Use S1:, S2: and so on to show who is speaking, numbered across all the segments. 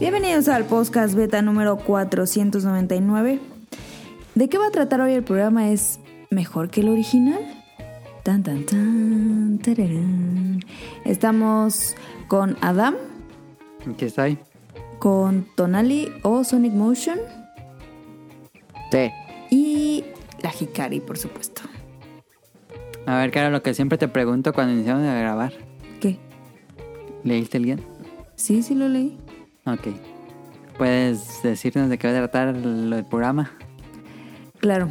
S1: Bienvenidos al podcast beta número 499. ¿De qué va a tratar hoy el programa? ¿Es mejor que el original? Tan, tan, tan, tararán. Estamos con Adam,
S2: ¿Qué está ahí?
S1: con Tonali o Sonic Motion
S2: Sí.
S1: y la Hikari, por supuesto.
S2: A ver, cara, lo que siempre te pregunto cuando iniciamos a grabar.
S1: ¿Qué?
S2: ¿Leíste el guión?
S1: Sí, sí lo leí.
S2: Ok. ¿Puedes decirnos de qué va a tratar el, el programa?
S1: Claro.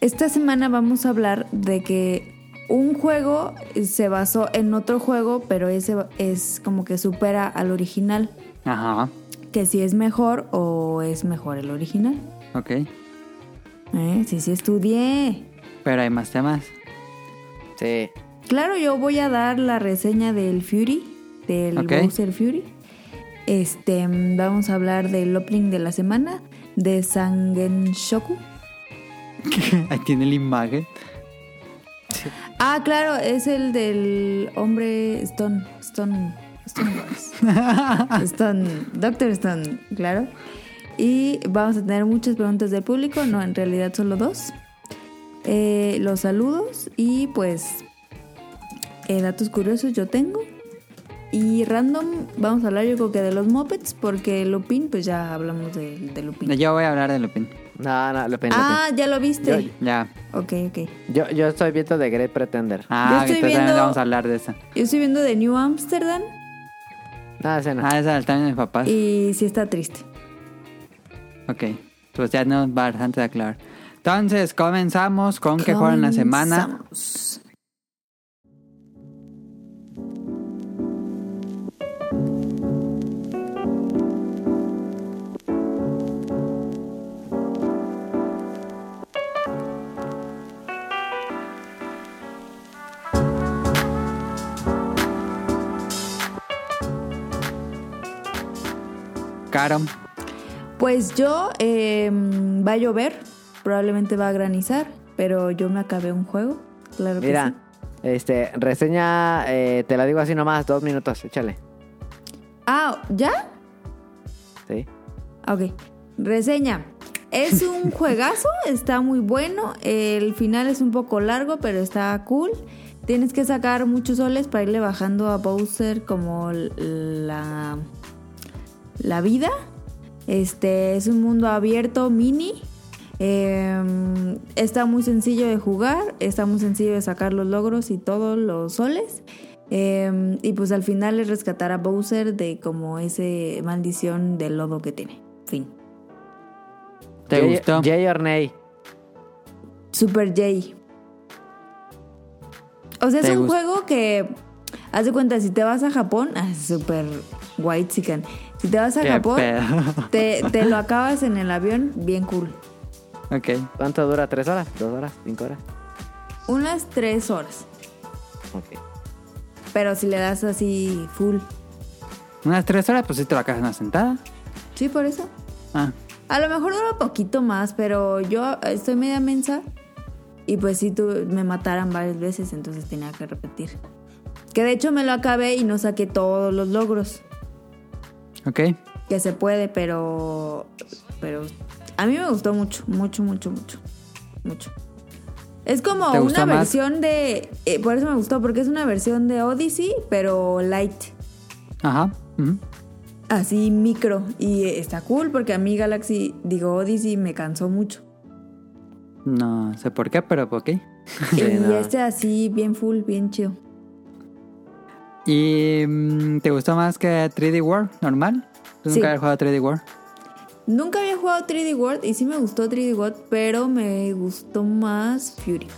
S1: Esta semana vamos a hablar de que un juego se basó en otro juego, pero ese es como que supera al original.
S2: Ajá.
S1: Que si es mejor o es mejor el original.
S2: Ok.
S1: ¿Eh? Sí, sí estudié.
S2: Pero hay más temas. Sí.
S1: Claro, yo voy a dar la reseña del Fury, del
S2: Ok.
S1: Bowser Fury. Este, mm, vamos a hablar del opening de la semana, de Sangen Shoku.
S2: Ahí tiene la imagen.
S1: Ah, claro, es el del hombre Stone. Stone. Stone Wars. Stone. Doctor Stone, claro. Y vamos a tener muchas preguntas del público, no, en realidad solo dos. Eh, los saludos y pues eh, datos curiosos yo tengo. Y random, vamos a hablar yo creo que de los mopeds, porque Lupin, pues ya hablamos de, de Lupin.
S2: Yo voy a hablar de Lupin.
S3: No, no, Lupin,
S1: ah, ya lo viste.
S2: Ya.
S1: Ok, ok.
S3: Lupin. Yo, yo estoy viendo The Great Pretender.
S1: Yo
S2: Ah,
S1: estoy
S2: entonces también
S1: viendo-
S2: vamos a hablar de esa.
S1: Yo estoy viendo de New Amsterdam
S3: No, ese no.
S2: Ah, esa del también de mis papás.
S1: y sí está triste.
S2: Ok. Pues ya nos va bastante de aclarar. Entonces, comenzamos con que jugaron la semana.
S1: Comenzamos.
S2: Caro.
S1: Pues yo, eh, va a llover, probablemente va a granizar, pero yo me acabé un juego, claro que
S3: Mira, este, reseña, eh, te la digo así nomás, dos minutos, échale.
S1: sí. Ah, ¿ya? Ah,
S3: Sí.
S1: Ok. Reseña. Es un juegazo, está muy bueno, el final es un poco largo, pero está cool. Tienes que sacar muchos soles para irle bajando a Bowser como l- la, la vida. Este es un mundo abierto mini. Eh, está muy sencillo de jugar, está muy sencillo de sacar los logros y todos los soles. Eh, y pues al final es rescatar a Bowser de como ese maldición del lobo que tiene. Fin.
S2: ¿Te
S3: Jay-
S2: gustó?
S3: Jay Orney.
S1: Super J. O sea, es
S2: ¿Te
S1: un
S2: gust-
S1: juego que, haz de cuenta, si te vas a Japón, ah, super white chican. Si te vas a
S2: Qué
S1: Japón,
S2: pedo.
S1: te, te lo acabas en el avión, bien cool.
S2: Ok.
S3: ¿Cuánto dura? ¿Tres horas? ¿Dos horas? ¿Cinco horas?
S1: Unas tres horas,
S3: Ok.
S1: pero si le das así full.
S2: Unas tres horas, pues sí te lo acabas en una sentada.
S1: Sí, por eso.
S2: Ah,
S1: A lo mejor dura poquito más, pero yo estoy media mensa y pues sí tuve- me mataran varias veces, entonces tenía que repetir. Que de hecho me lo acabé y no saqué todos los logros.
S2: ok.
S1: que se puede, pero pero a mí me gustó mucho, mucho, mucho, mucho, mucho. Es como
S2: ¿Te
S1: una
S2: gustó más?
S1: versión de, eh, por eso me gustó, porque es una versión de Odyssey, pero light,
S2: Ajá. ujú.
S1: así micro y eh, está cool porque a mí Galaxy, digo Odyssey, me cansó mucho
S2: No sé por qué, pero ok.
S3: Sí,
S1: y
S3: no.
S1: este así bien full, bien chido.
S2: ¿Y mm, te gustó más que 3D World normal? ¿Tú
S1: Sí.
S2: nunca habías jugado a 3D World?
S1: Nunca había jugado 3D World y sí me gustó 3D World, pero me gustó más Fury.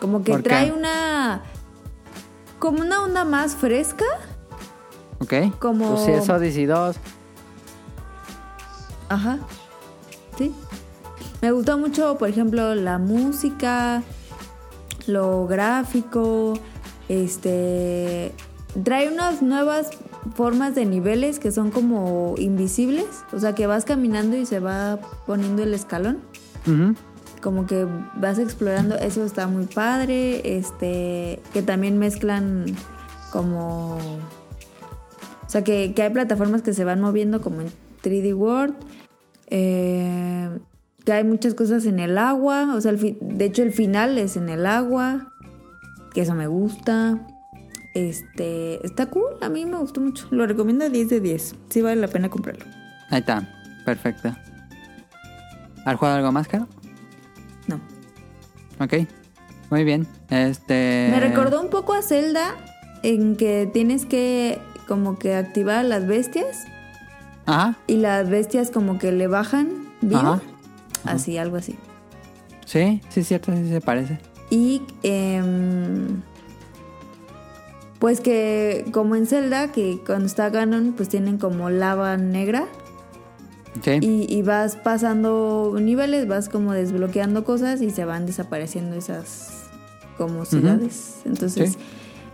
S1: Como que
S2: ¿Por qué?
S1: trae una como una onda más fresca.
S2: Ok.
S1: Como.
S3: Pues si es Odyssey 2,
S1: Ajá. Sí. Me gustó mucho, por ejemplo, la música, lo gráfico, este. Trae unas nuevas formas de niveles que son como invisibles, o sea que vas caminando y se va poniendo el escalón,
S2: Ujú.
S1: como que vas explorando, eso está muy padre, este, que también mezclan como, o sea que, que hay plataformas que se van moviendo como en 3D World. eh, que hay muchas cosas en el agua. O sea, el fi- de hecho el final es en el agua. Que eso me gusta. Este, está cool, a mí me gustó mucho. Lo recomiendo 10 de 10. Sí vale la pena comprarlo.
S2: Ahí está, perfecto. ¿Has jugado algo más, Caro?
S1: No.
S2: Ok, muy bien. Este...
S1: Me recordó un poco a Zelda en que tienes que como que activar a las bestias
S2: Ajá,
S1: y las bestias como que le bajan vivo.
S2: Ajá.
S1: Así, algo así.
S2: sí, sí es cierto, sí se parece.
S1: Y em, pues que como en Zelda, que cuando está Ganon, pues tienen como lava negra.
S2: Sí,
S1: Y, y vas pasando niveles, vas como desbloqueando cosas y se van desapareciendo esas como ciudades. Entonces,
S2: Sí.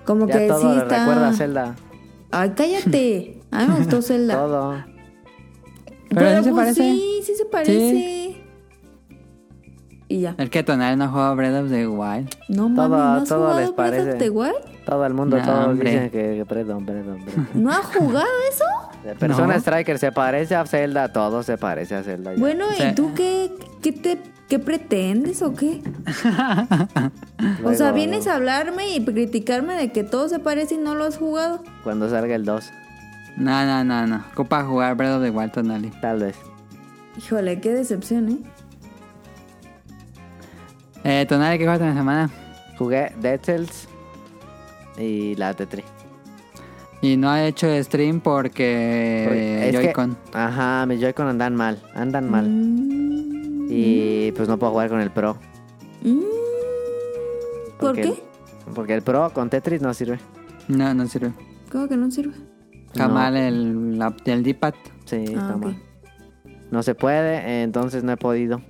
S1: como
S3: Ya
S1: que
S3: todo
S1: sí
S3: le
S1: está...
S3: recuerda a Zelda.
S1: Ay, cállate. A mí me gustó Zelda.
S3: Todo.
S2: Pero sí se
S1: pues,
S2: parece.
S1: Sí, sí se parece. Y ya.
S2: el que Tonal no ha jugado Breath of the Wild.
S1: No mames,
S3: Todo-
S1: ¿no has
S3: todo
S1: jugado
S3: les
S1: Breath of
S3: parece.
S1: the Wild?
S3: Todo el mundo,
S2: No,
S3: todos
S2: hombre.
S3: dicen que, que perdón, perdón, perdón.
S1: ¿No has jugado eso?
S3: De Persona
S2: No.
S3: Striker se parece a Zelda, todo se parece a Zelda. ya.
S1: Bueno,
S2: O sea-
S1: ¿y tú qué, qué te qué pretendes o qué? o
S3: Luego,
S1: sea, vienes a hablarme y criticarme de que todo se parece y no lo has jugado.
S3: Cuando salga el 2,
S2: No, no, no, no. Ocupa jugar Breath of the Wild, Tonali.
S3: tal vez.
S1: Híjole, qué decepción, ¿eh?
S2: Eh, Tonali, ¿qué jugaste en la semana?
S3: Jugué Dead Cells y la Tetris.
S2: Y no ha hecho stream porque...
S3: Es que-
S2: Joy-Con.
S3: Eh, ajá, mis Joy-Con andan mal, andan mal. Y pues no puedo jugar con el Pro.
S1: Mm, ¿Por
S3: porque-
S1: qué?
S3: Porque el Pro con Tetris no sirve.
S2: No, no sirve.
S1: ¿Cómo que no sirve?
S2: Está
S3: No.
S2: mal el, la- el D-pad.
S3: Sí,
S1: Ah,
S3: está
S1: ok.
S3: mal. No se puede, entonces no he podido.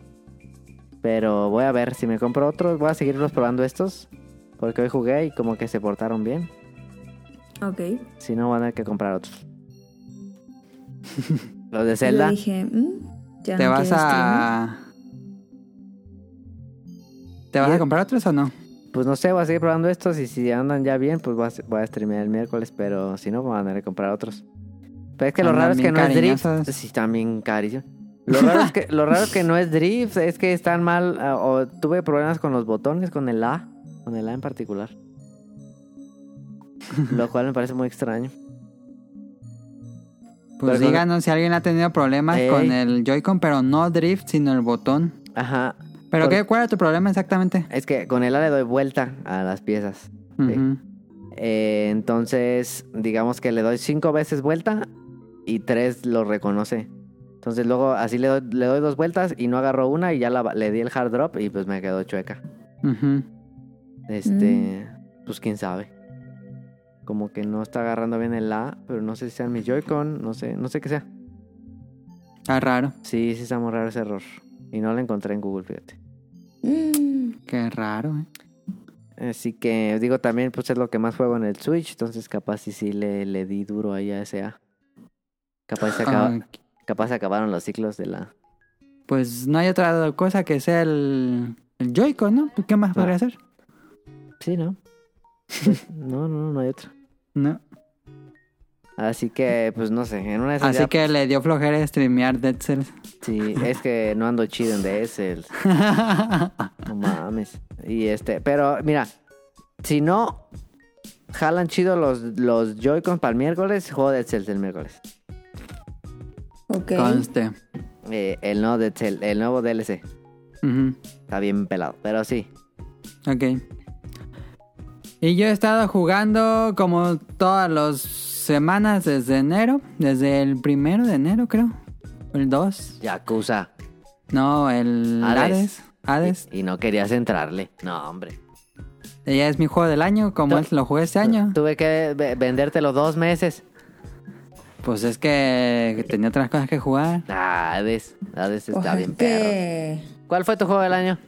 S3: Pero voy a ver si me compro otros. Voy a seguirlos probando estos. Porque hoy jugué y como que se portaron bien.
S1: Ok.
S3: Si no, van a tener que comprar otros. Los de
S1: Yo
S3: Zelda.
S1: dije, mm, ya
S2: ¿Te
S1: no
S2: vas
S1: quiero streaming.
S2: a... ¿Te vas
S3: Ya-
S2: a comprar otros o no?
S3: Pues no sé, voy a seguir probando estos. Y si andan ya bien, pues voy a, voy a streamear el miércoles. Pero si no, voy a tener que comprar otros. Pero es que lo
S2: Andan
S3: raro es que
S2: bien
S3: no es drift.
S2: cariñosos.
S3: Sí, están bien carísimos. Lo raro, es que, lo raro es que no es drift. Es que están mal. ah, o tuve problemas con los botones, con el A. Con el A en particular. Lo cual me parece muy extraño.
S2: Pues
S3: Pero-
S2: díganos si alguien ha tenido problemas
S3: Ey.
S2: con el Joy-Con, pero no drift, sino el botón.
S3: Ajá.
S2: ¿Pero
S3: Por-
S2: qué? ¿Cuál era tu problema exactamente?
S3: Es que con el A le doy vuelta a las piezas.
S2: Ujú.
S3: Eh, entonces, digamos que le doy cinco veces vuelta y tres lo reconoce. Entonces luego así le doy, le doy dos vueltas y no agarró una y ya la- le di el hard drop y pues me quedó chueca.
S2: Ujú.
S3: Este, pues quién sabe. Como que no está agarrando bien el A, pero no sé si sean mis Joy-Con, no sé, no sé qué sea.
S2: Está raro.
S3: Sí, sí está muy raro ese error. Y no lo encontré en Google, fíjate.
S1: Mm,
S2: Qué raro, ¿eh?
S3: Así que digo también, pues es lo que más juego en el Switch, entonces capaz si sí le, le di duro ahí a ese A. Capaz se, acaba-
S2: Ah,
S3: capaz se acabaron los ciclos de la...
S2: pues no hay otra cosa que sea el, el Joy-Con, ¿no? ¿Qué más podría hacer?
S3: Sí, ¿no? Pues, no, no, no hay otro.
S2: No.
S3: Así que, pues no sé, en una de esas
S2: Así
S3: ya-
S2: que le dio flojera streamear Dead Cells.
S3: Sí, es que no ando chido en DSL. No mames. Y este, pero mira, si no jalan chido los, los Joy-Cons para el miércoles, juego Dead Cells el miércoles.
S1: ok.
S3: este
S2: Conste.
S3: Eh, el, nuevo Dead Cell- el nuevo DLC.
S2: Ujú.
S3: Está bien pelado, pero sí.
S2: Ok. Y yo he estado jugando como todas las semanas desde enero. Desde el primero de enero, creo. El 2.
S3: Yakuza.
S2: No, el
S3: Hades.
S2: Hades. Hades.
S3: Y, y no querías entrarle. No, hombre.
S2: Ya es mi juego del año, como
S3: Tu-
S2: es, lo jugué este año.
S3: Tuve que ve- vendértelo dos meses.
S2: Pues es que tenía otras cosas que jugar.
S3: Ah, Hades. Hades está
S1: Ojalá
S3: bien perro.
S1: que-
S3: ¿Cuál fue tu juego del año?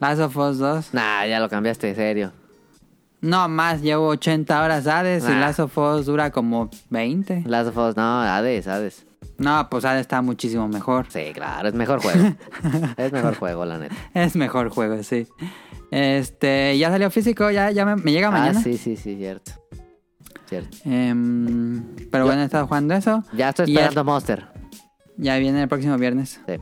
S2: Last of Us 2.
S3: Nah, ya lo cambiaste, de serio.
S2: No más, llevo 80 horas Hades
S3: Ah.
S2: y Last of Us dura como 20.
S3: Last of Us, no, Hades, Hades.
S2: No, pues Hades está muchísimo mejor.
S3: Sí, claro, es mejor juego. es mejor juego, la neta.
S2: Es mejor juego, sí. Este, ya salió físico, ya, ya me, me llega mañana.
S3: Ah, sí, sí, sí, cierto. Cierto.
S2: Em, pero bueno, he estado jugando eso.
S3: Ya estoy
S2: Y el-
S3: esperando Monster.
S2: Ya viene el próximo viernes.
S3: Sí.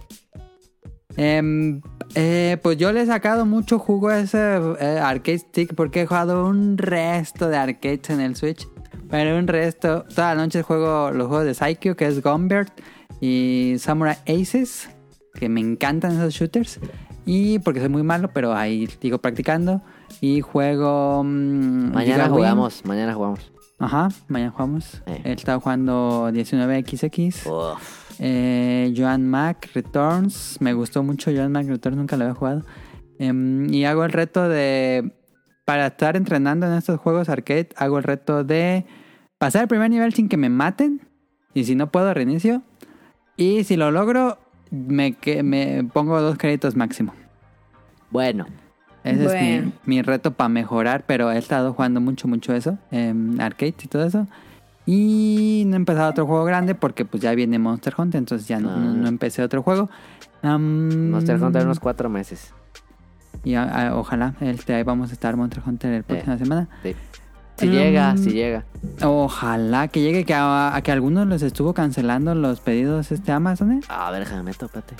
S2: Em, eh, pues yo le he sacado mucho jugo a ese eh, arcade stick porque he jugado un resto de arcades en el Switch. Pero un resto. Todas las noches juego los juegos de Psycho, que es Gumbird, y Samurai Aces, que me encantan esos shooters. Y porque soy muy malo, pero ahí sigo practicando. Y juego. mm, Giga
S3: Mañana
S2: Wing.
S3: jugamos, mañana jugamos.
S2: Ajá, mañana jugamos.
S3: Eh.
S2: Él está jugando 19XX.
S3: Uf.
S2: Eh, Joan Mac Returns. Me gustó mucho Joan Mac Returns, nunca lo había jugado. Em, y hago el reto de. Para estar entrenando en estos juegos arcade, hago el reto de pasar el primer nivel sin que me maten. Y si no puedo, reinicio. Y si lo logro, me, que, me pongo dos créditos máximo.
S3: Bueno,
S2: Ese es mi-
S1: Bueno.
S2: mi, reto para mejorar, pero he estado jugando mucho, mucho eso, em, arcade y todo eso. Y no he empezado otro juego grande porque pues ya viene Monster Hunter, entonces ya no, no- no empecé otro juego. Am,
S3: Ah. Monster
S1: Mm.
S3: Hunter unos cuatro meses.
S2: Y a- a- ojalá, este, ahí vamos a estar Monster Hunter la próxima
S3: Eh.
S2: semana.
S3: Sí. Si llega,
S2: Mm.
S3: si llega.
S2: Ojalá que llegue, que a, a que algunos les estuvo cancelando los pedidos este Amazon. ¿eh?
S3: A ver, déjame tópate.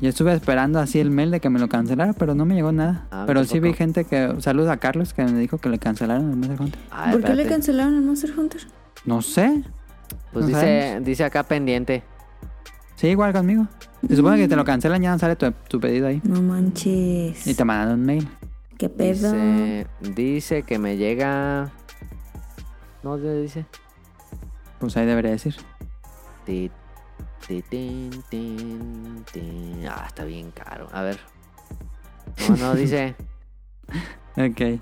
S2: Yo estuve esperando así el mail de que me lo cancelara, pero no me llegó nada.
S3: Ah,
S2: pero sí vi
S3: tampoco.
S2: gente que... Saludos a Carlos que me dijo que le cancelaron el Monster Hunter.
S3: Ah,
S1: ¿Por qué le
S3: espérate.
S1: cancelaron el Monster Hunter?
S2: No sé,
S3: Pues
S2: No
S3: dice,
S2: sabemos.
S3: dice acá pendiente.
S2: Sí, igual conmigo. Se supone que te
S1: Mm.
S2: lo cancelan, ya no sale tu, tu pedido ahí.
S1: No manches.
S2: Y te mandan un mail.
S1: Qué pedo.
S3: Dice, dice que me llega. No le dice.
S2: Pues ahí debería decir.
S3: Ti, ti, tin, tin, tin. Ah, está bien caro. A ver. No, no, dice.
S2: Ok.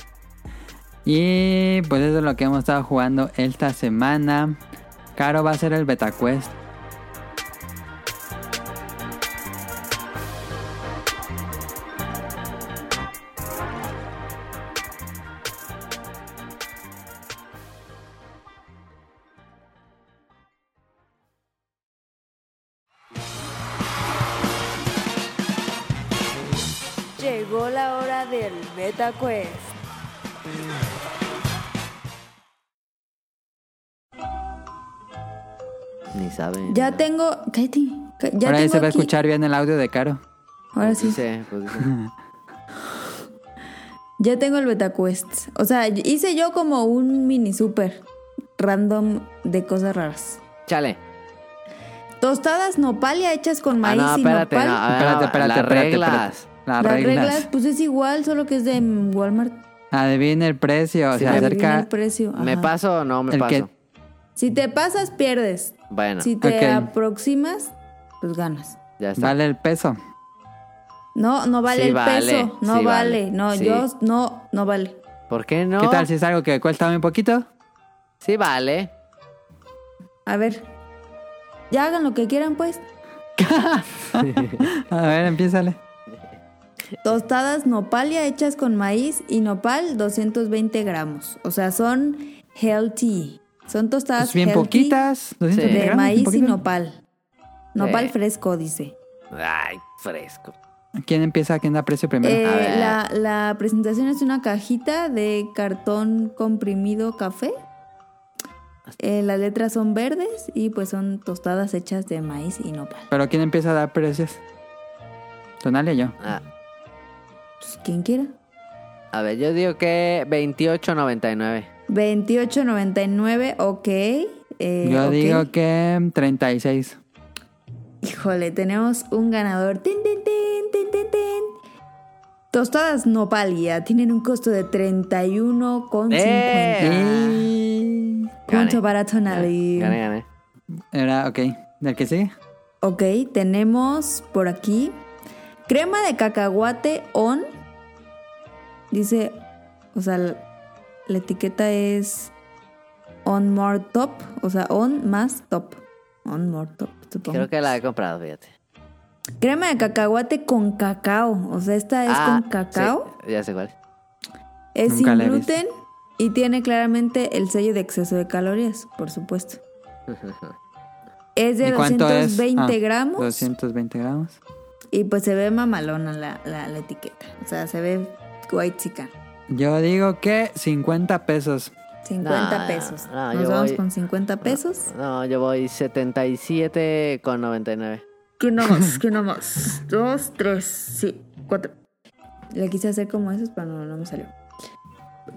S2: Y pues eso es lo que hemos estado jugando esta semana. Caro va a ser el beta quest.
S4: Llegó la hora del Beta Quest.
S3: Ni sabe.
S1: Ya
S3: nada.
S1: tengo. Cállate. Ca- Ya
S2: Ahora ahí
S1: tengo
S2: se va a
S1: aquí-
S2: escuchar bien el audio de Caro.
S1: Ahora sí.
S3: Dice, pues dice.
S1: Ya tengo el beta quest. O sea, hice yo como un mini super random de cosas raras.
S3: Chale.
S1: Tostadas nopalia hechas con
S3: Ah,
S1: maíz
S3: no,
S1: y
S3: espérate.
S1: nopal.
S3: no, a ver,
S2: Espérate,
S3: no,
S2: espérate,
S3: las
S2: espérate,
S3: reglas.
S2: espérate. Las,
S1: Las
S2: reglas.
S1: Ah, reglas. pues es igual, solo que es de Walmart.
S2: Adivina el precio.
S3: Sí,
S2: se
S1: Adivina
S3: adivina
S2: acerca
S1: el precio.
S3: ¿Me
S1: ajá.
S3: paso o no me
S2: el
S3: paso?
S2: que...
S1: Si te pasas, pierdes.
S3: Bueno,
S1: Si te
S2: Ok.
S1: aproximas, pues ganas.
S3: ya está.
S2: Vale el peso.
S1: No, no vale
S3: Sí
S1: el
S3: vale,
S1: peso. No
S3: sí
S1: vale.
S3: vale,
S1: No,
S3: sí.
S1: yo no, no vale.
S3: ¿Por qué no?
S2: ¿Qué tal si es algo que cuesta muy poquito?
S3: Sí, vale.
S1: A ver. Ya hagan lo que quieran, pues.
S2: A ver, empiézale.
S1: Tostadas nopalia hechas con maíz y nopal 220 gramos. O sea, son healthy. Son tostadas
S2: Pues bien
S1: healthy
S2: poquitas. 200
S3: Sí.
S1: de
S2: gramos, bien
S1: maíz y
S2: poquito.
S1: nopal. Nopal
S3: ¿eh? Sí.
S1: fresco, dice.
S3: Ay, fresco.
S2: ¿Quién empieza? ¿Quién da precio primero?
S1: Eh,
S3: A ver.
S1: la, la presentación es una cajita de cartón comprimido café. Eh, las letras son verdes y pues son tostadas hechas de maíz y nopal.
S2: ¿Pero quién empieza a dar precios? Tonalia y yo.
S3: Ah,
S1: Pues, quien quiera.
S3: a ver, yo digo que 28.99.
S1: 28.99, ok. eh,
S2: yo
S1: ok.
S2: digo que 36.
S1: Híjole, tenemos un ganador. Tin, tin, tin, tin, tin, tin. Tostadas Nopalia tienen un costo de 31,50.
S3: ¡Eh!
S2: Y...
S3: Gané.
S1: Punto para Tonali.
S3: Gané, gané.
S2: Era, ok. ¿Del que sigue?
S1: Ok, tenemos por aquí crema de cacahuate on. Dice, o sea, la, la etiqueta es on more top, o sea, on más top. On more top, supongo.
S3: Creo que la he comprado, fíjate.
S1: Crema de cacahuate con cacao, o sea, esta es
S3: Ah,
S1: con cacao.
S3: sí, ya sé cuál.
S1: Es
S2: Nunca
S1: sin
S2: la he visto.
S1: gluten y tiene claramente el sello de exceso de calorías, por supuesto. Es de
S2: ¿Y cuánto es?
S1: 220
S2: Ah,
S1: gramos
S2: 220 gramos.
S1: y pues se ve mamalona la, la- la etiqueta. O sea, se ve white chica.
S2: Yo digo que 50 pesos.
S1: 50
S3: No,
S1: pesos.
S3: no,
S1: Nos
S3: Ah, yo
S1: vamos
S3: voy-
S1: con 50 pesos.
S3: No, yo voy 77 con 99.
S1: Que uno más, que uno más. Dos, tres, sí, cuatro. Le quise hacer como esos, pero no, no me salió.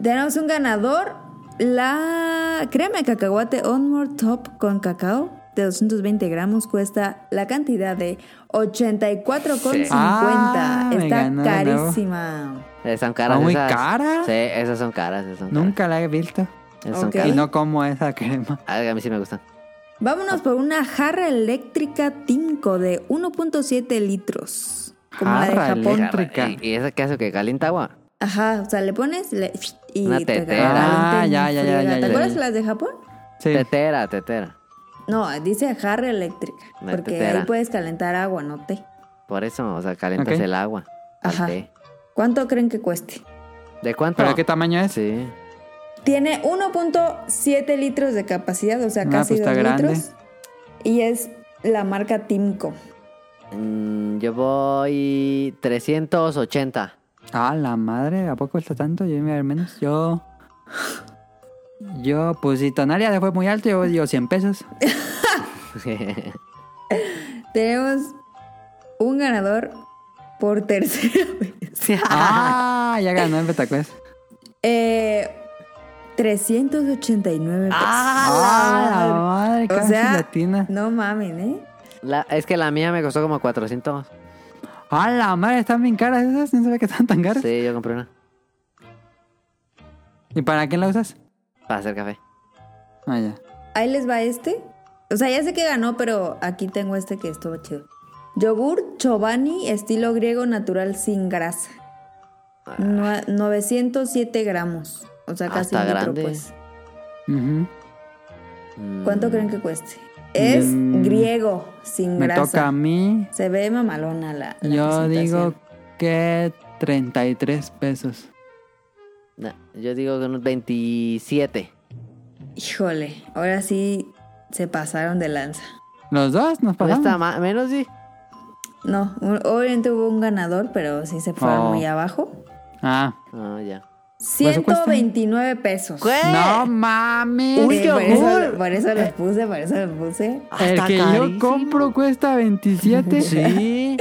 S1: Tenemos un ganador. La crema de cacahuate On More Top con cacao de 220 gramos cuesta la cantidad de 84,50.
S3: Sí.
S2: Ah, me
S1: Está
S2: ganó de nuevo.
S1: carísima.
S3: Están Eh, caras.
S2: ¿Está muy
S3: esas.
S2: cara?
S3: Sí, esas son caras. Esas son
S2: Nunca la he visto.
S3: caras. Esas son
S1: Ok.
S2: Y
S3: caras.
S2: no como esa crema.
S3: Ay, a mí sí me gustan.
S1: Vámonos por una jarra eléctrica Timco de 1.7 litros. Como
S2: Jarra
S1: la de Japón.
S2: eléctrica. Rica.
S3: ¿Y, y esa qué hace que calienta agua?
S1: Ajá, o sea, le pones le- y
S3: Una
S1: te
S3: tetera.
S1: calienta
S2: Ah,
S1: y
S2: ya, ya, ya,
S1: friega.
S2: ya,
S1: ¿Te
S2: ya,
S1: acuerdas
S2: ya.
S1: las de Japón?
S2: Sí.
S3: Tetera, tetera.
S1: No, dice jarra eléctrica.
S3: Una
S1: porque
S3: tetera.
S1: ahí puedes calentar agua, no té.
S3: Por eso, o sea, calientas
S2: Ok.
S3: el agua. al
S1: Ajá.
S3: té.
S1: ¿Cuánto creen que cueste?
S3: ¿De cuánto?
S2: ¿Pero qué tamaño es?
S3: Sí.
S1: Tiene 1.7 litros de capacidad, o sea,
S2: Ah,
S1: casi
S2: pues está
S1: 2
S2: grande.
S1: litros. Y es la marca Timco.
S3: Mm, yo voy 380.
S2: Ah, la madre, ¿a poco cuesta tanto? Yo me al menos. Yo. Yo, pues si Tonalia se fue muy alto, yo digo 100 pesos.
S1: Tenemos un ganador por tercera vez.
S2: Ah, ya ganó el Betacuest.
S1: Eh, 389 pesos.
S2: Ah, la madre,
S1: o
S2: casi
S1: sea,
S2: latina.
S1: no mamen, ¿eh?
S3: La- es que la mía me costó como 400.
S2: Ah, la madre, están bien caras esas, no sabía que estaban tan caras.
S3: Sí, yo compré una.
S2: ¿Y para qué la usas?
S3: Para hacer café.
S2: Ah, ya.
S1: Ahí les va este. O sea, ya sé que ganó, pero aquí tengo este que estuvo chido. Yogur Chobani, estilo griego natural sin grasa. Nue- 907 gramos. O sea,
S3: Ah,
S1: casi
S3: está
S1: un litro,
S3: grande.
S1: pues.
S2: Ujú.
S3: Mm,
S1: ¿Cuánto creen que cueste? Es
S2: Mm.
S1: griego, sin
S2: Me
S1: grasa.
S2: toca a mí.
S1: Se ve mamalona la. la
S2: Yo digo
S1: presentación.
S2: que 33 pesos.
S3: no, yo digo que unos 27.
S1: Híjole, ahora sí se pasaron de lanza.
S2: ¿Los dos nos
S3: No Pues está
S2: pasamos?
S3: ma- menos, sí.
S1: No, un- obviamente hubo un ganador, pero sí se fueron
S2: Oh.
S1: muy abajo.
S2: Ah.
S3: Ah, ya.
S2: ¿Cuánto cuesta?
S1: 129 pesos.
S3: ¿Qué? Ah,
S2: ¡No mames!
S1: Sí, por, eso,
S3: yogur.
S1: por eso los puse, por eso los puse.
S3: Ah,
S2: El
S3: está
S2: que yo
S3: carísimo.
S2: compro cuesta 27.
S3: Sí.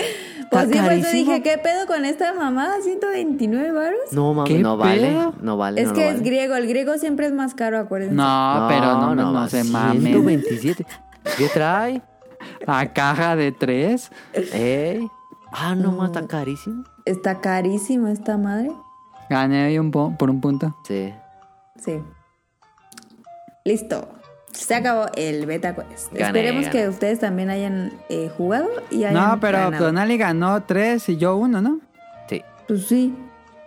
S1: Pues
S3: Está
S1: sí, por eso
S3: carísimo.
S1: dije, ¿qué pedo con esta mamada? ¿129 varos?
S3: No, mami,
S2: ¿Qué
S3: no vale.
S2: pedo?
S3: No vale.
S1: es
S3: no
S1: que
S3: lo
S1: es
S3: vale.
S1: griego, el griego siempre es más caro, acuérdense.
S2: No, pero no, no,
S3: va,
S2: no se mamen.
S3: 127. ¿Qué trae?
S2: La caja de tres.
S3: Ey. Ah, no, más está carísimo.
S1: Está carísimo esta madre.
S2: Gané ahí un po- por un punto.
S3: Sí.
S1: Sí. Listo. Se acabó el beta quest.
S3: Gané,
S1: Esperemos
S3: gané.
S1: que ustedes también hayan eh, jugado y hayan
S2: No, pero
S3: pues,
S1: ganado.
S2: Donali ganó tres y yo uno, ¿no?
S3: Sí.
S1: Pues sí,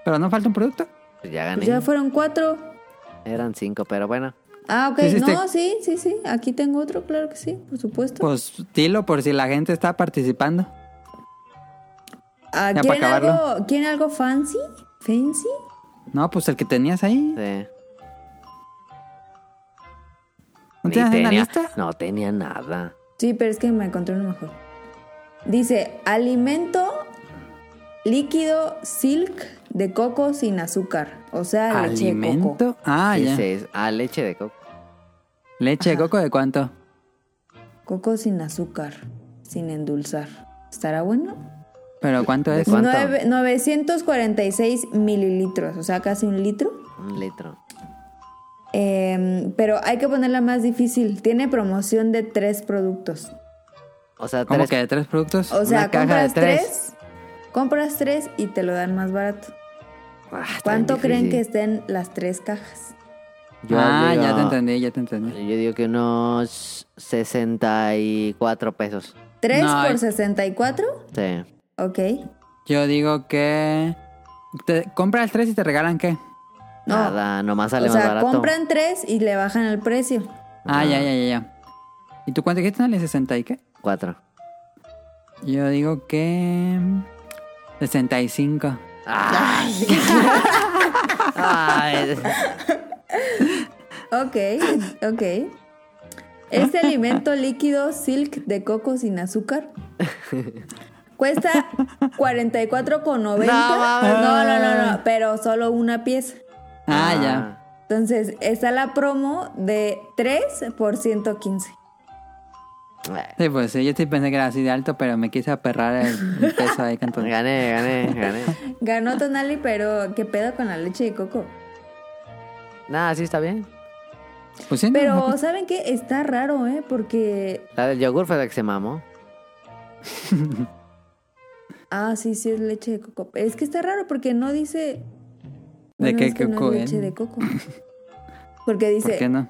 S2: Pero no falta un producto.
S3: pues ya
S1: pues
S3: gané.
S1: ya fueron cuatro.
S3: Eran cinco, pero bueno.
S1: Ah, ok.
S2: Sí, sí,
S1: no,
S2: te-
S1: sí, sí, sí. Aquí tengo otro, claro que sí, por supuesto.
S2: Pues dilo por si la gente está participando.
S1: Ah,
S2: Ya
S1: ¿quieren,
S2: para acabarlo.
S1: algo, ¿Quieren algo fancy? ¿Fancy?
S2: No, pues el que tenías ahí.
S3: Sí.
S2: ¿No
S3: Ni
S2: tienes en la
S3: tenía-
S2: lista?
S3: No tenía nada.
S1: Sí, pero es que me encontré uno mejor. Dice, alimento líquido silk de coco sin azúcar. O sea, leche de coco.
S2: Alimento. Ah,
S3: ¿Qué
S2: ya.
S3: es eso? Ah, leche de coco.
S2: Leche de
S1: Ajá.
S2: coco de cuánto?
S1: Coco sin azúcar, sin endulzar. ¿Estará bueno?
S2: Pero cuánto
S3: ¿De
S2: es?
S3: cuánto?
S1: Nueve- 946 mililitros, o sea, casi un litro.
S3: Un litro.
S1: Eh, pero hay que ponerla más difícil. Tiene promoción de tres productos.
S3: O sea,
S2: ¿Cómo
S3: tres.
S2: que de tres productos?
S1: O sea,
S2: Una caja de
S1: compras
S2: tres.
S1: tres, compras tres y te lo dan más barato.
S3: Ah, está
S1: ¿Cuánto
S3: bien
S1: creen que
S3: difícil.
S1: estén las tres cajas?
S3: Yo
S2: ah,
S3: digo-
S2: ya te entendí, ya te entendí.
S3: Yo digo que unos 64 pesos.
S1: ¿Tres
S2: No,
S1: por
S2: es-
S1: 64?
S3: Sí.
S1: Ok.
S2: Yo digo que. Te compras tres y te regalan qué?
S1: No.
S3: Nada, nomás sale
S1: o
S3: más
S1: sea,
S3: barato.
S1: compran tres y le bajan el precio.
S2: Ah,
S3: Ah.
S2: ya, ya, ya, ya. ¿Y tú cuánto dijiste? ¿No? ¿60 y qué?
S3: Cuatro.
S2: Yo digo que. 65.
S1: Ah,
S3: Ay,
S1: Ok, ok. Este alimento líquido silk de coco sin azúcar cuesta 44,90. No,
S3: No mames.
S1: no, no, no, pero solo una pieza.
S2: Ah, ya.
S1: Entonces, está la promo de 3 por 115.
S3: Ah,
S2: Sí, pues sí, yo sí pensé que era así de alto, pero me quise aperrar el, el peso ahí con todo.
S3: Gané, gané, gané.
S1: Ganó Tonali, pero ¿qué pedo con la leche de coco?
S3: Nada, sí está bien.
S2: Pues sí, no,
S1: Pero, ¿saben qué? Está raro, ¿eh? Porque.
S3: La del yogur fue la que se mamó.
S1: Ah, sí, sí, es leche de coco. Es que está raro porque no dice.
S2: ¿De
S1: Bueno,
S2: qué
S1: es que no es
S2: coco, eh?
S1: leche de coco. Porque dice.
S2: ¿Por qué no?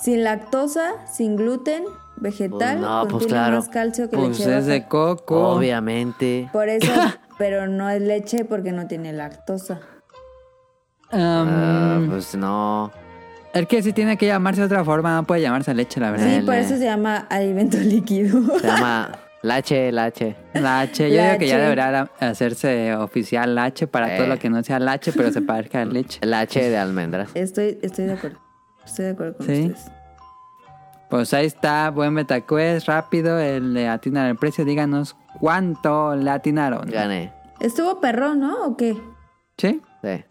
S1: Sin lactosa, sin gluten, vegetal,
S3: Pues no, pues
S1: contiene
S3: claro.
S1: más calcio que
S2: Pues
S1: leche
S2: es de
S1: vaca.
S2: coco.
S3: Obviamente.
S1: Por eso, pero no es leche porque no tiene lactosa. Mm.
S3: Ah,
S2: Um,
S3: pues no.
S2: Es que sí tiene que llamarse de otra forma, no puede llamarse leche, la verdad.
S1: Sí, por eso se llama alimento líquido.
S3: Se llama Lache, Lache.
S2: La H, yo digo que ya
S1: Lache.
S2: deberá hacerse oficial la H para
S3: Eh.
S2: todo lo que no sea la H, pero se parezca a leche.
S3: Lache de almendras.
S1: Estoy, estoy de acuerdo. Estoy de acuerdo con
S2: Sí.
S1: ustedes.
S2: Pues ahí está, buen betacuez, rápido, el de atinar el precio, díganos cuánto le atinaron.
S3: Gané.
S1: ¿Estuvo perro, no? ¿O qué?
S2: ¿Sí?
S3: Sí.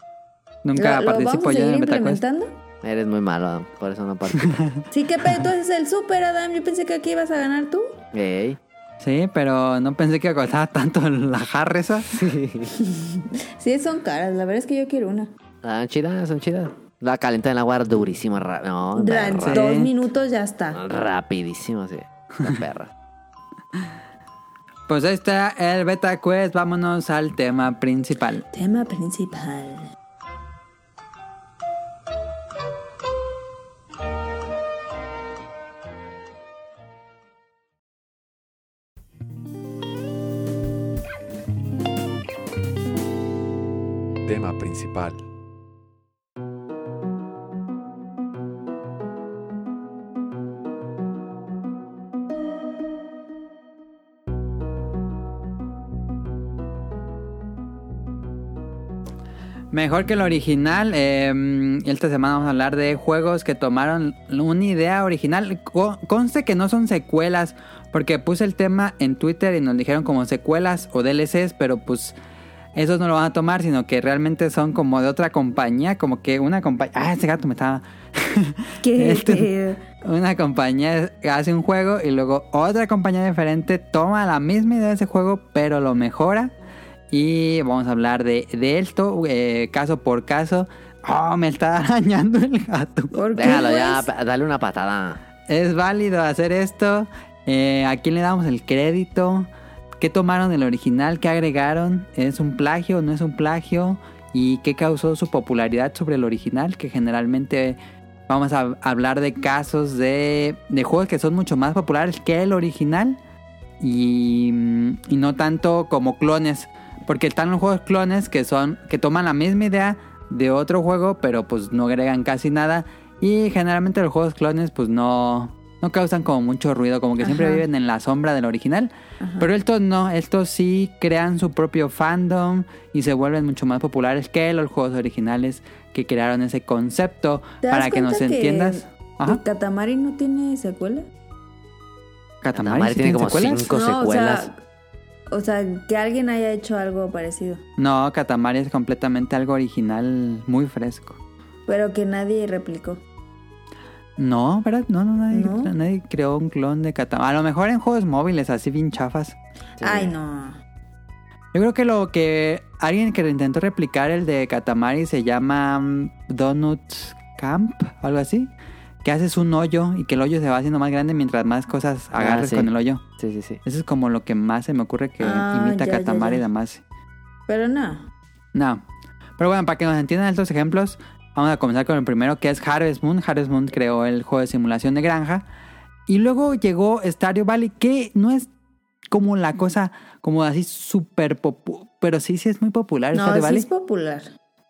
S1: ¿Lo-
S2: Nunca
S1: ¿Lo, vamos
S2: participo
S1: a
S2: yo en
S1: seguir
S2: el betacuez.
S1: implementando?
S3: Eres muy malo, Adam, por eso no participas.
S1: Sí, qué pedo, tú haces el súper, Adam. Yo pensé que aquí ibas a ganar tú.
S3: Ey.
S2: Sí, pero no pensé que costaba tanto la jarra esa.
S1: Sí, son caras. La verdad es que yo quiero una.
S3: Ah, Son chidas, son chidas. La calienta en el agua durísima. ra- No,
S1: Durante
S3: ra-
S1: dos minutos ya está.
S3: rapidísimo, sí. La perra.
S2: Pues ahí está el betacuez, vámonos al tema principal.
S1: Tema principal.
S5: Tema principal.
S2: Mejor que el original. eh, esta semana vamos a hablar de juegos que tomaron una idea original. Co- Conste que no son secuelas, porque puse el tema en Twitter y nos dijeron como secuelas o DLCs, pero pues esos no lo van a tomar, sino que realmente son como de otra compañía, como que una compañía... Ah, ese gato me estaba...
S1: ¿Qué
S2: Este-
S1: pedo?
S2: Una compañía hace un juego y luego otra compañía diferente toma la misma idea de ese juego, pero lo mejora. Y vamos a hablar de, de esto, eh, caso por caso. Oh, me está arañando el gato.
S1: ¿Por qué,
S3: Déjalo ya,
S1: pues?
S3: pa- dale una patada.
S2: Es válido hacer esto. Eh, ¿A quién le damos el crédito? ¿Qué tomaron del original? ¿Qué agregaron? ¿Es un plagio? ¿No es un plagio? ¿Y qué causó su popularidad sobre el original? Que generalmente vamos a hablar de casos de, de juegos que son mucho más populares que el original. Y, y no tanto como clones. Porque están los juegos clones que son. que toman la misma idea de otro juego, pero pues no agregan casi nada. Y generalmente los juegos clones, pues no. No causan como mucho ruido, como que siempre
S1: Ajá.
S2: viven en la sombra del original. Pero estos no, estos sí crean su propio fandom y se vuelven mucho más populares que los juegos originales que crearon ese concepto.
S1: ¿Te das
S2: Para que nos
S1: cuenta
S2: entiendas. Ajá.
S1: ¿El Katamari no tiene secuela?
S2: Katamari,
S3: Katamari
S2: ¿sí
S3: tiene
S2: tiene
S3: como
S2: secuelas?
S3: cinco. Con
S1: no,
S3: secuelas.
S1: O sea, o sea, que alguien haya hecho algo parecido.
S2: No, Katamari es completamente algo original, muy fresco.
S1: Pero que nadie replicó.
S2: No, ¿verdad? No, no, nadie,
S1: ¿No?
S2: nadie creó un clon de Katamari. A lo mejor en juegos móviles, así bien chafas.
S3: Sí.
S1: Ay, no.
S2: Yo creo que lo que alguien que intentó replicar el de Katamari se llama mm, Donut Camp, o algo así. Que haces un hoyo y que el hoyo se va haciendo más grande mientras más cosas
S3: Ah,
S2: agarres
S3: sí.
S2: con el hoyo.
S3: Sí, sí, sí.
S2: Eso es como lo que más se me ocurre que
S1: Ah,
S2: imita
S1: ya, ya,
S2: Katamari
S1: ya.
S2: Damacy.
S1: Pero no.
S2: No. Pero bueno, para que nos entiendan estos ejemplos, vamos a comenzar con el primero que es Harvest Moon. Harvest Moon creó el juego de simulación de granja. Y luego llegó Stardew Valley, que no es como la cosa, como así súper popu- Pero sí, sí es muy popular
S1: No,
S2: Stardew
S1: sí
S2: Valley.
S1: es popular.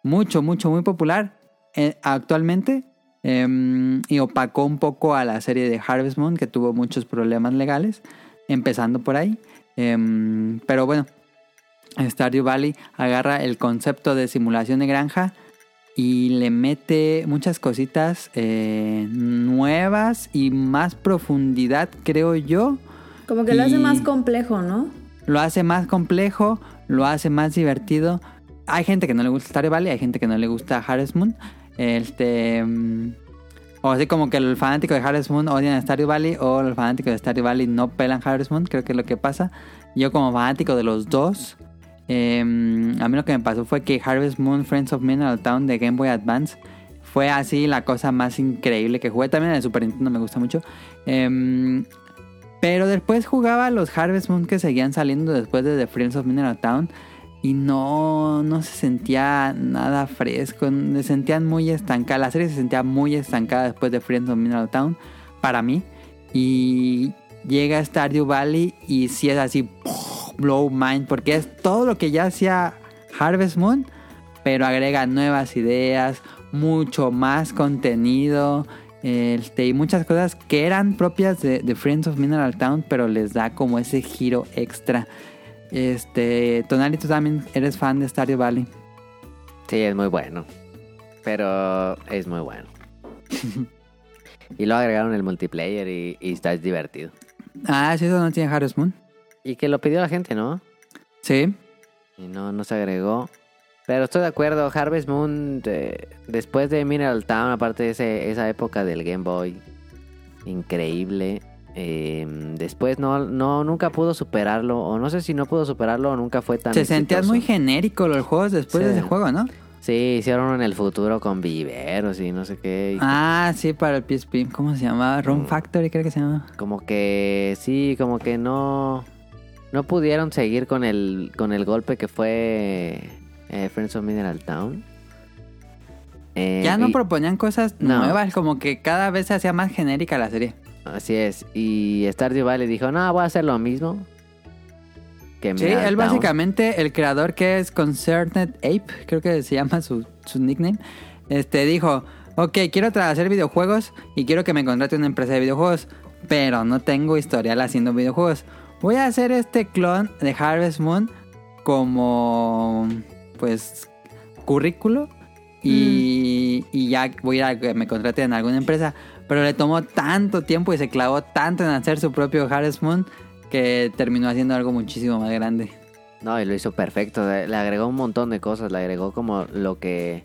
S2: Mucho, mucho, muy popular eh, actualmente. Em, y opacó un poco a la serie de Harvest Moon, que tuvo muchos problemas legales, empezando por ahí. Em, pero bueno, Stardew Valley agarra el concepto de simulación de granja y le mete muchas cositas eh, nuevas y más profundidad, creo yo.
S1: Como que lo hace
S2: Y-
S1: más complejo, ¿no?
S2: Lo hace más complejo, lo hace más divertido. Hay gente que no le gusta Stardew Valley, hay gente que no le gusta Harvest Moon. Este. mm, O así como que el fanático de Harvest Moon odian a Stardew Valley o los fanáticos de Stardew Valley no pelan Harvest Moon, creo que es lo que pasa. Yo como fanático de los dos, eh, a mí lo que me pasó fue que Harvest Moon Friends of Mineral Town de Game Boy Advance fue así la cosa más increíble que jugué. También en el Super Nintendo me gusta mucho. Em, pero después jugaba los Harvest Moon que seguían saliendo después de The Friends of Mineral Town. Y no, no se sentía nada fresco. Se sentían muy estancada. La serie se sentía muy estancada después de Friends of Mineral Town. Para mí. Y llega Stardew Valley y si es así. Blow mind. Porque es todo lo que ya hacía Harvest Moon. Pero agrega nuevas ideas. Mucho más contenido. Este, y muchas cosas que eran propias de, de Friends of Mineral Town. Pero les da como ese giro extra. Este, Tonali, tú también eres fan de Stardew Valley.
S3: Sí, es muy bueno. Pero es muy bueno. y lo agregaron el multiplayer y, y está divertido.
S2: Ah, sí, eso no tiene Harvest Moon.
S3: Y que lo pidió la gente, ¿no?
S2: Sí.
S3: Y no, no se agregó. Pero estoy de acuerdo, Harvest Moon, de- después de Mineral Town, aparte de ese- esa época del Game Boy, increíble. eh, después no, no, nunca pudo superarlo, o no sé si no pudo superarlo o nunca fue tan
S2: Se sentían
S3: exitoso.
S2: muy genéricos los juegos después
S3: Sí.
S2: de ese juego, ¿no?
S3: Sí, hicieron uno en el futuro con viveros y no sé qué. y
S2: Ah, sí, para el PSP. ¿Cómo se llamaba?
S3: Mm.
S2: Room Factory, creo que se llamaba.
S3: Como que sí, como que no no pudieron seguir con el con el golpe que fue eh, Friends of Mineral Town. Eh,
S2: Ya no
S3: y-
S2: proponían cosas
S3: No.
S2: nuevas, como que cada vez se hacía más genérica la serie.
S3: Así es. Y Stardew Valley dijo, no, voy a hacer lo mismo. Que
S2: Sí,
S3: Mineral
S2: él
S3: Town".
S2: básicamente, el creador que es Concerned Ape, creo que se llama su, su nickname, este dijo, ok, quiero tra- hacer videojuegos y quiero que me contrate una empresa de videojuegos, pero no tengo historial haciendo videojuegos. Voy a hacer este clon de Harvest Moon como, pues, currículo y,
S3: Mm.
S2: y ya voy a ir a que me contraten en alguna empresa. Pero le tomó tanto tiempo y se clavó tanto en hacer su propio Harvest Moon que terminó haciendo algo muchísimo más grande.
S3: No, y lo hizo perfecto. Le le agregó un montón de cosas. Le agregó como lo que...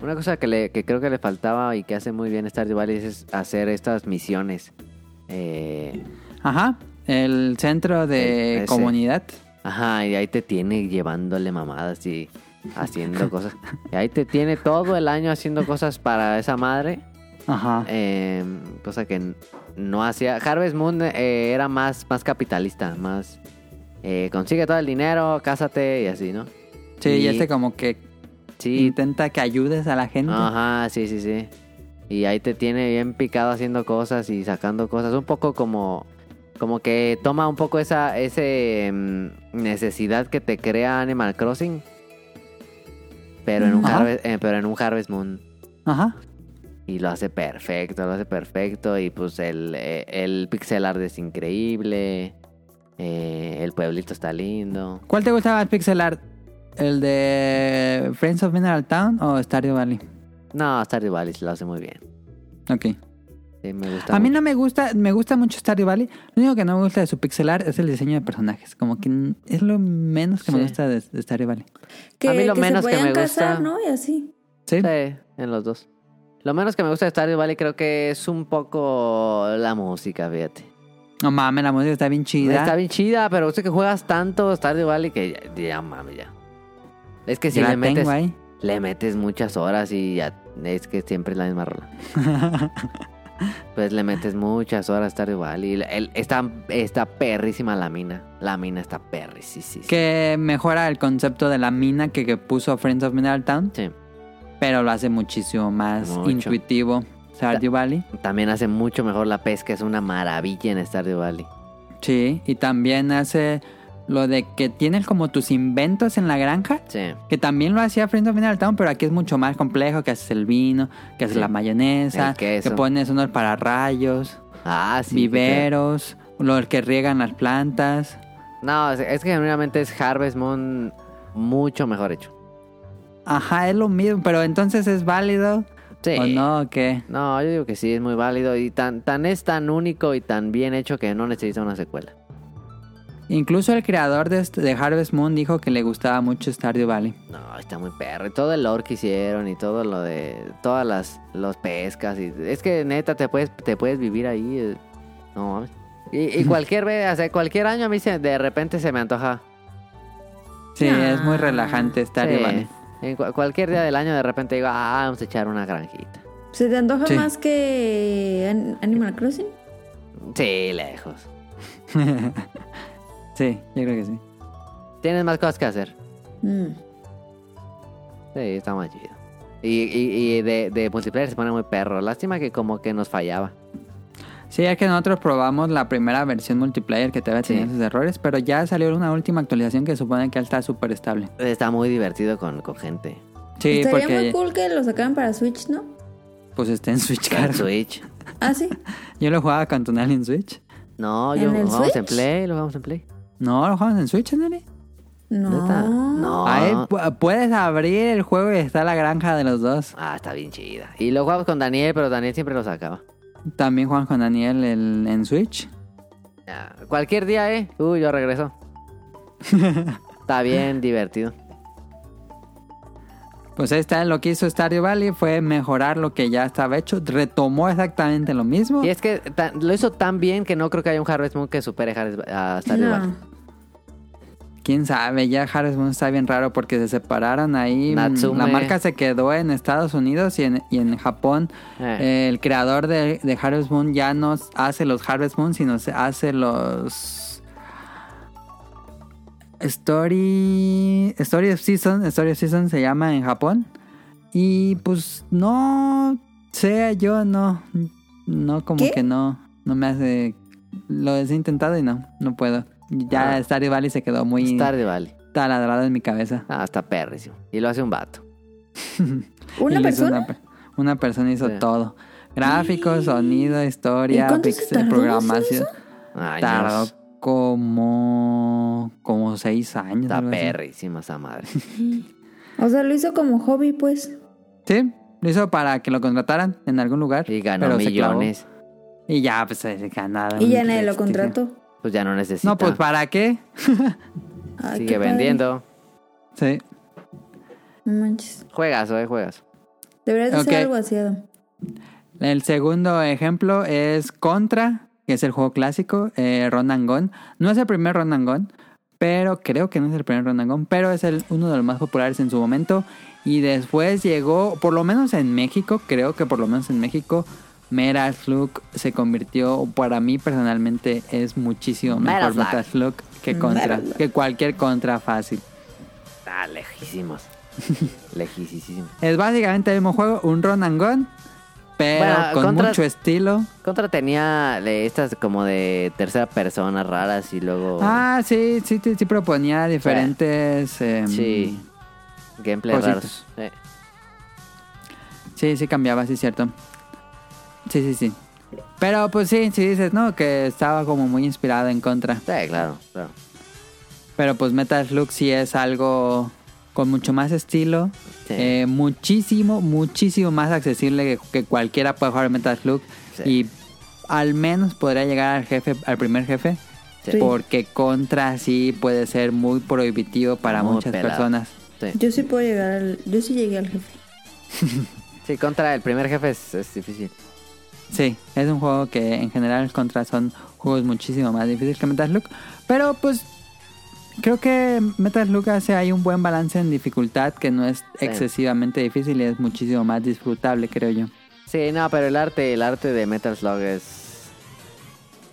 S3: Una cosa que, le, que creo que le faltaba y que hace muy bien Stardew Valley es hacer estas misiones. Eh,
S2: Ajá, el centro de
S3: El- ese.
S2: comunidad.
S3: Ajá, y ahí te tiene llevándole mamadas y haciendo cosas. Y ahí te tiene todo el año haciendo cosas para esa madre.
S2: Ajá.
S3: eh, cosa que n- no hacía. Harvest Moon eh, era más, más capitalista, más... eh, consigue todo el dinero, cásate y así, ¿no?
S2: sí, y
S3: y-
S2: este como que
S3: Sí,
S2: intenta que ayudes a la gente.
S3: Ajá, sí, sí, sí. Y ahí te tiene bien picado haciendo cosas y sacando cosas. Un poco como. Como que toma un poco esa ese, mm, necesidad que te crea Animal Crossing. Pero en, un
S2: Ajá.
S3: Harvest, eh, pero en un Harvest Moon.
S2: Ajá.
S3: Y lo hace perfecto, lo hace perfecto. Y pues el, eh, el pixel art es increíble. eh, el pueblito está lindo.
S2: ¿Cuál te gustaba más pixel art? ¿El de Friends of Mineral Town o Stardew Valley?
S3: No, Stardew Valley lo hace muy bien.
S2: Ok.
S3: Sí, me gusta
S2: A mí
S3: mucho.
S2: no me gusta, me gusta mucho Stardew Valley. Lo único que no me gusta de su pixel art es el diseño de personajes. Como que n- es lo menos que me
S3: Sí.
S2: gusta de, de Stardew Valley.
S1: Que,
S3: A mí lo
S1: que
S3: menos
S1: se
S3: que
S1: puedan
S3: me
S1: casar,
S3: gusta-
S1: ¿no? Y así.
S2: ¿Sí?
S3: Sí, en los dos. Lo menos que me gusta de Stardew Valley creo que es un poco la música, fíjate.
S2: No mames, la música está bien chida.
S3: Está bien chida, pero usted que juegas tanto Stardew Valley que ya, ya mami, ya. Es que si
S2: Yo la
S3: le metes,
S2: tengo ahí.
S3: le metes muchas horas y ya es que siempre es la misma rola. pues le metes muchas horas a Stardew Valley. El- está, está perrísima la mina. La mina está perrísima.
S2: Que mejora el concepto de la mina que, que puso Friends of Mineral Town,
S3: Sí.
S2: pero lo hace muchísimo más
S3: Mucho.
S2: intuitivo. Stardew Valley.
S3: También hace mucho mejor la pesca. Es una maravilla en Stardew Valley.
S2: Sí, y también hace lo de que tienes como tus inventos en la granja.
S3: Sí.
S2: Que también lo hacía Friends of Mineral Town, pero aquí es mucho más complejo, que haces el vino, que haces
S3: Sí.
S2: la mayonesa,
S3: El queso.
S2: que pones unos pararrayos,
S3: Ah, sí. porque-
S2: viveros, los que riegan las plantas.
S3: No, es- es que genuinamente es Harvest Moon mucho mejor hecho.
S2: Ajá, es lo mismo, pero entonces es válido
S3: Sí.
S2: o no, ¿o qué?
S3: No, yo digo que sí, es muy válido y tan, tan es tan único y tan bien hecho que no necesita una secuela.
S2: Incluso el creador de, este- de Harvest Moon dijo que le gustaba mucho Stardew Valley.
S3: No, está muy perro. Y todo el lore que hicieron y todo lo de. Todas las los pescas. Y, es que neta, te puedes, te puedes vivir ahí. eh. No mames. Y, y cualquier vez, o sea, cualquier año a mí se- de repente se me antoja.
S2: Sí,
S1: Ah.
S2: es muy relajante Stardew
S3: Sí.
S2: Valley.
S3: ¿eh? En cu- cualquier día del año de repente digo, ah, vamos a echar una granjita.
S1: ¿Se te antoja
S2: Sí.
S1: más que An- Animal Crossing?
S3: Sí, lejos.
S2: Sí, yo creo que sí.
S3: Tienes más cosas que hacer.
S1: Mm.
S3: Sí, está más chido. Y, y- y de, de multiplayer se pone muy perro. Lástima que como que nos fallaba.
S2: Sí, es que nosotros probamos la primera versión multiplayer que todavía tenía
S3: Sí.
S2: sus errores, pero ya salió una última actualización que supone que está súper estable.
S3: Está muy divertido con, con gente.
S2: Sí,
S1: Estaría
S2: porque
S1: muy cool que lo sacaran para Switch, ¿no?
S2: pues está en Switch,
S3: En
S2: caro.
S3: Switch.
S1: Ah, sí.
S2: Yo lo jugaba con Tonal en Switch.
S3: No,
S1: ¿En
S3: yo
S1: el
S3: lo jugamos en
S1: Switch?
S3: Play, lo jugamos en Play.
S2: No, lo jugamos en Switch, ¿no?
S1: No.
S3: ¿Neta? No.
S2: Ahí pu- puedes abrir el juego y está la granja de los dos.
S3: Ah, está bien chida. Y lo jugamos con Daniel, pero Daniel siempre lo sacaba.
S2: También juegan con Daniel el- en Switch.
S3: Ah, cualquier día, ¿eh? Uy, yo regreso. está bien divertido.
S2: Pues ahí está lo que hizo Stardew Valley fue mejorar lo que ya estaba hecho. Retomó exactamente lo mismo.
S3: Y es que tan- lo hizo tan bien que no creo que haya un Harvest Moon que supere Harvest- a Stardew Valley.
S1: No.
S2: Quién sabe, ya Harvest Moon está bien raro porque se separaron ahí.
S3: Natsume.
S2: La marca se quedó en Estados Unidos y en, y en Japón.
S3: Eh.
S2: El creador de, de Harvest Moon ya no hace los Harvest Moon, sino se hace los. Story. Story of Season. Story of Season se llama en Japón. Y pues no sé, yo no. No, como
S1: ¿Qué?
S2: que no. No me hace. Lo he intentado y no, no puedo. Ya
S3: Ah.
S2: Stardew Valley se quedó muy
S3: Stardew Valley.
S2: taladrada en mi cabeza.
S3: Ah, está perrísimo. Y lo hace un vato.
S1: ¿Una
S2: Y le hizo
S1: persona?
S2: Una, per- una persona hizo
S3: Sí.
S2: todo. Gráficos, sonido, historia,
S1: ¿Y cuánto se
S2: pixel,
S1: tardó en hacer
S2: programación.
S3: Años.
S2: Tardó como como seis años.
S3: Está
S2: algo así.
S3: perrísima esa madre.
S1: O sea, lo hizo como hobby, pues.
S2: Sí, lo hizo para que lo contrataran en algún lugar.
S3: Y ganó
S2: pero se clavó.
S3: millones.
S2: Y ya, pues se ganaba.
S1: Y ya
S2: un
S1: nadie lo
S2: prestigio.
S1: contrató.
S3: Pues ya no necesita.
S2: No, pues ¿para qué?
S1: Ay,
S3: Sigue
S1: Ah, qué padre.
S3: vendiendo.
S2: Sí.
S1: No manches.
S3: Juegas, eh, juegas.
S1: Deberías de
S2: Ok.
S1: hacer algo así, Adam.
S2: El segundo ejemplo es Contra, que es el juego clásico, eh, Ronan Gun. No es el primer Ronan Gun, pero creo que no es el primer Ronan Gun, pero es el, uno de los más populares en su momento. Y después llegó, por lo menos en México, creo que por lo menos en México, Mera Slug se convirtió, para mí personalmente es muchísimo
S3: Mera
S2: mejor
S3: Slug.
S2: Mera Slug que Contra,
S1: Mera Slug.
S2: que cualquier Contra fácil.
S3: Está lejísimos. Lejísimos.
S2: Es básicamente el mismo juego, un Ronan Gun, pero
S3: Bueno,
S2: con
S3: Contra-
S2: mucho estilo.
S3: Contra tenía de estas como de tercera persona raras y luego.
S2: Ah, sí, sí, sí, sí proponía diferentes... em,
S3: sí. Gameplay
S2: mm. cositas.
S3: raros. Eh,
S2: Sí, sí cambiaba, sí, cierto. Sí, sí, sí. Pero pues sí, sí dices, ¿no? Que estaba como muy inspirado en contra.
S3: sí, claro, claro.
S2: Pero pues Metal Slug sí es algo con mucho más estilo.
S3: Sí.
S2: eh, muchísimo, muchísimo más accesible que, que cualquiera puede jugar Metal Slug.
S3: Sí.
S2: Y al menos podría llegar al jefe, al primer jefe.
S3: Sí.
S2: Porque contra sí puede ser muy prohibitivo para
S3: Muy
S2: muchas
S3: pelado.
S2: personas.
S3: Sí.
S1: Yo sí puedo llegar al... Yo sí llegué al jefe.
S3: Sí, contra el primer jefe es, es difícil.
S2: Sí, es un juego que en general contra son juegos muchísimo más difíciles que Metal Slug. Pero pues creo que Metal Slug hace ahí un buen balance en dificultad que no es
S3: Sí.
S2: excesivamente difícil y es muchísimo más disfrutable, creo yo.
S3: Sí, no, pero el arte, el arte de Metal Slug es.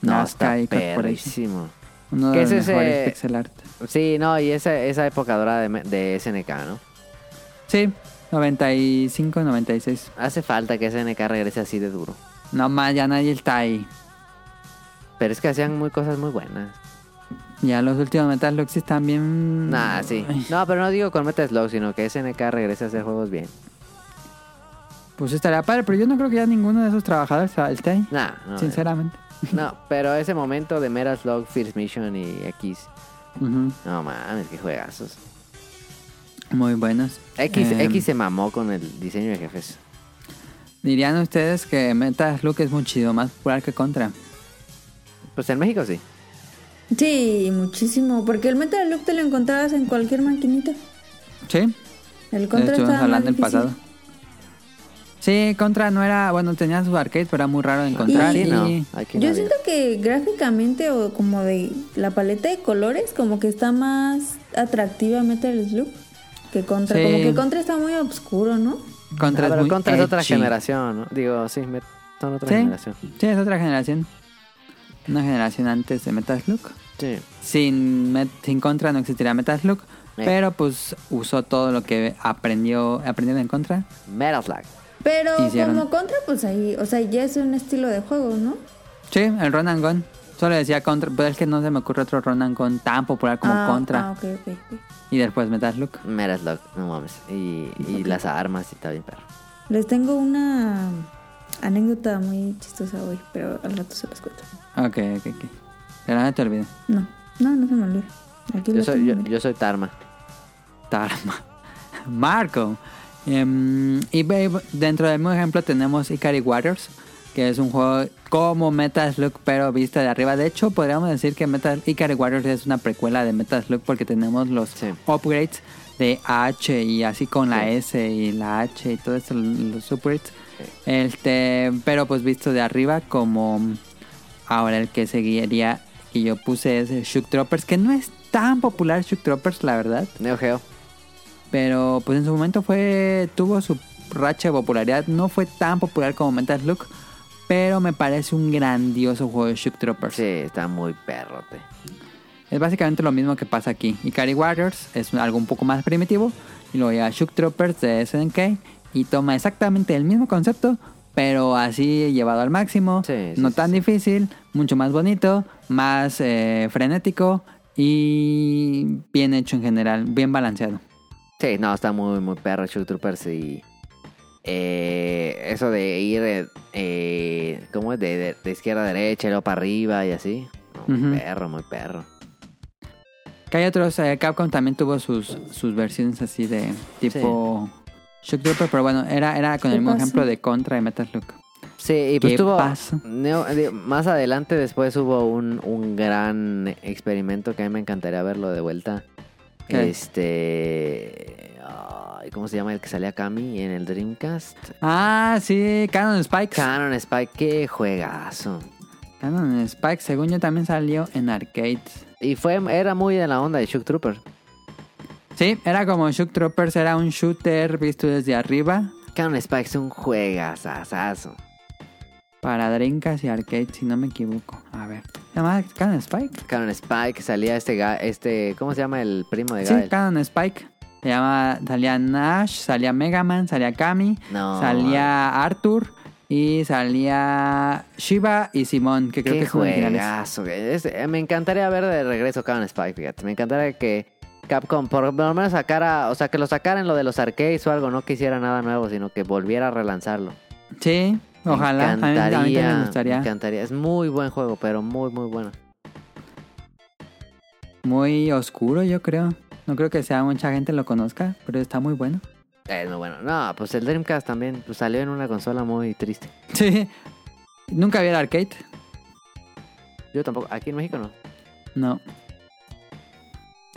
S3: No,
S2: Nazca
S3: está
S2: y Corporation.
S3: perrísimo.
S2: Uno
S3: ¿Qué
S2: de
S3: es
S2: los
S3: ese?
S2: mejores pixel art.
S3: Sí, no, y esa, esa época dorada de, me- de SNK, ¿no?
S2: Sí, 95, 96.
S3: Hace falta que SNK regrese así de duro.
S2: No más, ya nadie está ahí.
S3: Pero es que hacían muy cosas muy buenas.
S2: Ya los últimos Metal Slug sí están bien...
S3: Nah, sí. No, pero no digo con Metal Slug, sino que SNK regrese a hacer juegos bien.
S2: Pues estaría padre, pero yo no creo que ya ninguno de esos trabajadores esté ahí,
S3: Nah, no.
S2: sinceramente.
S3: No, pero ese momento de Metal Slug, First Mission y X.
S2: Ujú,
S3: No mames, qué juegazos.
S2: Muy buenos.
S3: X,
S2: Em.
S3: X se mamó con el diseño de jefes.
S2: Dirían ustedes que Metal Slug es mucho más popular que Contra.
S3: Pues en México sí.
S1: Sí, muchísimo. Porque el Metal Loop te lo encontrabas en cualquier maquinita.
S2: Sí,
S1: El
S2: De
S1: Contra
S2: hecho,
S1: estaba más
S2: hablando en
S1: difícil.
S2: pasado. Sí, Contra no era. Bueno, tenía sus arcades, pero era muy raro de encontrar.
S1: Y-
S2: Y,
S3: Aquí no, aquí no
S1: Yo
S3: había.
S1: siento que gráficamente o como de la paleta de colores como que está más atractiva Metal Slug que Contra.
S2: Sí.
S1: Como que Contra está muy oscuro, ¿no?
S2: Contra
S3: Ah,
S2: es
S3: pero
S2: muy
S3: Contra es otra
S2: edgy.
S3: generación, ¿no? Digo, sí, me- son otra
S2: Sí,
S3: generación.
S2: sí, es otra generación. Una generación antes de Metal Slug.
S3: Sí.
S2: Sin, Met- sin Contra no existiría Metal Slug.
S3: Eh.
S2: Pero pues usó todo lo que aprendió aprendieron en Contra.
S3: Metal Slug.
S1: Pero
S2: Hicieron.
S1: como Contra, pues ahí, o sea, ya es un estilo de juego, ¿no?
S2: Sí, el Run and Gun. Solo decía Contra. Pero es que no se me ocurre otro Run and Gun tan popular como
S1: Ah,
S2: Contra.
S1: Ah, ok, ok, ok.
S2: Y después Metal Slug.
S3: Metal Slug, no mames. Y, y las armas y está bien, perro.
S1: Les tengo una anécdota muy chistosa hoy, pero al rato se las cuento.
S2: Ok, ok, ok. Pero no te olvides.
S1: No, no, no se me olvida. Aquí
S3: Yo
S1: lo
S3: soy,
S1: tengo,
S3: yo,
S1: mira.
S3: yo soy Tarma.
S2: Tarma. Marco. Em, y ve- dentro del mismo ejemplo tenemos Ikari Warriors, que es un juego como Metal Slug, pero vista de arriba. De hecho, podríamos decir que Metal, Ikari Warriors es una precuela de Metal Slug porque tenemos los
S3: Sí.
S2: upgrades de H y así con la S y la H y todo eso, los upgrades. Este, pero pues visto de arriba como ahora el que seguiría que yo puse es Shook Troopers, que no es tan popular Shook Troopers, la verdad.
S3: Neo Geo.
S2: Pero pues en su momento fue tuvo su racha de popularidad. No fue tan popular como Metal Slug. Pero me parece un grandioso juego de Shook Troopers.
S3: Sí, está muy perrote.
S2: Es básicamente lo mismo que pasa aquí. Ikari Warriors es un- algo un poco más primitivo. Y luego ya Shook Troopers de SNK. Y toma exactamente el mismo concepto. Pero así llevado al máximo.
S3: Sí, sí,
S2: no
S3: sí,
S2: tan
S3: sí.
S2: difícil. Mucho más bonito. Más eh, frenético. Y bien hecho en general. Bien balanceado.
S3: Sí, no, está muy, muy perro Shoot Troopers y... eh, eso de ir, eh, eh, ¿cómo es? De, de- de izquierda a derecha, y luego para arriba y así. No, muy
S2: Ujú.
S3: perro, muy perro.
S2: Que hay otros, eh, Capcom también tuvo sus, sus versiones así de tipo Shock Trooper, pero bueno, era, era con
S1: ¿Qué
S2: el mismo
S1: pasa?
S2: ejemplo de Contra y Metal Slug.
S3: Sí, y pues
S2: ¿Qué
S3: tuvo...
S2: pasa?
S3: Neo- digo, más adelante después hubo un, un gran experimento que a mí me encantaría verlo de vuelta.
S2: ¿Qué?
S3: Este... ay, ¿Cómo se llama el que salía Kami en el Dreamcast?
S2: Ah, sí, Canon Spikes.
S3: Canon Spike, qué juegazo.
S2: Canon Spikes, según yo, también salió en arcades.
S3: Y fue, era muy de la onda de Shoot Trooper.
S2: Sí, era como Shook Troopers, era un shooter visto desde arriba
S3: Canon Spike es un juegazazazo.
S2: para Dreamcast y arcades, si no me equivoco. A ver, ¿se llama Canon Spike?
S3: Canon Spike salía este ga- este ¿cómo se llama el primo de
S2: Sí,
S3: Gael?
S2: Canon Spike. Se llama, salía Nash, salía Mega Man, salía Kami,
S3: No,
S2: salía Arthur y salía Shiva y Simón, que creo
S3: qué
S2: que son originales.
S3: juegazo. Es- eh, me encantaría ver de regreso Canon Spike, fíjate. Me encantaría que Capcom por por lo menos sacara, o sea, que lo sacaran lo de los arcades o algo, no que hiciera nada nuevo, sino que volviera a relanzarlo.
S2: Sí, ojalá. A mí,
S3: Me
S2: a mí
S3: encantaría.
S2: también me
S3: Me
S2: gustaría.
S3: encantaría. Es muy buen juego, pero muy, muy bueno.
S2: Muy oscuro, yo creo. No creo que sea mucha gente lo conozca, pero está muy bueno.
S3: Es muy bueno. No, pues el Dreamcast también pues, salió en una consola muy triste.
S2: Sí. Nunca vi el arcade.
S3: Yo tampoco. Aquí en México no.
S2: No.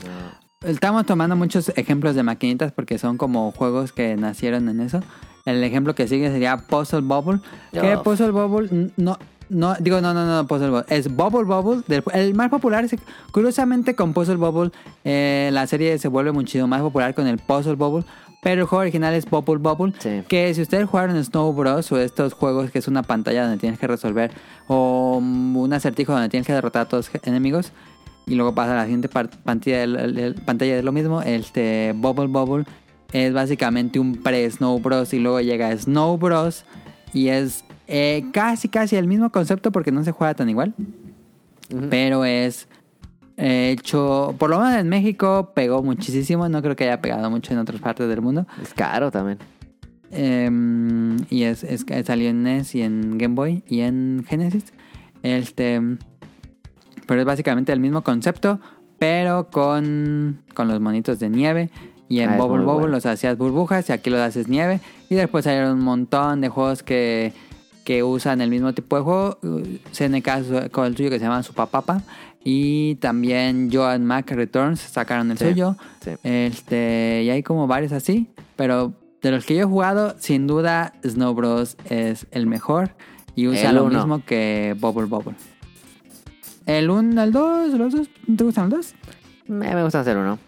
S3: No.
S2: Estamos tomando muchos ejemplos de maquinitas porque son como juegos que nacieron en eso. El ejemplo que sigue sería Puzzle Bubble. Que
S3: Uf.
S2: Puzzle Bubble n- no, no, digo, no, no, no, no, Puzzle Bubble. Es Bubble Bubble, del- el más popular. se- Curiosamente con Puzzle Bubble, eh, la serie se vuelve muchísimo más popular con el Puzzle Bubble. Pero el juego original es Bubble Bubble.
S3: Sí.
S2: Que si ustedes jugaron Snow Bros o estos juegos que es una pantalla donde tienes que resolver o mm, un acertijo donde tienes que derrotar a todos los enemigos y luego pasa a la siguiente par- pantalla, del- el- el- pantalla de lo mismo, este Bubble Bubble es básicamente un pre-Snow Bros y luego llega Snow Bros y es eh, casi casi el mismo concepto porque no se juega tan igual,
S3: Ujú.
S2: pero es eh, hecho, por lo menos en México pegó muchísimo, no creo que haya pegado mucho en otras partes del mundo.
S3: Es caro también.
S2: Em, y es, es- salió en NES y en Game Boy y en Genesis. Este, pero es básicamente el mismo concepto, pero con, con los monitos de nieve. Y en
S3: Ah, es
S2: Bubble
S3: muy
S2: Bubble
S3: bueno.
S2: los hacías burbujas y aquí los haces nieve. Y después salieron un montón de juegos que, que usan el mismo tipo de juego. Uh, CNK sacó el suyo que se llama Supapapa. Y también Joe and Mac Returns sacaron el
S3: Sí,
S2: suyo.
S3: sí.
S2: Este, y hay como varios así. Pero de los que yo he jugado, sin duda Snow Bros es el mejor. Y usa
S3: El
S2: lo
S3: uno.
S2: mismo que Bubble Bubble. El 1, el 2, los dos. ¿Te gustan los dos?
S3: Eh, Me, me gusta hacer uno.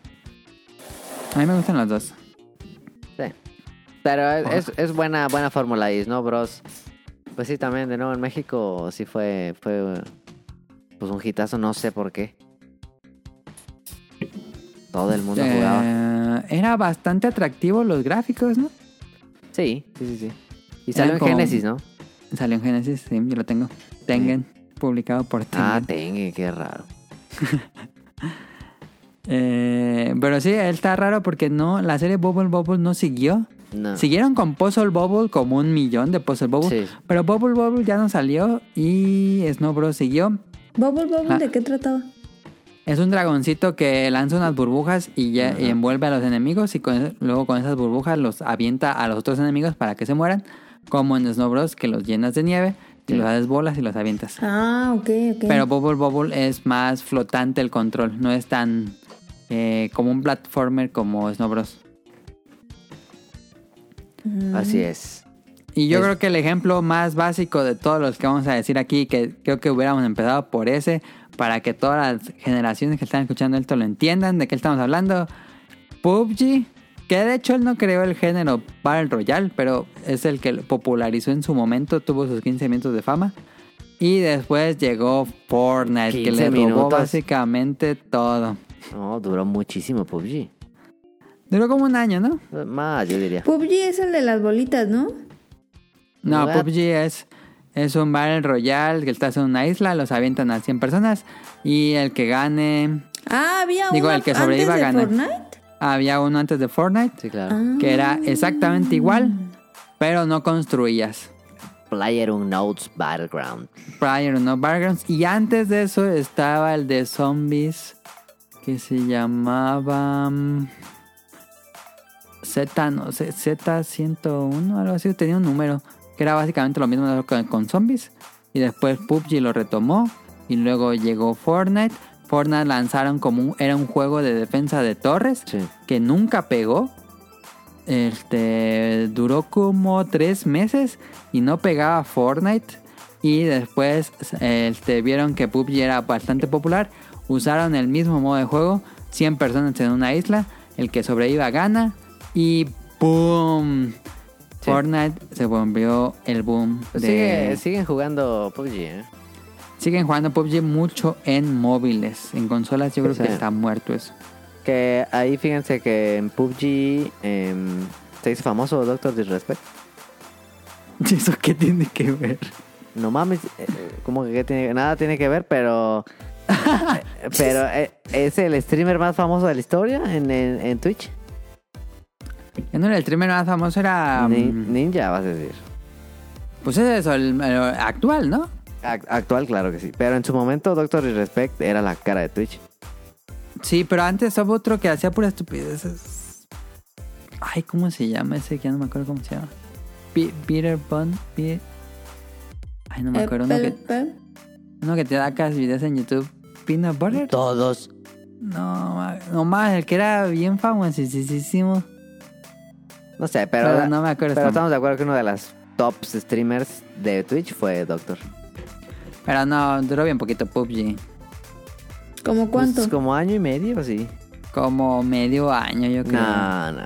S2: A mí me gustan los dos.
S3: Sí. Pero es, es, es buena, buena fórmula y Snow Bros. Pues sí, también de nuevo en México sí fue, fue pues un hitazo, no sé por qué. Todo el mundo jugaba.
S2: Eh, era bastante atractivo los gráficos, ¿no?
S3: Sí, sí, sí, sí. Y
S2: Eran
S3: salió en
S2: como-
S3: Genesis, ¿no?
S2: Salió en Genesis, sí, yo lo tengo. Tengen, publicado por Tengen.
S3: Ah, tengue, qué raro.
S2: Eh, pero sí, él está raro porque no, la serie Bubble Bubble no siguió.
S3: No.
S2: Siguieron con Puzzle Bubble como un millón de Puzzle Bubble.
S3: Ah. Sí.
S2: Pero Bubble Bubble ya no salió y Snow Bros siguió.
S1: Bubble Bubble,
S2: Ah.
S1: ¿de qué trataba?
S2: Es un dragoncito que lanza unas burbujas y, ya, y envuelve a los enemigos y con- e, luego con esas burbujas los avienta a los otros enemigos para que se mueran. Como en Snow Bros que los llenas de nieve y los haces bolas y los avientas.
S1: Ah, ok, ok.
S2: Pero Bubble Bubble es más flotante el control, no es tan eh, como un platformer como Snow Bros. Mm.
S3: Así es.
S2: Y yo
S3: Es-
S2: creo que el ejemplo más básico de todos los que vamos a decir aquí, que creo que hubiéramos empezado por ese, para que todas las generaciones que están escuchando esto lo entiendan de qué estamos hablando. PUBG, que de hecho él no creó el género Battle Royale, pero es el que lo popularizó en su momento, tuvo sus 15 minutos de fama. Y después llegó Fortnite, que le
S3: 15
S2: robó
S3: minutos.
S2: básicamente todo.
S3: No, duró muchísimo PUBG.
S2: Duró como un año, ¿no?
S3: Más, yo diría.
S1: PUBG es el de las bolitas, ¿no?
S2: No,
S3: What?
S2: PUBG es, es un Battle Royale que estás en una isla, los avientan a 100 personas y el que gane...
S1: Ah, había
S2: Digo,
S1: uno
S2: el que sobreviva
S1: antes de
S2: gana.
S1: Fortnite.
S2: Había uno antes de Fortnite
S3: Sí, claro.
S1: Ah.
S2: que era exactamente igual, pero no construías.
S3: Player Unknown's Battleground.
S2: Prior no Battlegrounds. Y antes de eso estaba el de zombies que se llamaba... mm, Z, no sé, Z101, algo así, tenía un número que era básicamente lo mismo con, con zombies. Y después PUBG lo retomó y luego llegó Fortnite. Fortnite lanzaron como un, era un juego de defensa de torres
S3: Sí.
S2: que nunca pegó. Este duró como tres meses y no pegaba Fortnite. Y después este, vieron que PUBG era bastante popular. Usaron el mismo modo de juego: 100 personas en una isla. El que sobreviva gana. Y ¡boom!
S3: Sí.
S2: Fortnite se volvió el boom.
S3: Pues
S2: de-
S3: sigue- siguen jugando PUBG, ¿eh?
S2: Siguen jugando PUBG mucho en móviles. En consolas, yo creo
S3: Sí.
S2: que está muerto eso.
S3: Que ahí fíjense que en PUBG em, se hizo famoso Doctor Disrespect.
S2: ¿Eso qué tiene que ver?
S3: No mames, eh, como que qué tiene- nada tiene que ver, pero. eh, pero eh, es el streamer más famoso de la historia en, en- en Twitch.
S2: Ya no era el streamer más famoso, era.
S3: Ni-
S2: mm,
S3: ninja, vas a decir.
S2: Pues es eso, el, el actual, ¿no?
S3: Ac- actual, claro que sí. Pero en su momento, Doctor Disrespect era la cara de Twitch.
S2: Sí, pero antes hubo otro que hacía puras estupideces. Ay, ¿cómo se llama ese? Que ya no me acuerdo cómo se llama. Pi- Peter Bun. Pi- Ay,
S1: Eh,
S2: no me acuerdo. Uno que, uno que te da acá videos en YouTube. Peanut Butter.
S3: Todos.
S2: No, ma- no más, el que era bien famosísimo.
S3: No sé, pero.
S2: Pero, no me acuerdo. ese
S3: pero
S2: nombre.
S3: estamos de acuerdo que uno de las tops streamers de Twitch fue Doctor.
S2: Pero no, duró bien poquito PUBG.
S1: ¿Cómo cuánto?
S3: Pues, como año y medio, sí.
S2: Como medio año, yo creo.
S3: No, no.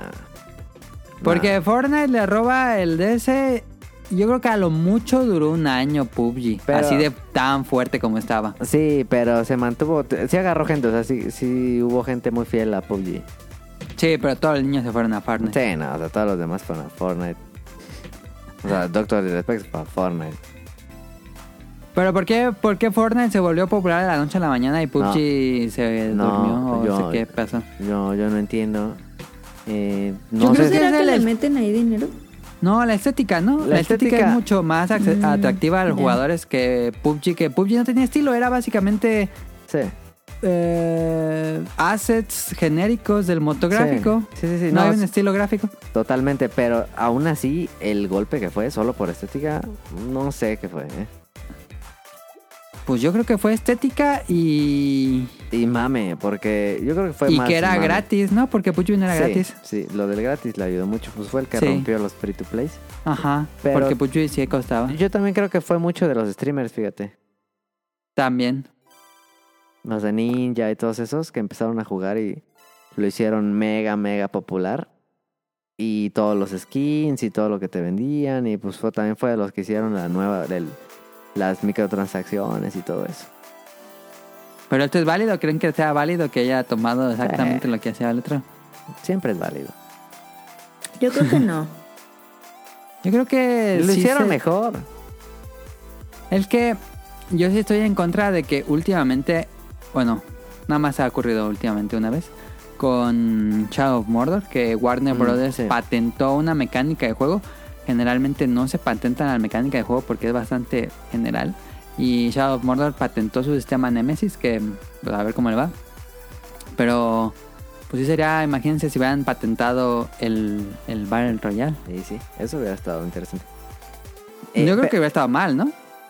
S2: Porque Fortnite le roba el DS. Yo creo que a lo mucho duró un año PUBG.
S3: Pero-
S2: Así de tan fuerte como estaba.
S3: Sí, pero se mantuvo. Sí agarró gente, o sea, sí, sí hubo gente muy fiel a PUBG.
S2: Sí, pero todos los niños se fueron a Fortnite.
S3: Sí, no, o sea, todos los demás fueron a Fortnite. O sea, Doctor Disrespect fue a Fortnite.
S2: Pero ¿por qué, por qué Fortnite se volvió popular de la noche a la mañana y PUBG se
S3: No,
S2: durmió o
S3: yo-
S2: sé qué pasó?
S3: Yo, yo no entiendo. Eh,
S1: ¿No
S3: no
S1: creo
S3: sé.
S1: que
S2: si
S1: era
S2: es
S1: que
S2: el
S1: le
S2: es-
S1: meten ahí dinero?
S2: No, la estética, ¿no? La,
S3: La
S2: estética,
S3: estética.
S2: es mucho más acce-
S1: Mm,
S2: atractiva a los
S1: ya.
S2: jugadores que PUBG, que PUBG no tenía estilo, era básicamente
S3: Sí.
S2: eh, assets genéricos del motográfico.
S3: Sí, sí, sí,
S2: no
S3: no,
S2: hay un
S3: es-
S2: estilo gráfico.
S3: Totalmente, pero aún así, el golpe que fue, solo por estética, no sé qué fue. ¿eh?
S2: Pues yo creo que fue estética y.
S3: Y mame, porque yo creo que fue
S2: y
S3: más
S2: que era
S3: mame.
S2: gratis, ¿no? Porque Puchun era
S3: sí,
S2: gratis.
S3: Sí, lo del gratis le ayudó mucho. Pues fue el que
S2: Sí.
S3: rompió los free to plays.
S2: Ajá.
S3: Pero-
S2: Porque Puchun sí costaba.
S3: Yo también creo que fue mucho de los streamers, fíjate.
S2: También.
S3: Los de Ninja y todos esos que empezaron a jugar y lo hicieron mega, mega popular. Y todos los skins y todo lo que te vendían. Y pues fue, también fue de los que hicieron la nueva, del, las microtransacciones y todo eso.
S2: Pero esto es válido, creen que sea válido que haya tomado exactamente lo que hacía el otro.
S3: Siempre es válido.
S1: Yo creo que no.
S2: Yo creo que.
S3: Lo
S2: Eh, sí
S3: hicieron
S2: se-
S3: mejor.
S2: Es que yo sí estoy en contra de que últimamente, bueno, nada más ha ocurrido últimamente una vez con Shadow of Mordor, que Warner
S3: Mm,
S2: Brothers
S3: sí.
S2: patentó una mecánica de juego. Generalmente no se patentan la mecánica de juego porque es bastante general. Y Shadow of Mordor patentó su sistema Nemesis, que pues, a ver cómo le va. Pero, pues sí sería, imagínense si hubieran patentado el, el Battle Royale.
S3: Y sí, eso hubiera estado interesante. Eh,
S2: Yo creo
S3: pe-
S2: que hubiera estado mal, ¿no?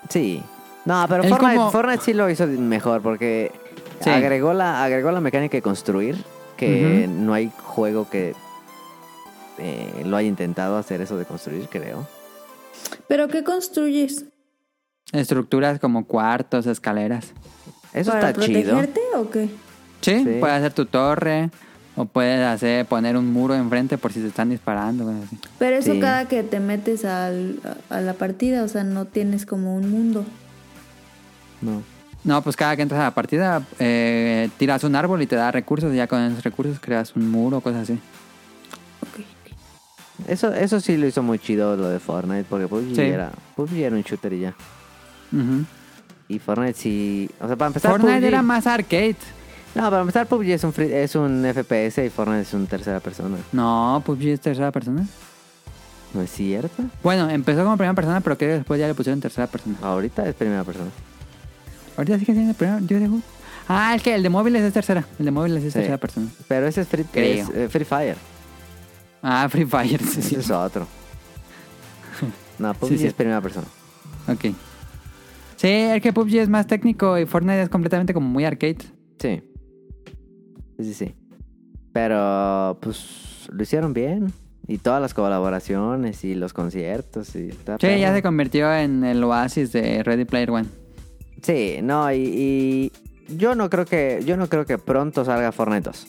S3: Sí. No, pero
S2: Él
S3: Fortnite,
S2: como-
S3: Fortnite sí lo hizo mejor porque
S2: Sí.
S3: agregó, la, agregó la mecánica de construir, que no hay juego que eh, lo haya intentado hacer eso de construir, creo.
S1: ¿Pero qué construyes?
S2: Estructuras como cuartos, escaleras.
S3: Eso
S1: ¿Para
S3: está chido.
S1: protegerte o qué?
S2: Sí,
S3: Sí.
S2: puedes hacer tu torre o puedes hacer poner un muro enfrente por si se están disparando. cosas así.
S1: Pero eso
S3: Sí.
S1: cada que te metes al- a, a la partida, o sea, no tienes como un mundo.
S3: No.
S2: No, pues cada que entras a la partida eh, tiras un árbol y te da recursos y ya con esos recursos creas un muro, cosas así.
S3: Eso, eso sí lo hizo muy chido lo de Fortnite porque PUBG,
S2: Sí.
S3: era, PUBG era un shooter y ya.
S2: Ujú.
S3: Y Fortnite sí... O sea, para empezar...
S2: Fortnite
S3: PUBG
S2: era más arcade.
S3: No, para empezar PUBG es un, free- es un FPS y Fortnite es un tercera persona.
S2: No, PUBG es tercera persona.
S3: ¿No es cierto?
S2: Bueno, empezó como primera persona, pero que después ya le pusieron tercera persona.
S3: Ahorita es primera persona.
S2: Ahorita sigue siendo primera. Yo digo- Ah, el que el de móviles es tercera. El de móviles es
S3: Sí.
S2: tercera persona.
S3: Pero ese es Free,
S2: Creo.
S3: es, eh, free Fire.
S2: Ah, Free Fire, sí,
S3: Ese
S2: sí.
S3: es otro. No, PUBG
S2: Sí, sí.
S3: es primera persona.
S2: Ok. Sí, el que PUBG es más técnico y Fortnite es completamente como muy arcade.
S3: Sí. Sí, sí, sí. Pero, pues, lo hicieron bien. Y todas las colaboraciones y los conciertos y está
S2: Sí, ya
S3: perro.
S2: se convirtió en el oasis de Ready Player One.
S3: Sí, no, y, y yo no creo que yo no creo que pronto salga Fortnite 2.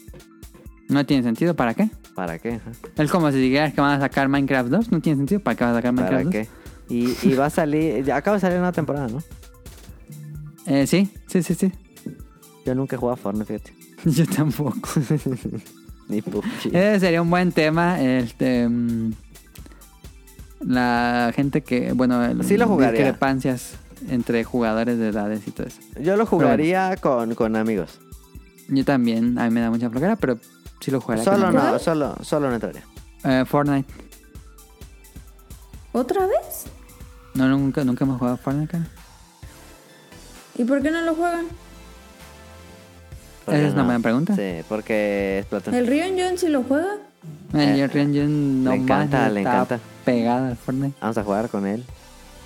S2: No tiene sentido, ¿para qué?
S3: ¿Para qué? ajá?
S2: Es como si dijeras que van a sacar Minecraft 2, no tiene sentido, ¿para qué van a sacar
S3: ¿Para
S2: Minecraft 2?
S3: qué? Y, y va a salir, acaba de salir una temporada, ¿no?
S2: Eh, sí, sí, sí, sí.
S3: Yo nunca he jugado a Fortnite, fíjate.
S2: Yo tampoco.
S3: Ni PUBG.
S2: Ese sería un buen tema, este... mm, La gente que, bueno, el-
S3: Sí lo jugaría.
S2: discrepancias entre jugadores de edades y todo eso.
S3: Yo lo jugaría con, con amigos.
S2: Yo también, a mí me da mucha flojera, pero sí lo jugaría. con
S3: Solo
S2: amigos.
S3: no, solo, solo no entraría.
S2: Eh, Fortnite.
S1: ¿Otra vez?
S2: No, nunca, nunca hemos jugado a Fortnite, cara.
S1: ¿Y por qué no lo juegan?
S3: Porque
S2: Esa es una
S3: no.
S2: buena pregunta. Eh.
S3: Sí, porque es Platón.
S1: ¿El Rion John sí lo juega?
S2: El
S3: Eh,
S2: Unreal Engine no
S3: le encanta,
S2: más
S3: le
S2: está
S3: encanta.
S2: pegada al Fortnite.
S3: Vamos a jugar con él.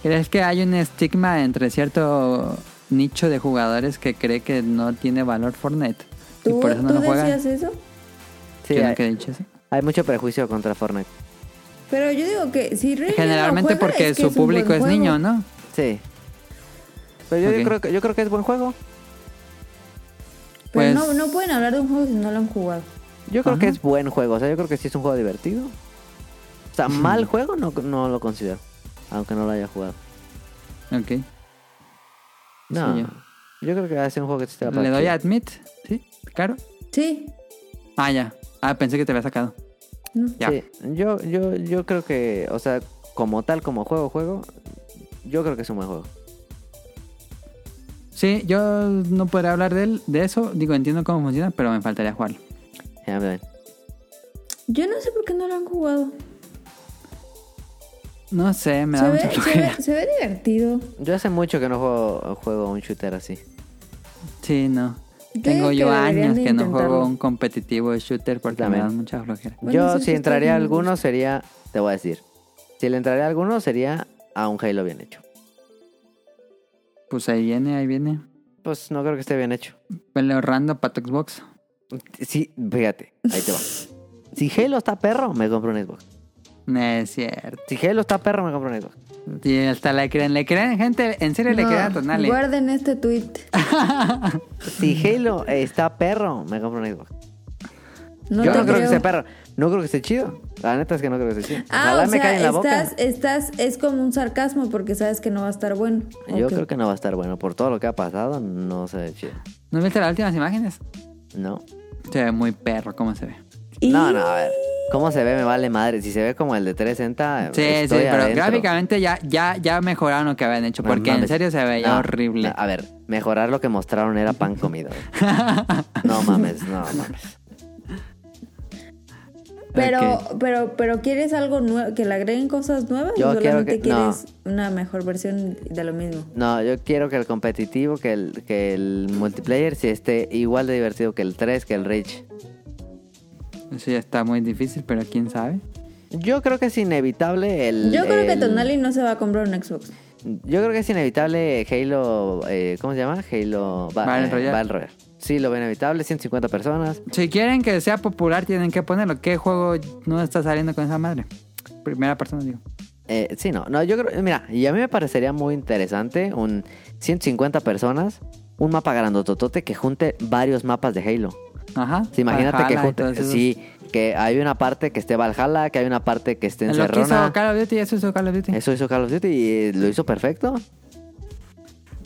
S2: ¿Crees que hay un estigma entre cierto nicho de jugadores que cree que no tiene valor Fortnite? Y
S1: ¿Tú,
S2: por eso no
S1: tú
S2: lo juegan.
S1: decías eso?
S3: Sí, eh.
S2: Yo
S3: hay,
S2: nunca he dicho eso.
S3: hay mucho prejuicio contra Fortnite.
S1: Pero yo digo que si Rion John lo
S2: Generalmente
S1: juega,
S2: porque
S1: es que
S2: su
S1: es un
S2: público
S1: buen
S2: es
S1: juego.
S2: niño, ¿no?
S3: Sí. Pero yo, yo
S2: Ok.
S3: creo que, yo creo que es buen juego.
S1: Pero
S2: Pues-
S1: no, no pueden hablar de un juego si no lo han jugado.
S3: Yo creo que
S2: Ajá.
S3: es buen juego. O sea, yo creo que sí es un juego divertido. O sea, mal juego no, no lo considero. Aunque no lo haya jugado.
S2: Ok.
S3: No.
S2: Sí,
S3: yo. creo que va a ser un juego pues que sí te va
S2: ¿Le
S3: pasar
S2: doy
S3: chido.
S2: a admit? ¿Sí? ¿Claro?
S1: Sí.
S2: Ah, ya. Ah, pensé que te había sacado.
S1: No.
S2: Ya.
S3: Sí, yo, yo, yo creo que, o sea, como tal, como juego, juego, yo creo que es un buen juego.
S2: Sí, yo no podré hablar de, él, de eso. Digo, entiendo cómo funciona, pero me faltaría jugarlo.
S3: Ya me ven.
S1: Yo no sé por qué no lo han jugado.
S2: No sé, me
S1: Se
S2: da
S1: ve,
S2: mucha
S1: se,
S2: flojera.
S1: ve, se ve divertido.
S3: Yo hace mucho que no juego, juego un shooter así.
S2: Sí, no.
S1: Yo digo
S2: Tengo
S1: que
S2: yo
S1: deberían
S2: años
S1: de
S2: que no juego
S1: intentarlo.
S2: un competitivo de shooter porque
S3: También.
S2: me dan mucha flojera.
S1: Bueno,
S3: yo
S1: esos
S3: si
S1: que
S3: entraría a
S1: están-
S3: alguno sería, te voy a decir, si le entraría a alguno sería a un Halo bien hecho.
S2: Pues ahí viene, ahí viene.
S3: Pues no creo que esté bien hecho.
S2: Vele ahorrando para tu Xbox.
S3: Sí, fíjate, ahí te va. Si Halo está perro, me compro un Xbox.
S2: No es cierto.
S3: Si Halo está perro, me compro un Xbox.
S2: Y hasta le creen, le creen, gente, en serio le
S1: No,
S2: creen a Tonali.
S1: Guarden este tweet.
S3: Si Halo está perro, me compro un Xbox.
S1: No
S3: Yo
S1: te
S3: no creo,
S1: creo.
S3: que esté perro. No creo que esté chido. La neta es que no creo que esté chido.
S1: Ah,
S3: Ojalá
S1: o
S3: me
S1: sea,
S3: caiga en la
S1: estás,
S3: boca.
S1: estás, es como un sarcasmo porque sabes que no va a estar bueno.
S3: Yo
S1: Ok.
S3: creo que no va a estar bueno. Por todo lo que ha pasado, no se ve chido.
S2: ¿No viste las últimas imágenes?
S3: No.
S2: Se ve muy perro, ¿cómo se ve?
S1: Y-
S3: No, no, a ver. ¿Cómo se ve? Me vale madre. Si se ve como el de 360.
S2: Sí, sí,
S3: estoy
S2: pero
S3: adentro.
S2: gráficamente ya, ya, ya mejoraron lo que habían hecho,
S3: No
S2: porque en
S3: mames.
S2: serio se veía
S3: No,
S2: horrible.
S3: no, ah. A ver, mejorar lo que mostraron era pan comido. No mames, no mames.
S1: Pero,
S2: Ok.
S1: pero, pero quieres algo nuevo, que le agreguen cosas nuevas
S3: Yo
S1: o
S3: quiero
S1: solamente
S3: que- no.
S1: quieres una mejor versión de lo mismo.
S3: No, yo quiero que el competitivo, que el, que el multiplayer, sí esté igual de divertido que el 3, que el Reach.
S2: Eso ya está muy difícil, pero quién sabe.
S3: Yo creo que es inevitable el.
S1: Yo creo que
S3: el-
S1: Tonali no se va a comprar un Xbox.
S3: Yo creo que es inevitable Halo. eh, ¿Cómo se llama? Halo. Ba-
S2: Battle
S3: eh,
S2: Royale.
S3: Battle Royale. Sí, lo ven inevitable, 150 personas.
S2: Si quieren que sea popular, tienen que ponerlo. ¿Qué juego no está saliendo con esa madre? Primera persona, digo.
S3: Eh, sí, no, no, yo creo, mira, y a mí me parecería muy interesante un 150 personas, un mapa grandototote que junte varios mapas de Halo.
S2: Ajá.
S3: Sí, imagínate
S2: Valhalla
S3: que
S2: y todos
S3: junte,
S2: esos.
S3: sí, que hay una parte que esté Valhalla, que hay una parte que esté en
S2: Lo que hizo
S3: Serrona.
S2: Call of Duty, eso hizo Call of Duty.
S3: Eso hizo Call of Duty y eh, lo hizo perfecto.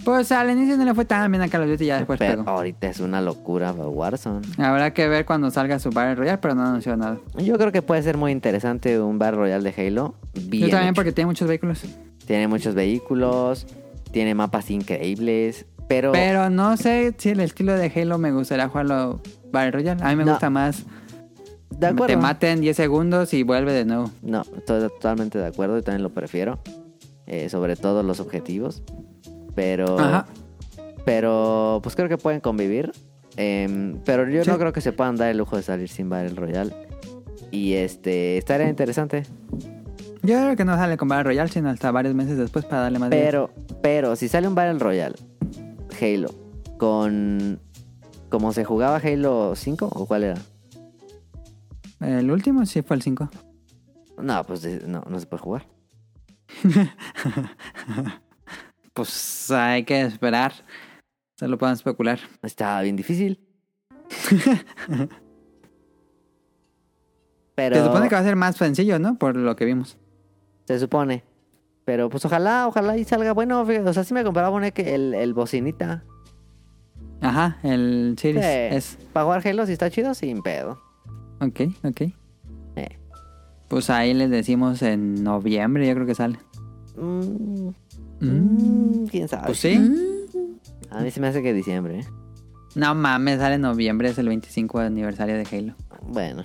S2: Pues al inicio no le fue tan bien a Call of Duty, ya después
S3: pero
S2: pegó.
S3: ahorita es una locura Warzone.
S2: Habrá que ver cuando salga su Battle Royale, pero no anunció nada.
S3: Yo creo que puede ser muy interesante un Battle Royale de Halo. Bien
S2: Yo también
S3: hecho.
S2: porque tiene muchos vehículos.
S3: Tiene muchos vehículos, tiene mapas increíbles, pero...
S2: Pero no sé si el estilo de Halo me gustaría jugarlo Battle Royale. A mí me
S3: No.
S2: gusta más.
S3: de acuerdo.
S2: Te maten 10 segundos y vuelve de nuevo.
S3: No, estoy totalmente de acuerdo y también lo prefiero. Eh, sobre todo los objetivos. Pero.
S2: Ajá.
S3: Pero pues creo que pueden convivir. Em, pero yo
S2: Sí.
S3: no creo que se puedan dar el lujo de salir sin Battle Royale. Y este, estaría interesante.
S2: Yo creo que no sale con Battle Royale, sino hasta varios meses después para darle más de-
S3: Pero, pero, si sale un Battle Royale, Halo, con. Como se jugaba Halo 5, ¿o cuál era?
S2: El último sí fue el 5.
S3: No, pues de- no, no se puede jugar.
S2: Pues hay que esperar. Solo pueden especular.
S3: Está bien difícil. Pero
S2: Se supone que va a ser más sencillo, ¿no? Por lo que vimos.
S3: se supone. Pero pues ojalá, ojalá y salga bueno. fíjate, O sea, si me compraba un que el, el bocinita.
S2: Ajá, el Series es.
S3: Para jugar Halo, si está chido, sin pedo.
S2: Ok, ok.
S3: Eh.
S2: Pues ahí les decimos en noviembre, yo creo que sale.
S3: Mm,
S2: Mm.
S3: mm, quién sabe.
S2: Pues sí.
S3: A mí se me hace que diciembre. ¿eh?
S2: No mames, sale en noviembre, es el 25 aniversario de Halo.
S3: Bueno,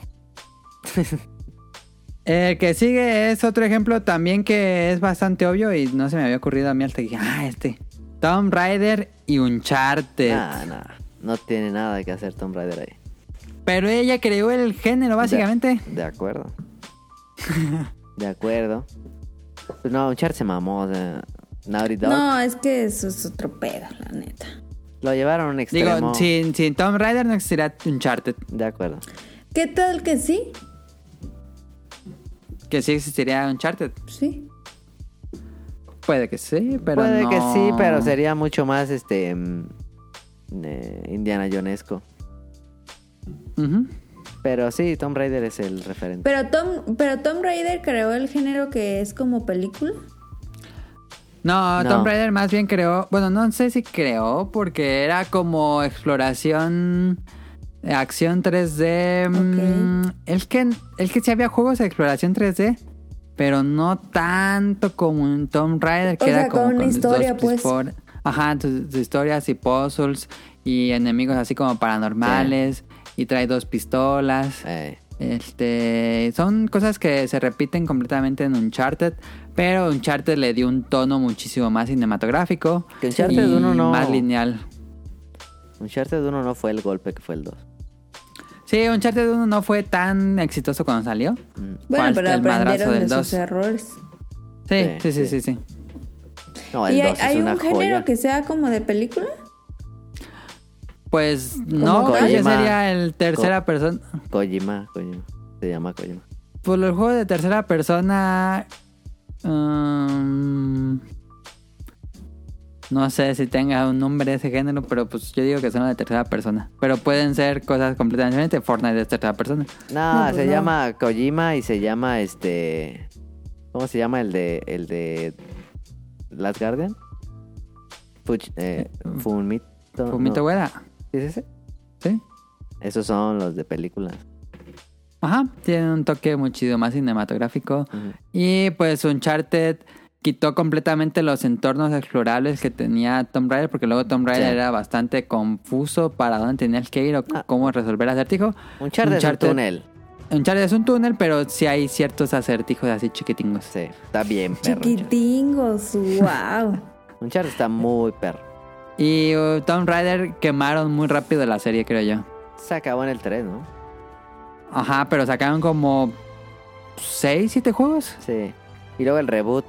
S2: El que sigue es otro ejemplo también que es bastante obvio y no se me había ocurrido a mí hasta que dije, ah, este. Tomb Raider y Uncharted.
S3: nada, nada. No tiene nada que hacer Tomb Raider ahí.
S2: Pero ella creó el género, básicamente.
S3: De acuerdo. De acuerdo. Pues no, Char se mamó. O sea, Naughty Dog.
S1: No, es que eso es otro pedo, la neta.
S3: Lo llevaron a un extremo.
S2: Digo, sin, sin Tomb Raider no existirá Uncharted.
S3: De acuerdo.
S1: ¿Qué tal que sí?
S2: Que sí existiría Uncharted.
S1: Sí.
S2: Puede que sí, pero
S3: Puede
S2: no.
S3: que sí, pero sería mucho más este mm, eh, Indiana Jonesco.
S2: Ujú.
S3: Pero sí, Tomb Raider es el referente.
S1: Pero Tom, pero Tom Raider creó el género que es como película.
S2: No,
S3: No.
S2: Tomb Raider más bien creó... Bueno, no sé si creó, porque era como exploración... eh, Acción 3D... mm, Es que, es que sí había juegos de exploración 3D, pero no tanto como un Tomb Raider, que
S1: O
S2: era
S1: sea,
S2: como
S1: con una
S2: tus dos
S1: historia, pues.
S2: por- Ajá, tus, tus historias y puzzles y enemigos así como paranormales y trae dos pistolas.
S3: Eh,
S2: Este, son cosas que se repiten completamente en Uncharted, pero Uncharted le dio un tono muchísimo más cinematográfico
S3: Que Uncharted
S2: y
S3: uno no-
S2: más lineal.
S3: Uncharted 1 no fue el golpe que fue el 2.
S2: Sí, Uncharted 1 no fue tan exitoso cuando salió.
S3: Mm.
S1: Bueno,
S2: Falta
S1: pero
S2: el madrazo
S1: aprendieron de
S2: del
S1: sus
S2: dos.
S1: errores.
S2: Sí, sí, sí,
S3: Sí,
S2: sí,
S3: sí.
S2: sí.
S3: No, el
S1: ¿Y hay,
S3: 2 es
S1: hay
S3: una
S1: un
S3: joya.
S1: género que sea como de película?
S2: Pues no,
S3: Kojima?
S2: ese sería el tercera persona.
S3: Kojima, Kojima. Se llama Kojima.
S2: Por Pues los juegos de tercera persona. mm, no sé si tenga un nombre de ese género, pero pues yo digo que son los de tercera persona. Pero pueden ser cosas completamente diferentes. Fortnite es tercera persona.
S3: No,
S1: No, pues
S3: se
S1: no.
S3: llama Kojima y se llama este. ¿Cómo se llama el de. el de. Last Guardian? Fuch- eh,
S1: Mm.
S3: Fumito. no.
S2: Fumito Ueda,
S3: ¿Sí es ese?
S2: ¿sí?
S3: Esos son los de películas.
S2: Ajá, tiene un toque muy chido, más cinematográfico.
S3: Ujú.
S2: Y pues Uncharted quitó completamente los entornos explorables que tenía Tomb Raider, porque luego Tomb Raider
S3: Sí.
S2: era bastante confuso para dónde tenías que ir o
S3: Ah.
S2: cómo resolver acertijo.
S3: Un char de
S2: Uncharted.
S3: túnel.
S2: Uncharted es un túnel, pero sí hay ciertos acertijos así chiquitingos.
S3: Sí, está bien, perro. Uncharted.
S1: Chiquitingos, wow.
S3: Un char está muy perro.
S2: Y uh, Tomb Raider quemaron muy rápido la serie, creo yo.
S3: Se acabó en el 3, ¿no?
S2: Ajá, pero sacaron como 6, 7 juegos.
S3: Sí. Y luego el reboot.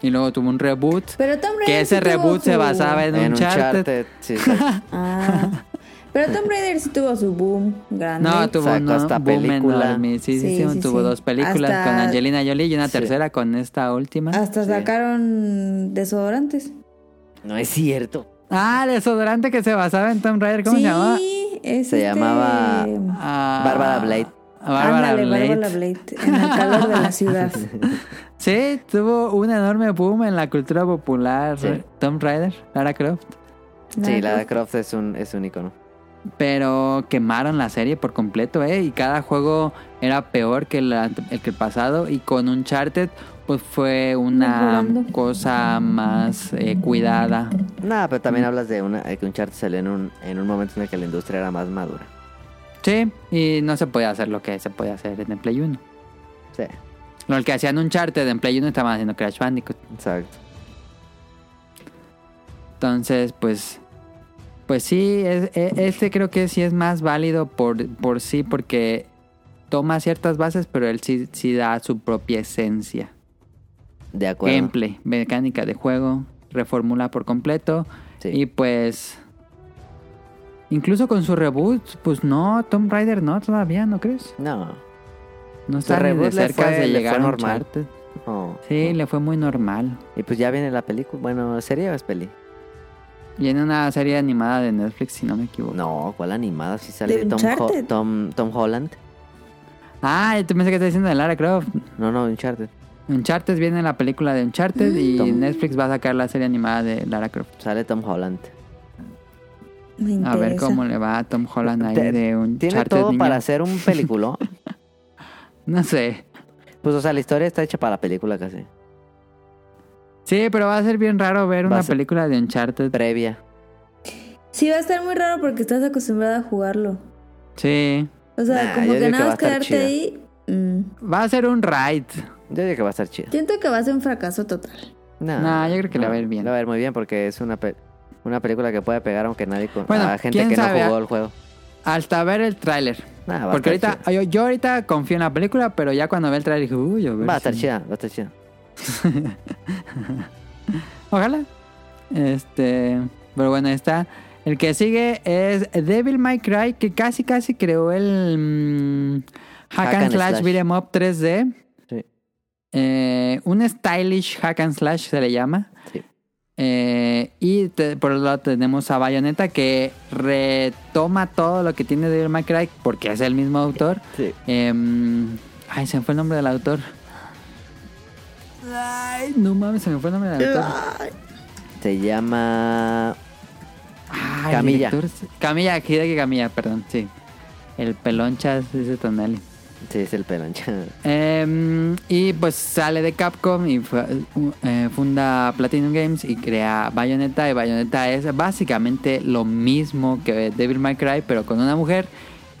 S2: Y luego tuvo un reboot.
S1: Pero Tom Raider
S2: Que ese
S1: sí tuvo
S2: reboot se
S1: su-
S2: basaba en,
S3: En un
S2: Uncharted.
S3: Uncharted. Sí, exacto.
S1: Ah. Pero Tom Raider sí tuvo su boom grande.
S2: No, tuvo
S3: Exacto,
S2: una
S3: hasta
S2: boom
S3: película.
S2: enorme. Sí, sí,
S1: Sí,
S2: sí,
S1: sí,
S2: tuvo
S1: sí.
S2: dos películas
S1: Hasta-
S2: con Angelina Jolie y una
S3: Sí.
S2: tercera con esta última.
S1: Hasta
S3: Sí.
S1: sacaron desodorantes.
S3: no es cierto.
S2: Ah, desodorante que se basaba en Tom Raider, ¿cómo
S1: sí,
S2: se llamaba?
S1: es
S3: Se
S1: este-
S3: llamaba-
S2: Ah,
S3: Bárbara Blade.
S2: Bárbara
S1: Ándale,
S2: Blade.
S1: Bárbara Blade. En el calor de la ciudad.
S2: Sí, tuvo un enorme boom en la cultura popular.
S3: Sí.
S2: Tom Raider, Lara Croft.
S3: Sí, Lara Croft es un, es un icono.
S2: Pero quemaron la serie por completo, ¿eh? Y cada juego era peor que el, ant- el que el pasado. Y con Uncharted, pues fue una
S1: Mejorando.
S2: cosa más eh, cuidada.
S3: Nada, pero
S2: Mm.
S3: también hablas de una, de que un chart salió en un, en un momento en el que la industria era más madura.
S2: Sí, y no se podía hacer lo que se podía hacer en el Play 1.
S3: Sí,
S2: Lo que hacían Uncharted en Play 1 estaban haciendo Crash Bandicoot.
S3: exacto.
S2: Entonces, pues. Pues sí, es- e- este creo que sí es más válido por, por sí, porque toma ciertas bases, pero él sí, sí da su propia esencia.
S3: De acuerdo.
S2: Gameplay, mecánica de juego, reformula por completo.
S3: Sí.
S2: Y pues. Incluso con su reboot, pues no, Tomb Raider no, todavía, ¿no crees?
S3: No.
S2: No está ni de
S3: reboot le
S2: cerca
S3: fue-
S2: de
S3: le fue
S2: llegar a
S3: normal.
S2: Uncharted.
S3: no,
S2: Sí,
S3: no.
S2: le fue muy normal.
S3: Y pues ya viene la película. Bueno, ¿serie o es peli?
S2: Y en una serie animada de Netflix, si no me equivoco.
S3: No, ¿cuál animada? Si sale
S1: ¿De
S3: Tom, Ho-
S1: Uncharted?
S3: Tom, Tom Holland.
S2: Ah, tú pensé que estás diciendo de Lara Croft.
S3: No, no, Uncharted.
S2: Uncharted viene la película de Uncharted y
S3: Tom.
S2: Netflix va a sacar la serie animada de Lara Croft.
S3: Sale Tom Holland.
S1: Me interesa.
S2: A ver cómo le va a Tom Holland ahí
S3: Te-
S2: de Uncharted.
S3: Tiene todo
S2: niño.
S3: para hacer un película.
S2: No sé.
S3: pues, o sea, la historia está hecha para película casi.
S2: Sí, pero va a ser bien raro ver
S3: Va a
S2: una
S3: ser-
S2: película de Uncharted.
S3: Previa.
S1: Sí, va a estar muy raro porque estás acostumbrada a jugarlo.
S2: Sí.
S1: O sea,
S3: Nah, yo
S1: como
S3: digo
S1: que
S3: que
S1: nada
S3: va a
S1: más
S3: estar
S1: quedarte
S3: chida.
S1: ahí. mm.
S2: Va a ser un ride.
S3: Yo digo que va a estar chida.
S1: Siento que va a ser un fracaso total.
S3: No,
S2: No, yo creo que le va a ir bien.
S3: Le va a ir muy bien porque es una, pe- una película que puede pegar aunque nadie con
S2: Bueno,
S3: a gente
S2: ¿quién
S3: que no
S2: sabe?
S3: jugó el juego.
S2: Hasta ver el tráiler.
S3: Nah, Ah, va a
S2: Porque
S3: estar
S2: ahorita, yo, yo ahorita confío en la película, pero ya cuando ve el tráiler dije, uy, a
S3: chida.
S2: ver
S3: va a estar
S2: si-
S3: chida, va a estar chida.
S2: Ojalá. Este. Pero bueno, ahí está. El que sigue es Devil May Cry, que casi casi creó el mm, hack, and slash, beat'em up 3D.
S3: Sí.
S2: Eh, un stylish hack and slash se le llama.
S3: Sí.
S2: Eh, y te- por otro lado tenemos a Bayonetta que retoma todo lo que tiene Devil May Cry porque es el mismo autor.
S3: Sí.
S2: Em, ay, se me fue el nombre del autor. Ay, no mames, se me fue el nombre del autor.
S3: Se llama.
S2: Ah,
S3: Camilla.
S2: Camilla. Camilla, Hideki Camilla, perdón, sí. El pelonchas, dice Tonelli.
S3: Sí, es el peloncha.
S2: Em, y pues sale de Capcom y fu- u- eh, funda Platinum Games y crea Bayonetta. Y Bayonetta es básicamente lo mismo que Devil May Cry, pero con una mujer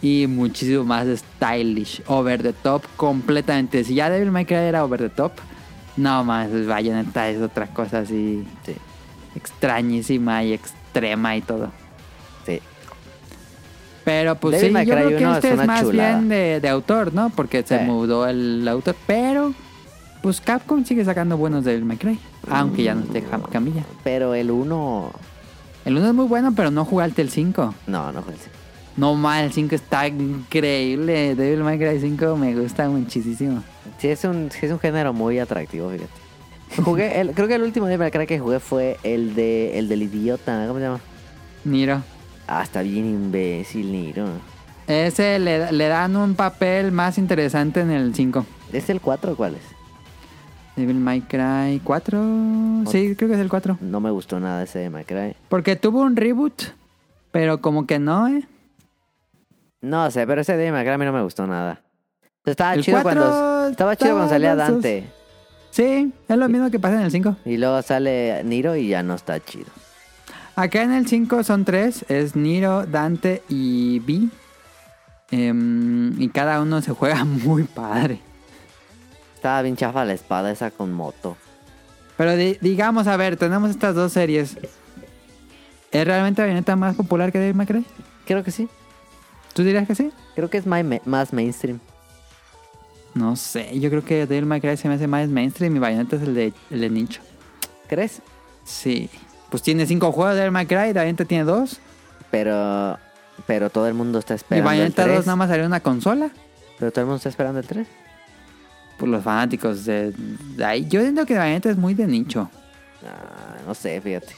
S2: y muchísimo más stylish. Over the top completamente. Si ya Devil May Cry era over the top, no más, Bayonetta es otra cosa así
S3: Sí.
S2: extrañísima y extrema y todo.
S3: Sí.
S2: Pero pues
S3: Devil
S2: sí,
S3: May
S2: yo
S3: Cry
S2: creo que
S3: 1
S2: este
S3: es
S2: es,
S3: una
S2: más
S3: chulada.
S2: bien de, de autor, ¿no? Porque se
S3: Sí.
S2: mudó el autor. Pero, pues Capcom sigue sacando buenos Devil May Cry. aunque ya no esté Jam- Camilla.
S3: Pero el 1.
S2: El 1 es muy bueno, pero no jugaste el 5.
S3: No, no fue el 5.
S2: No mal, el 5 está increíble. Devil May Cry 5 me gusta muchísimo.
S3: Sí, es un, sí es un género muy atractivo, fíjate. Jugué, el- creo que el último Devil May Cry que jugué fue el de el del idiota, ¿cómo se llama?
S2: Niro.
S3: Ah, está bien imbécil, Niro.
S2: Ese le, le dan un papel más interesante en el 5.
S3: ¿Es el 4 o cuál es?
S2: Devil May Cry 4. Sí, creo que es el 4.
S3: No me gustó nada ese Devil May Cry.
S2: Porque tuvo un reboot, pero como que no, ¿eh?
S3: No sé, pero ese Devil May Cry a mí no me gustó nada. Estaba
S2: El
S3: chido
S2: cuatro
S3: cuando estaba chido cuando salía
S2: estaba con sus-
S3: Dante
S2: Sí, es lo mismo que pasa en el 5.
S3: y luego sale Niro y ya no está chido.
S2: Acá en el 5 son tres, es Niro, Dante y Vi. Em, y cada uno se juega muy padre.
S3: Estaba bien chafa la espada esa con moto.
S2: Pero di- digamos, a ver, tenemos estas dos series. ¿Es realmente Bayonetta más popular que Devil May Cry?
S3: Creo que sí.
S2: ¿Tú dirías que sí?
S3: Creo que es mai- más mainstream.
S2: No sé, yo creo que Devil May Cry se me hace más mainstream y Bayonetta es el de, el de nicho.
S3: ¿Crees?
S2: Sí. Pues tiene cinco juegos de Devil May Cry, Bayonetta tiene dos.
S3: Pero pero todo el mundo
S2: Y
S3: está esperando el
S2: Bayonetta
S3: 3.
S2: 2 nada más salió en una consola.
S3: Pero todo el mundo está esperando el 3.
S2: Por los fanáticos de, de ahí. Yo entiendo que Bayonetta es muy de nicho.
S3: Ah, no sé, fíjate.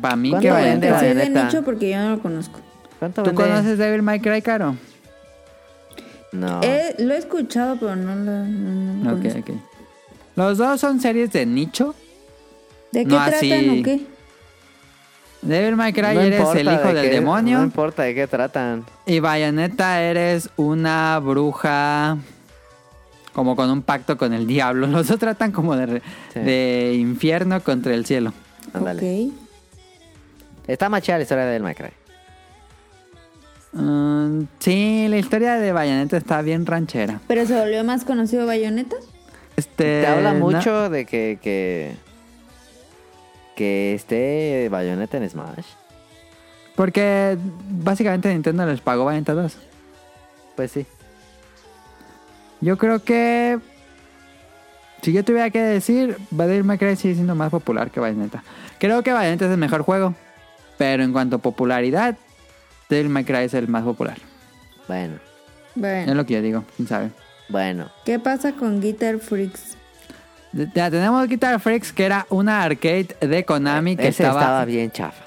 S2: Para mí que
S3: ¿Cuándo
S1: Bueno,
S2: Bayonetta...
S3: vende
S1: que soy de
S3: Bayonetta?
S1: nicho porque yo no lo conozco.
S3: ¿Cuánto
S2: ¿Tú
S3: vende?
S2: conoces Devil May Cry, Caro?
S3: No.
S1: Eh, lo he escuchado, pero no lo, no lo
S2: Ok,
S1: conozco.
S2: ok. Los dos son series de nicho.
S1: ¿De qué
S2: No,
S1: tratan
S2: así-
S1: o qué?
S2: Devil May Cry
S3: No
S2: eres
S3: importa
S2: el hijo
S3: de
S2: del
S3: qué-
S2: demonio.
S3: No importa de qué tratan.
S2: Y Bayonetta eres una bruja como con un pacto con el diablo. Los dos tratan como de, re-
S3: Sí.
S2: de infierno contra el cielo.
S3: Ándale.
S1: Ok.
S3: Está más chida la historia del Minecraft.
S2: Mm, sí, la historia de Bayonetta está bien ranchera.
S1: ¿Pero se volvió más conocido Bayonetta?
S2: Este,
S3: Te habla
S2: no-
S3: mucho de que, que. que esté Bayonetta en Smash.
S2: porque básicamente Nintendo les pagó Bayonetta 2.
S3: Pues sí.
S2: Yo creo que... Si yo tuviera que decir, Devil May Cry sigue siendo más popular que Bayonetta. Creo que Bayonetta es el mejor juego. Pero en cuanto a popularidad, Devil May Cry es el más popular.
S3: Bueno, Eh.
S2: Es
S1: Bueno.
S2: lo que yo digo, quién sabe.
S3: bueno.
S1: ¿Qué pasa con Guitar Freaks?
S2: De- Ya tenemos Guitar Freaks, que era una arcade de Konami que
S3: Eh, Ese
S2: estaba,
S3: estaba... bien chafa.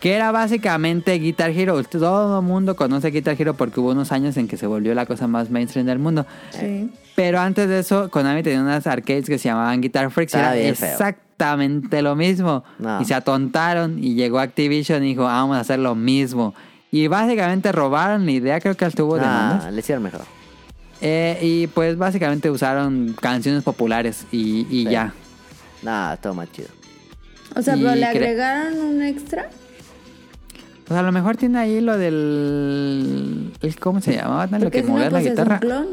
S2: que era básicamente Guitar Hero. Todo el mundo conoce Guitar Hero porque hubo unos años en que se volvió la cosa más mainstream del mundo.
S1: Sí.
S2: Pero antes de eso, Konami tenía unas arcades que se llamaban Guitar Freaks. y
S3: Estaba
S2: Era
S3: bien feo.
S2: exactamente lo mismo.
S3: No.
S2: Y se atontaron y llegó Activision y dijo, "Ah, vamos a hacer lo mismo. Y básicamente robaron la idea, creo que estuvo de
S3: Ah, le hicieron mejor.
S2: Eh, y pues básicamente usaron canciones populares y, y
S3: Sí.
S2: ya.
S3: Nah, todo más chido.
S1: O sea,
S2: Y
S1: pero le
S2: cre-
S1: agregaron un extra.
S2: Pues a lo mejor tiene ahí lo del... el- ¿Cómo se llamaba? Lo
S1: Porque
S2: que
S1: si no,
S2: mover la
S1: pues es un
S2: guitarra.
S1: clon.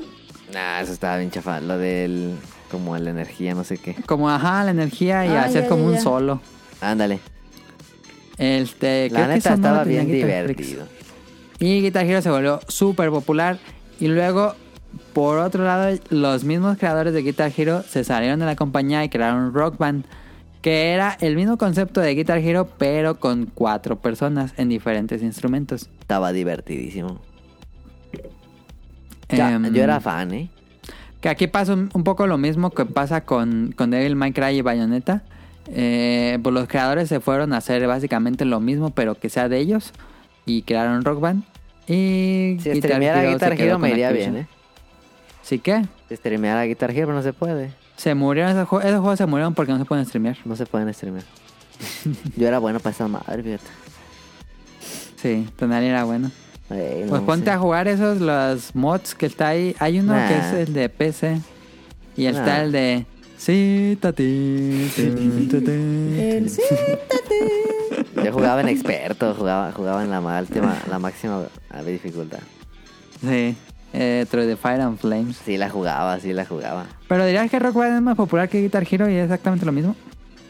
S3: Nah, eso estaba bien chafa. Lo del. como la energía, no sé qué.
S2: Como, ajá, la energía y
S1: Ah,
S2: hacer
S1: ya,
S2: como
S1: ya,
S2: un
S1: ya.
S2: solo.
S3: Ándale.
S2: Este, creo
S3: La
S2: que eso
S3: neta
S2: no lo
S3: estaba
S2: tenía
S3: bien
S2: Guitar Freaks.
S3: divertido.
S2: Y Guitar Hero se volvió súper popular. Y luego, por otro lado, los mismos creadores de Guitar Hero se salieron de la compañía y crearon Rock Band. Que era el mismo concepto de Guitar Hero, pero con cuatro personas en diferentes instrumentos.
S3: Estaba divertidísimo. Ya,
S2: Em,
S3: yo era fan, ¿eh?
S2: Que aquí pasa un, un poco lo mismo que pasa con, con Devil May Cry y Bayonetta. Eh, pues los creadores se fueron a hacer básicamente lo mismo, pero que sea de ellos. Y crearon Rock Band. Y
S3: Si
S2: Guitar
S3: streameara
S2: Hero se
S3: Guitar
S2: quedó
S3: Hero
S2: con
S3: me iría
S2: Activision.
S3: bien, ¿eh?
S2: ¿Sí que?
S3: Si streameara Guitar Hero, pero no se puede.
S2: Se murieron esos juegos. Esos juegos se murieron porque no se pueden streamear.
S3: No se pueden streamear. Yo era bueno para esa madre, fíjate.
S2: Sí, Tonali era bueno.
S3: Ey,
S2: Pues
S3: no
S2: ponte
S3: sé.
S2: a jugar esos, los mods que está ahí. Hay uno
S3: Nah.
S2: que es el de PC. Y
S3: Nah.
S2: está el de... Sí, tati, sí, tati.
S1: El siéntate.
S3: Yo jugaba en experto, jugaba, jugaba en la, ma- última- la máxima a ver, dificultad.
S2: Sí, eh, Through the Fire and Flames.
S3: Sí la jugaba, sí la jugaba.
S2: Pero dirías que Rock Band es más popular que Guitar Hero y es exactamente lo mismo.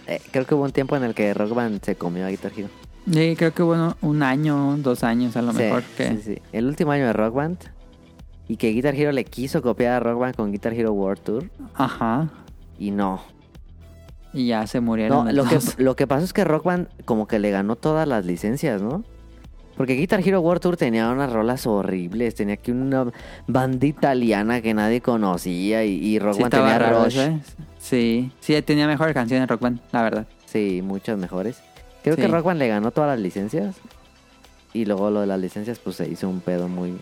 S3: Eh, creo que hubo un tiempo en el que Rock Band se comió a Guitar Hero.
S2: Sí, creo que hubo uno- un año, dos años a lo
S3: Sí,
S2: mejor. Que...
S3: sí, sí. El último año de Rock Band. Y que Guitar Hero le quiso copiar a Rock Band con Guitar Hero World Tour.
S2: Ajá.
S3: Y no.
S2: Y ya se murieron.
S3: No,
S2: los
S3: lo que,
S2: dos.
S3: lo que pasó es que Rock Band como que le ganó todas las licencias, ¿no? Porque Guitar Hero World Tour tenía unas rolas horribles, tenía aquí una banda italiana que nadie conocía y, y Rock
S2: Sí,
S3: Band
S2: estaba
S3: tenía
S2: raro
S3: Rush.
S2: eso, ¿eh? Sí, sí, tenía mejores canciones Rock Band, la verdad.
S3: Sí, muchas mejores. Creo
S2: Sí.
S3: que Rock Band le ganó todas las licencias y luego lo de las licencias pues se hizo un pedo muy,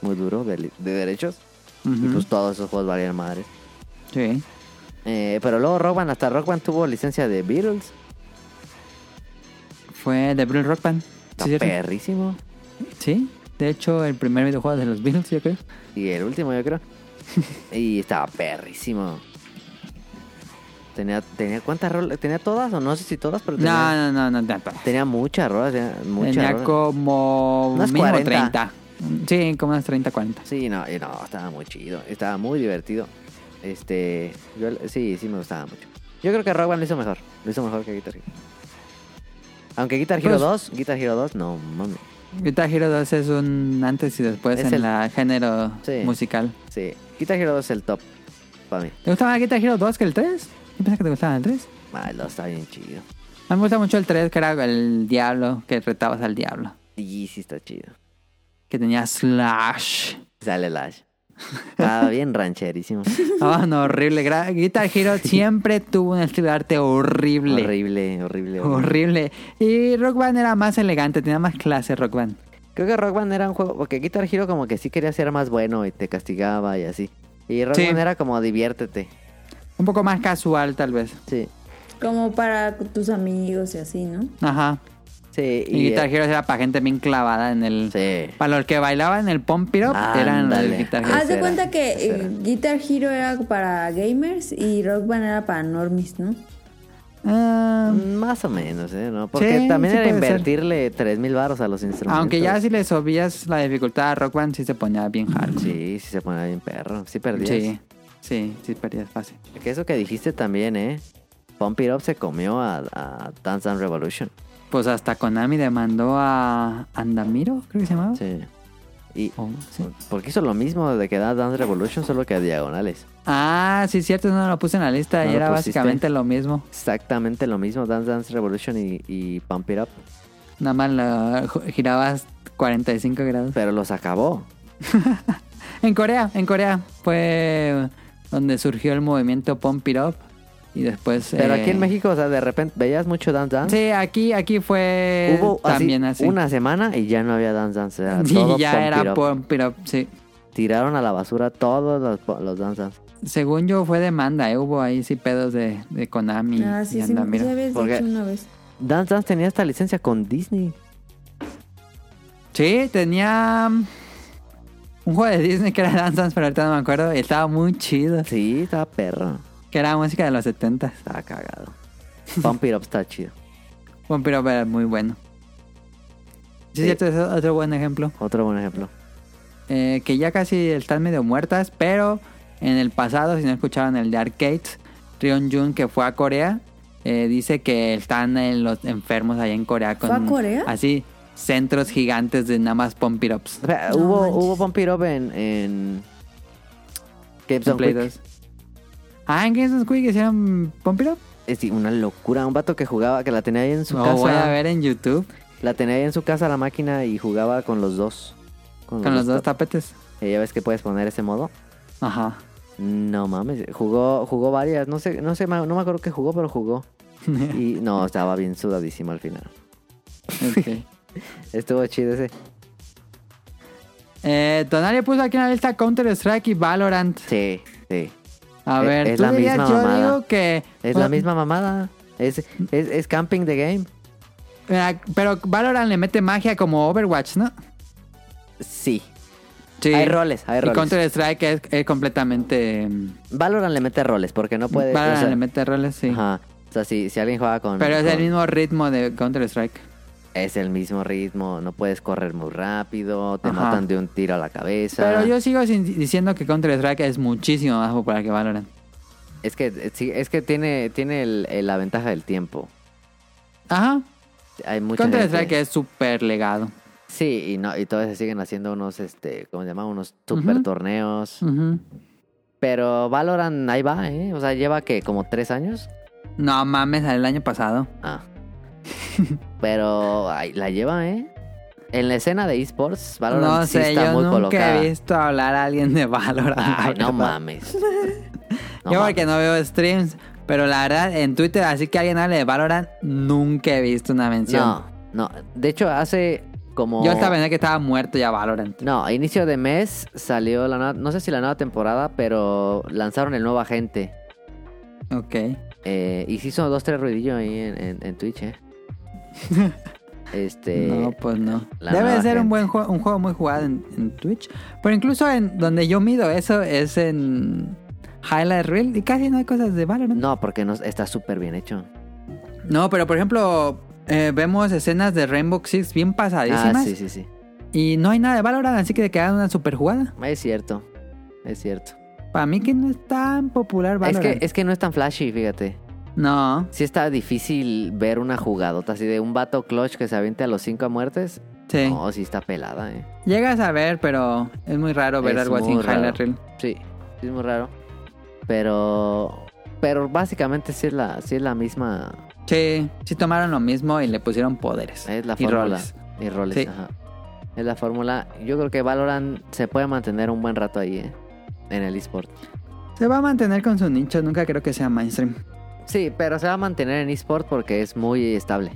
S3: muy duro de, li- de derechos y
S2: Ujú,
S3: pues todos esos juegos valían madres.
S2: Sí.
S3: Eh, pero luego Rock Band, hasta Rock Band tuvo licencia de Beatles.
S2: Fue de Blue Rock Band.
S3: Está
S2: Sí, ¿cierto?
S3: perrísimo.
S2: sí, de hecho, el primer videojuego de los Beatles, yo creo.
S3: Y el último, yo creo. y estaba perrísimo. Tenía, tenía cuántas rolas, tenía todas o no sé si todas, pero
S2: No,
S3: tenía,
S2: no, no, no, no.
S3: tenía muchas rolas, tenía muchas
S2: Tenía
S3: rolas.
S2: como
S3: Unas
S2: mínimo
S3: 40.
S2: 30. Sí, como unas 30, 40.
S3: Sí, no, y no, estaba muy chido, estaba muy divertido. Este, yo, sí, sí me gustaba mucho. Yo creo que Rock Band lo hizo mejor, lo hizo mejor que Guitar Hero. Aunque Guitar Hero
S2: Pues-
S3: 2, Guitar Hero 2, no mames.
S2: Guitar Hero 2 es un antes y después
S3: Es
S2: en
S3: el-
S2: el género
S3: Sí.
S2: musical.
S3: Sí, Guitar Hero 2 es el top para mí.
S2: ¿Te gustaba Guitar Hero 2 que el 3? Yo pensé que te gustaba el 3.
S3: Ah, el 2 está bien chido.
S2: A mí me gusta mucho el 3, que era el diablo, que retabas al diablo.
S3: Y sí está chido.
S2: Que tenía Slash.
S3: Sale Lash. Estaba bien rancherísimo.
S2: Ah, no, horrible. Gra- Guitar Hero siempre tuvo un estilo de arte horrible.
S3: Horrible, horrible, horrible.
S2: Horrible. Y Rock Band era más elegante, tenía más clase Rock Band.
S3: Creo que Rock Band era un juego. Porque Guitar Hero, como que sí quería ser más bueno y te castigaba y así. Y Rock
S2: Sí.
S3: Band era como diviértete.
S2: Un poco más casual, tal vez.
S3: Sí.
S1: Como para tus amigos y así, ¿no?
S2: Ajá.
S3: Sí,
S2: Y Guitar Hero era para gente bien clavada en el...
S3: eh, Sí.
S2: Para los que bailaban el pump it up, eran los
S3: Ándale. Ah,
S2: de Guitar Hero.
S1: Haz de
S3: era,
S1: cuenta que
S3: esa era.
S1: eh, Guitar Hero era para gamers y Rock Band era para normies, ¿no?
S2: Ah,
S3: Más o menos, ¿eh? ¿No? Porque
S2: Sí,
S3: también
S2: sí
S3: era
S2: puede ser.
S3: invertirle 3.000 mil baros a los instrumentos.
S2: aunque ya si le subías la dificultad a Rock Band, sí se ponía bien hardcore.
S3: Sí, sí se ponía bien perro. Sí perdías.
S2: Sí, sí, sí perdías fácil.
S3: Que eso que dijiste también, ¿eh? Pump It Up se comió a, a Dance Dance Revolution.
S2: Pues hasta Konami demandó a Andamiro, creo que se llamaba.
S3: Sí. Y,
S2: Oh, sí.
S3: Porque hizo lo mismo de que da Dance Revolution, solo que a diagonales.
S2: Ah, sí, cierto, no lo puse en la lista
S3: No
S2: y
S3: lo
S2: era
S3: pusiste.
S2: básicamente lo mismo.
S3: Exactamente lo mismo, Dance Dance Revolution y, y Pump It Up.
S2: Nada más lo ju- girabas 45 grados.
S3: Pero los acabó.
S2: En Corea, en Corea fue donde surgió el movimiento Pump It Up y después...
S3: Pero
S2: eh,
S3: aquí en México, o sea, de repente veías mucho Dance Dance.
S2: Sí, aquí, aquí fue
S3: Hubo así
S2: también así.
S3: una semana y ya no había Dance Dance. Era
S2: Sí,
S3: todo
S2: ya
S3: Pump It
S2: era
S3: Up.
S2: Pump It Up, sí.
S3: Tiraron a la basura todos los, po- los Dance Dance.
S2: Según yo fue demanda, ¿eh? hubo ahí sí pedos de, de
S3: Mm,
S2: Konami
S1: ah, sí,
S2: y
S1: sí, me-
S2: Andamiro.
S1: ya habías
S3: Porque-
S1: dicho una vez.
S3: Dance Dance tenía esta licencia con Disney.
S2: Sí, tenía mm, un juego de Disney que era Dance Dance, pero ahorita no me acuerdo. Y estaba muy chido.
S3: Sí, estaba perro.
S2: Que era música de los 70.
S3: Estaba cagado. Pump It Up está chido.
S2: Bueno, pero era muy bueno. Sí,
S3: Sí.
S2: cierto, es otro buen ejemplo.
S3: Otro buen ejemplo.
S2: Eh, que ya casi están medio muertas, pero en el pasado, si no escucharon el de Arcades, Rion Jun, que fue a Corea, eh, dice que están en los enfermos allá en Corea. Con,
S1: ¿Fue a Corea?
S2: Así, centros gigantes de nada más pump it ups.
S3: O sea,
S1: No
S3: hubo,
S1: manches.
S3: hubo Pump It Up en. en... Games
S2: En
S3: on
S2: Play
S3: Quick.
S2: 2. Ah, en Games on Quick hicieron pump it up.
S3: Es decir, Eh, una locura. Un vato que jugaba, que la tenía ahí en su
S2: Lo
S3: casa.
S2: voy a ver en YouTube
S3: La tenía ahí en su casa la máquina y jugaba con los dos.
S2: con los dos
S3: tap-
S2: tapetes.
S3: Eh, ya ves que puedes poner ese modo.
S2: Ajá.
S3: No mames, jugó, jugó varias, no sé, no sé, ma- no me acuerdo qué jugó, pero jugó. Y no, estaba bien sudadísimo al final.
S2: Ok.
S3: Estuvo chido ese.
S2: Eh, Donario puso aquí en la lista Counter Strike y Valorant.
S3: Sí, sí.
S2: A
S3: Es-
S2: ver,
S3: es
S2: tú
S3: la
S2: dirías,
S3: misma
S2: yo
S3: mamada.
S2: digo que.
S3: Es la misma mamada. Es, es, es camping the game.
S2: Mira, Pero Valorant le mete magia como Overwatch, ¿no?
S3: Sí.
S2: Sí.
S3: Hay roles, hay
S2: Y
S3: roles.
S2: Counter Strike es, es completamente. mm,
S3: Valorant le mete roles, porque no puede.
S2: Valorant
S3: o sea,
S2: le mete roles, sí.
S3: Ajá. O sea, si, si alguien juega con.
S2: Pero es el
S3: con-
S2: mismo ritmo de Counter Strike.
S3: Es el mismo ritmo, no puedes correr muy rápido, te
S2: Ajá.
S3: matan de un tiro a la cabeza.
S2: Pero yo sigo sin- diciendo que Counter Strike es muchísimo más popular que Valorant.
S3: Es que, sí, es que tiene, tiene el- el- la ventaja del tiempo.
S2: Ajá.
S3: Hay mucha
S2: Counter
S3: gente-
S2: Strike es súper legado.
S3: Sí, y, no, y todavía se siguen haciendo unos, este, ¿cómo se llama? Unos super
S2: Ujú.
S3: torneos.
S2: Ujú.
S3: Pero Valorant ahí va, ¿eh? O sea, lleva que como tres años.
S2: No mames, salió el año pasado.
S3: Ah. Pero ay, la lleva, ¿eh? En la escena de esports, Valorant
S2: no
S3: sí
S2: sé,
S3: está
S2: yo
S3: muy
S2: nunca
S3: colocada.
S2: he visto hablar a alguien de Valorant. la
S3: Ay,
S2: verdad.
S3: no mames. No
S2: yo
S3: mames.
S2: porque no veo streams, pero la verdad en Twitter, así que alguien hable de Valorant, nunca he visto una mención.
S3: No, no. De hecho, hace como.
S2: Yo hasta pensé que estaba muerto ya Valorant.
S3: No, a inicio de mes salió la nueva. No sé si la nueva temporada, pero lanzaron el nuevo agente.
S2: Ok.
S3: Eh, y se hizo dos, tres ruidillos ahí en, en- en Twitch, ¿eh? Este.
S2: no, pues no.
S3: la
S2: Debe de
S3: nueva
S2: ser un
S3: gente.
S2: buen juego, un juego muy jugado en, en Twitch. Pero incluso en donde yo mido eso es en Highlight Reel y casi no hay cosas de Valorant.
S3: No, porque no, está súper bien hecho.
S2: No, pero por ejemplo, eh, vemos escenas de Rainbow Six bien pasadísimas.
S3: Ah, sí, sí, sí.
S2: Y no hay nada de Valorant, así que te quedan una super jugada.
S3: Es cierto. Es cierto.
S2: Para mí que no es tan popular
S3: Es
S2: Valorant.
S3: que, es que no es tan flashy, fíjate.
S2: No.
S3: Sí está difícil ver una jugadota así de un vato clutch que se aviente a los cinco muertes.
S2: Sí.
S3: No, sí está pelada, eh.
S2: Llegas a ver, pero es muy raro ver
S3: Es
S2: algo así en
S3: muy raro.
S2: Highlight Reel.
S3: Sí, sí es muy raro. Pero. Pero básicamente sí es la, sí es la misma.
S2: Sí, sí tomaron lo mismo y le pusieron poderes.
S3: Es la
S2: y
S3: fórmula.
S2: roles.
S3: Y roles,
S2: Sí.
S3: ajá. Es la fórmula. Yo creo que Valorant se puede mantener un buen rato ahí, eh. En el esport.
S2: Se va a mantener con su nicho, nunca creo que sea mainstream.
S3: Sí, pero se va a mantener en esport porque es muy estable.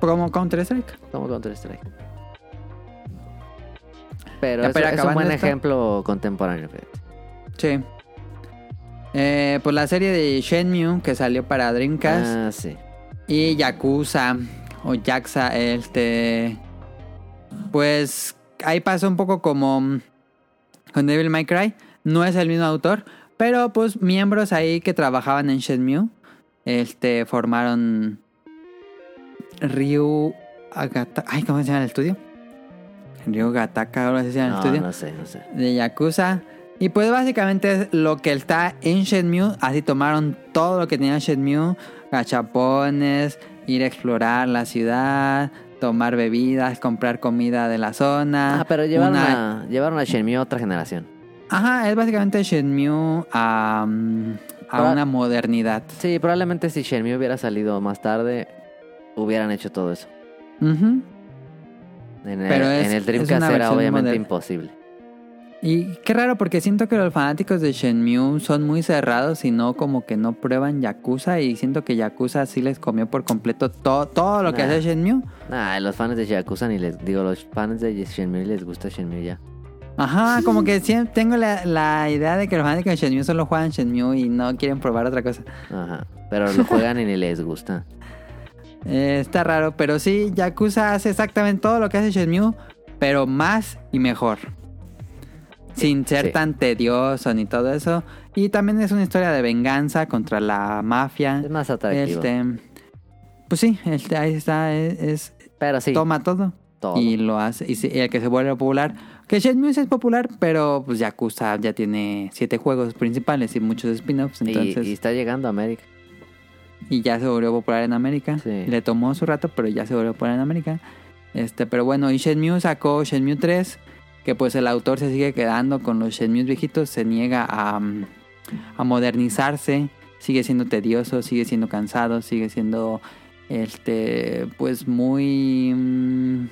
S2: Como Counter-Strike.
S3: Como Counter-Strike. Pero,
S2: Ya,
S3: es-
S2: pero
S3: es, un
S2: acabando
S3: buen
S2: esto.
S3: ejemplo contemporáneo. fíjate.
S2: Sí. Eh, pues la serie de Shenmue que salió para Dreamcast.
S3: Ah, sí.
S2: Y Yakuza o Yaxa, este. Pues ahí pasa un poco como mm, con Devil May Cry. No es el mismo autor, pero pues miembros ahí que trabajaban en Shenmue este, formaron Ryu Agata. Ay, ¿cómo se llama el estudio? Ryu Gataka, ahora se llama el
S3: No,
S2: estudio
S3: no sé, no sé.
S2: de Yakuza. Y pues básicamente es lo que está en Shenmue. Así tomaron todo lo que tenía Shenmue. Gachapones, ir a explorar la ciudad, tomar bebidas, comprar comida de la zona.
S3: Ah, pero llevaron,
S2: una-
S3: a, llevaron a Shenmue a otra generación.
S2: Ajá, es básicamente Shenmue a, mm, a
S3: Ahora-
S2: una modernidad.
S3: Sí, probablemente si Shenmue hubiera salido más tarde, hubieran hecho todo eso.
S2: Ujú.
S3: En el,
S2: Pero es-
S3: en el
S2: es
S3: Dreamcast
S2: una
S3: era
S2: versión
S3: obviamente
S2: moderna.
S3: imposible.
S2: Y qué raro porque siento que los fanáticos de Shenmue son muy cerrados y no como que no prueban Yakuza y siento que Yakuza sí les comió por completo todo, todo lo que
S3: Nah.
S2: hace Shenmue.
S3: Nah, los fans de Yakuza ni les... Digo, los fans de Shenmue les gusta Shenmue ya.
S2: Ajá, como que siempre tengo la, la idea de que los fanáticos de Shenmue solo juegan Shenmue y no quieren probar otra cosa.
S3: Ajá. Pero lo juegan y ni les gusta.
S2: Eh, está raro, pero sí, Yakuza hace exactamente todo lo que hace Shenmue, pero más y mejor. Sin ser
S3: sí.
S2: tan tedioso ni todo eso. Y también es una historia de venganza contra la mafia.
S3: Es más atractivo.
S2: Este, pues sí, este, ahí está, es, es-
S3: Pero sí,
S2: toma todo.
S3: todo.
S2: Y lo hace, y, se- y el que se vuelve popular. Que Shenmue sí es popular, pero pues Yakuza ya tiene siete juegos principales y muchos spin-offs,
S3: Y-
S2: entonces.
S3: y
S2: Y,
S3: está llegando a América.
S2: ya se volvió popular en América.
S3: Sí.
S2: Le tomó su rato, pero ya se volvió popular en América. Este, pero bueno, y Shenmue sacó Shenmue 3, que pues el autor se sigue quedando con los Shenmue viejitos, se niega a, mm, a modernizarse, sigue siendo tedioso, sigue siendo cansado, sigue siendo este pues muy mm,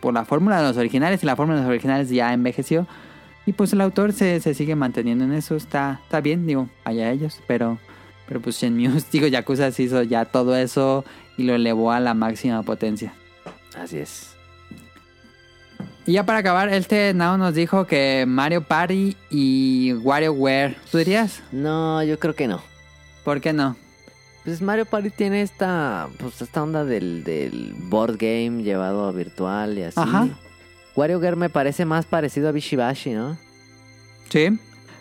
S2: por la fórmula de los originales y la fórmula de los originales ya envejeció y pues el autor se, se sigue manteniendo en eso, está, está bien, digo, allá ellos, pero pero pues Shenmue, digo, Yakuza se hizo ya todo eso y lo elevó a la máxima potencia.
S3: Así es.
S2: Y ya para acabar, este Nao nos dijo que Mario Party y WarioWare. ¿Tú dirías?
S3: No, yo creo que no.
S2: ¿Por qué no?
S3: Pues Mario Party tiene esta, pues esta onda del, del board game llevado a virtual y así.
S2: Ajá.
S3: WarioWare me parece más parecido a Bishibashi, ¿no?
S2: Sí.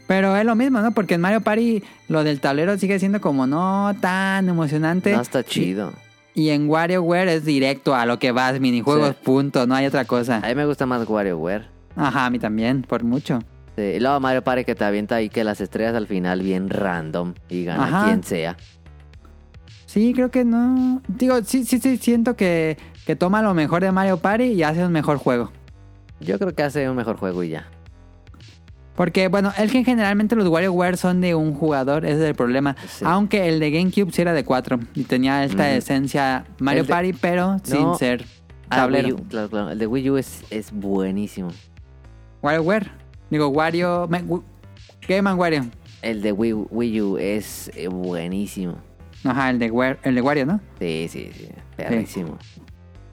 S2: Pero es lo mismo, ¿no? Porque en Mario Party lo del tablero sigue siendo como no tan emocionante.
S3: No está chido.
S2: Y en WarioWare es directo a lo que vas, minijuegos,
S3: Sí.
S2: punto, no hay otra cosa.
S3: A mí me gusta más WarioWare.
S2: Ajá, a mí también, por mucho.
S3: Sí, Y luego Mario Party que te avienta ahí que las estrellas al final bien random y gana
S2: Ajá.
S3: quien sea.
S2: Sí, creo que no. Digo, sí, sí, sí, siento que, que toma lo mejor de Mario Party y hace un mejor juego.
S3: Yo creo que hace un mejor juego y ya.
S2: Porque, bueno, es que generalmente los WarioWare son de un jugador, ese es el problema.
S3: Sí.
S2: Aunque el de GameCube sí era de cuatro y tenía esta esencia Mario
S3: El de-
S2: Party, pero sin ser
S3: Ah,
S2: tablero.
S3: Wii U, claro, claro. El de Wii U es, es buenísimo.
S2: WarioWare. Digo, Wario. me- Wi- Game and Wario.
S3: El de Wii, U- Wii U es eh, buenísimo.
S2: Ajá, el de, War- el de Wario, ¿no?
S3: Sí, sí, sí. Perrísimo.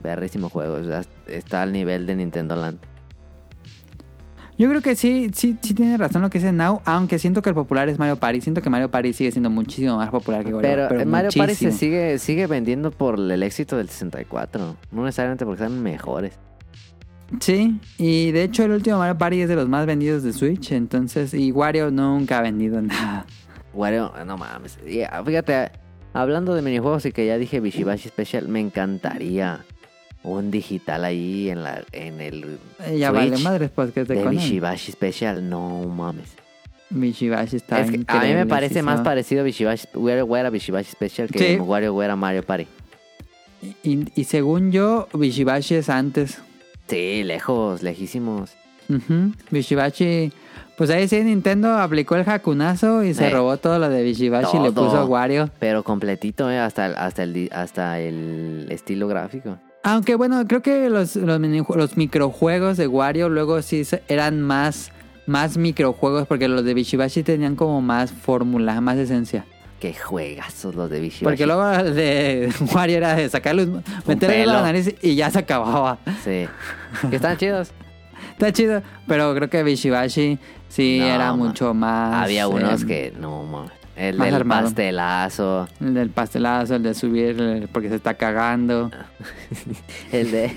S3: Perrísimo juego. o sea, está al nivel de Nintendo Land.
S2: Yo creo que sí, sí, sí tiene razón lo que dice Now, aunque siento que el popular es Mario Party. Siento que Mario Party sigue siendo muchísimo más popular que Wario.
S3: Pero, eh, Mario Party se
S2: muchísimo.
S3: sigue, sigue vendiendo por el éxito del 64. No necesariamente porque sean mejores.
S2: Sí, y de hecho el último Mario Party es de los más vendidos de Switch, entonces, y Wario nunca ha vendido nada.
S3: Wario, no mames. Y, ah, fíjate, hablando de minijuegos y que ya dije Bishibashi Special, me encantaría un digital ahí en la en el
S2: Eh, Ya
S3: Switch
S2: vale madres podcast de
S3: de
S2: Konami.
S3: Bishibashi Special. No mames.
S2: Mishibashi está
S3: Es que a mí me
S2: increíble,
S3: parece
S2: sí,
S3: más
S2: so-
S3: parecido Bishibashi, WarioWare a Bishibashi Special que
S2: Sí.
S3: WarioWare a Mario Party.
S2: Y, y según yo, Bishibashi es antes.
S3: Sí, lejos, lejísimos.
S2: Ujú, Bishibashi... Pues ahí sí Nintendo aplicó el jacunazo y se
S3: Eh.
S2: robó todo lo de Bishibashi y le
S3: Todo.
S2: puso Wario.
S3: Pero completito, eh, hasta, el- hasta, el, di- hasta el estilo gráfico.
S2: Aunque bueno, creo que los, los, minijue- los microjuegos de Wario luego sí se- eran más, más microjuegos porque los de Bishibashi tenían como más fórmula, más esencia.
S3: Qué juegazos los de Bishibashi.
S2: Porque luego el de Wario era de sacarle un, meterle
S3: pelo.
S2: la nariz y ya se acababa.
S3: Sí. Que están chidos.
S2: Está chido, pero creo que Bishibashi sí
S3: No,
S2: era
S3: ma.
S2: mucho más.
S3: Había unos
S2: eh,
S3: que, no, mames. El
S2: más
S3: del
S2: armado.
S3: pastelazo.
S2: El del pastelazo, el de subir el- porque se está cagando.
S3: Ah. El de.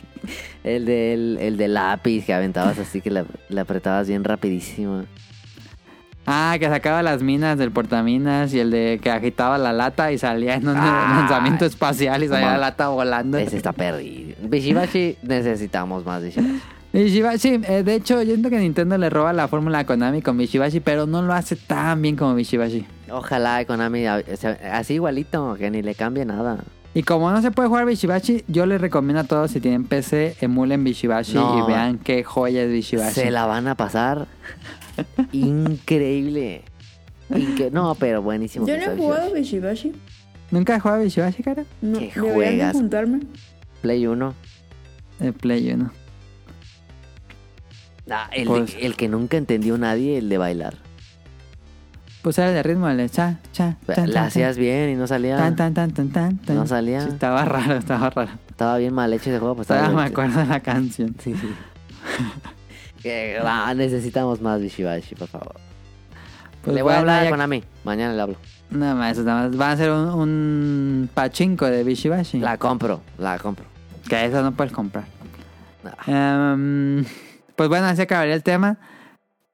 S3: el, del, el de lápiz que aventabas así que la, la apretabas bien rapidísimo.
S2: Ah, que sacaba las minas del portaminas y el de que agitaba la lata y salía en un
S3: Ah,
S2: lanzamiento espacial y salía la
S3: no mames.
S2: lata volando.
S3: Ese está perdido. Bishibashi, necesitamos más Bishibashi.
S2: Bishibashi, eh, de hecho, yo siento que Nintendo le roba la fórmula a Konami con Bishibashi, pero no lo hace tan bien como Bishibashi.
S3: Ojalá Konami, a- o sea, así igualito, que ni le cambie nada.
S2: Y como no se puede jugar Bishibashi, yo les recomiendo a todos si tienen PC, emulen Bishibashi
S3: No.
S2: y vean qué joya es Bishibashi.
S3: Se la van a pasar increíble. Inque- No, pero buenísimo.
S1: Yo
S3: que
S1: no he
S3: está
S1: jugado
S3: Bishibashi.
S1: Bishibashi.
S2: ¿Nunca has jugado Bishibashi, cara?
S1: No,
S3: ¿Qué
S1: deberían de
S3: juegas?
S1: juntarme.
S3: Play 1.
S2: El Play 1.
S3: Ah, el,
S2: Pues-
S3: de- el que nunca entendió nadie, el de bailar.
S2: Pues era de ritmo, el de cha, cha,
S3: La
S2: tan, tan,
S3: hacías bien y no salía.
S2: tan, tan, tan, tan, tan, tan.
S3: No salía.
S2: Sí, estaba raro, estaba raro.
S3: Estaba bien mal hecho ese juego, pues estaba
S2: Todavía Ah, me
S3: divertido.
S2: acuerdo de la canción.
S3: Que- ah, necesitamos más Bishibashi, por favor.
S2: Pues
S3: le voy
S2: bueno,
S3: a hablar
S2: ya-
S3: a Konami. Mañana le hablo.
S2: Nada más, eso nada más. Van a hacer un, un pachinko de Bishibashi.
S3: La compro, la compro.
S2: Que eso no puedes comprar.
S3: No.
S2: Em, pues bueno, así acabaría el tema.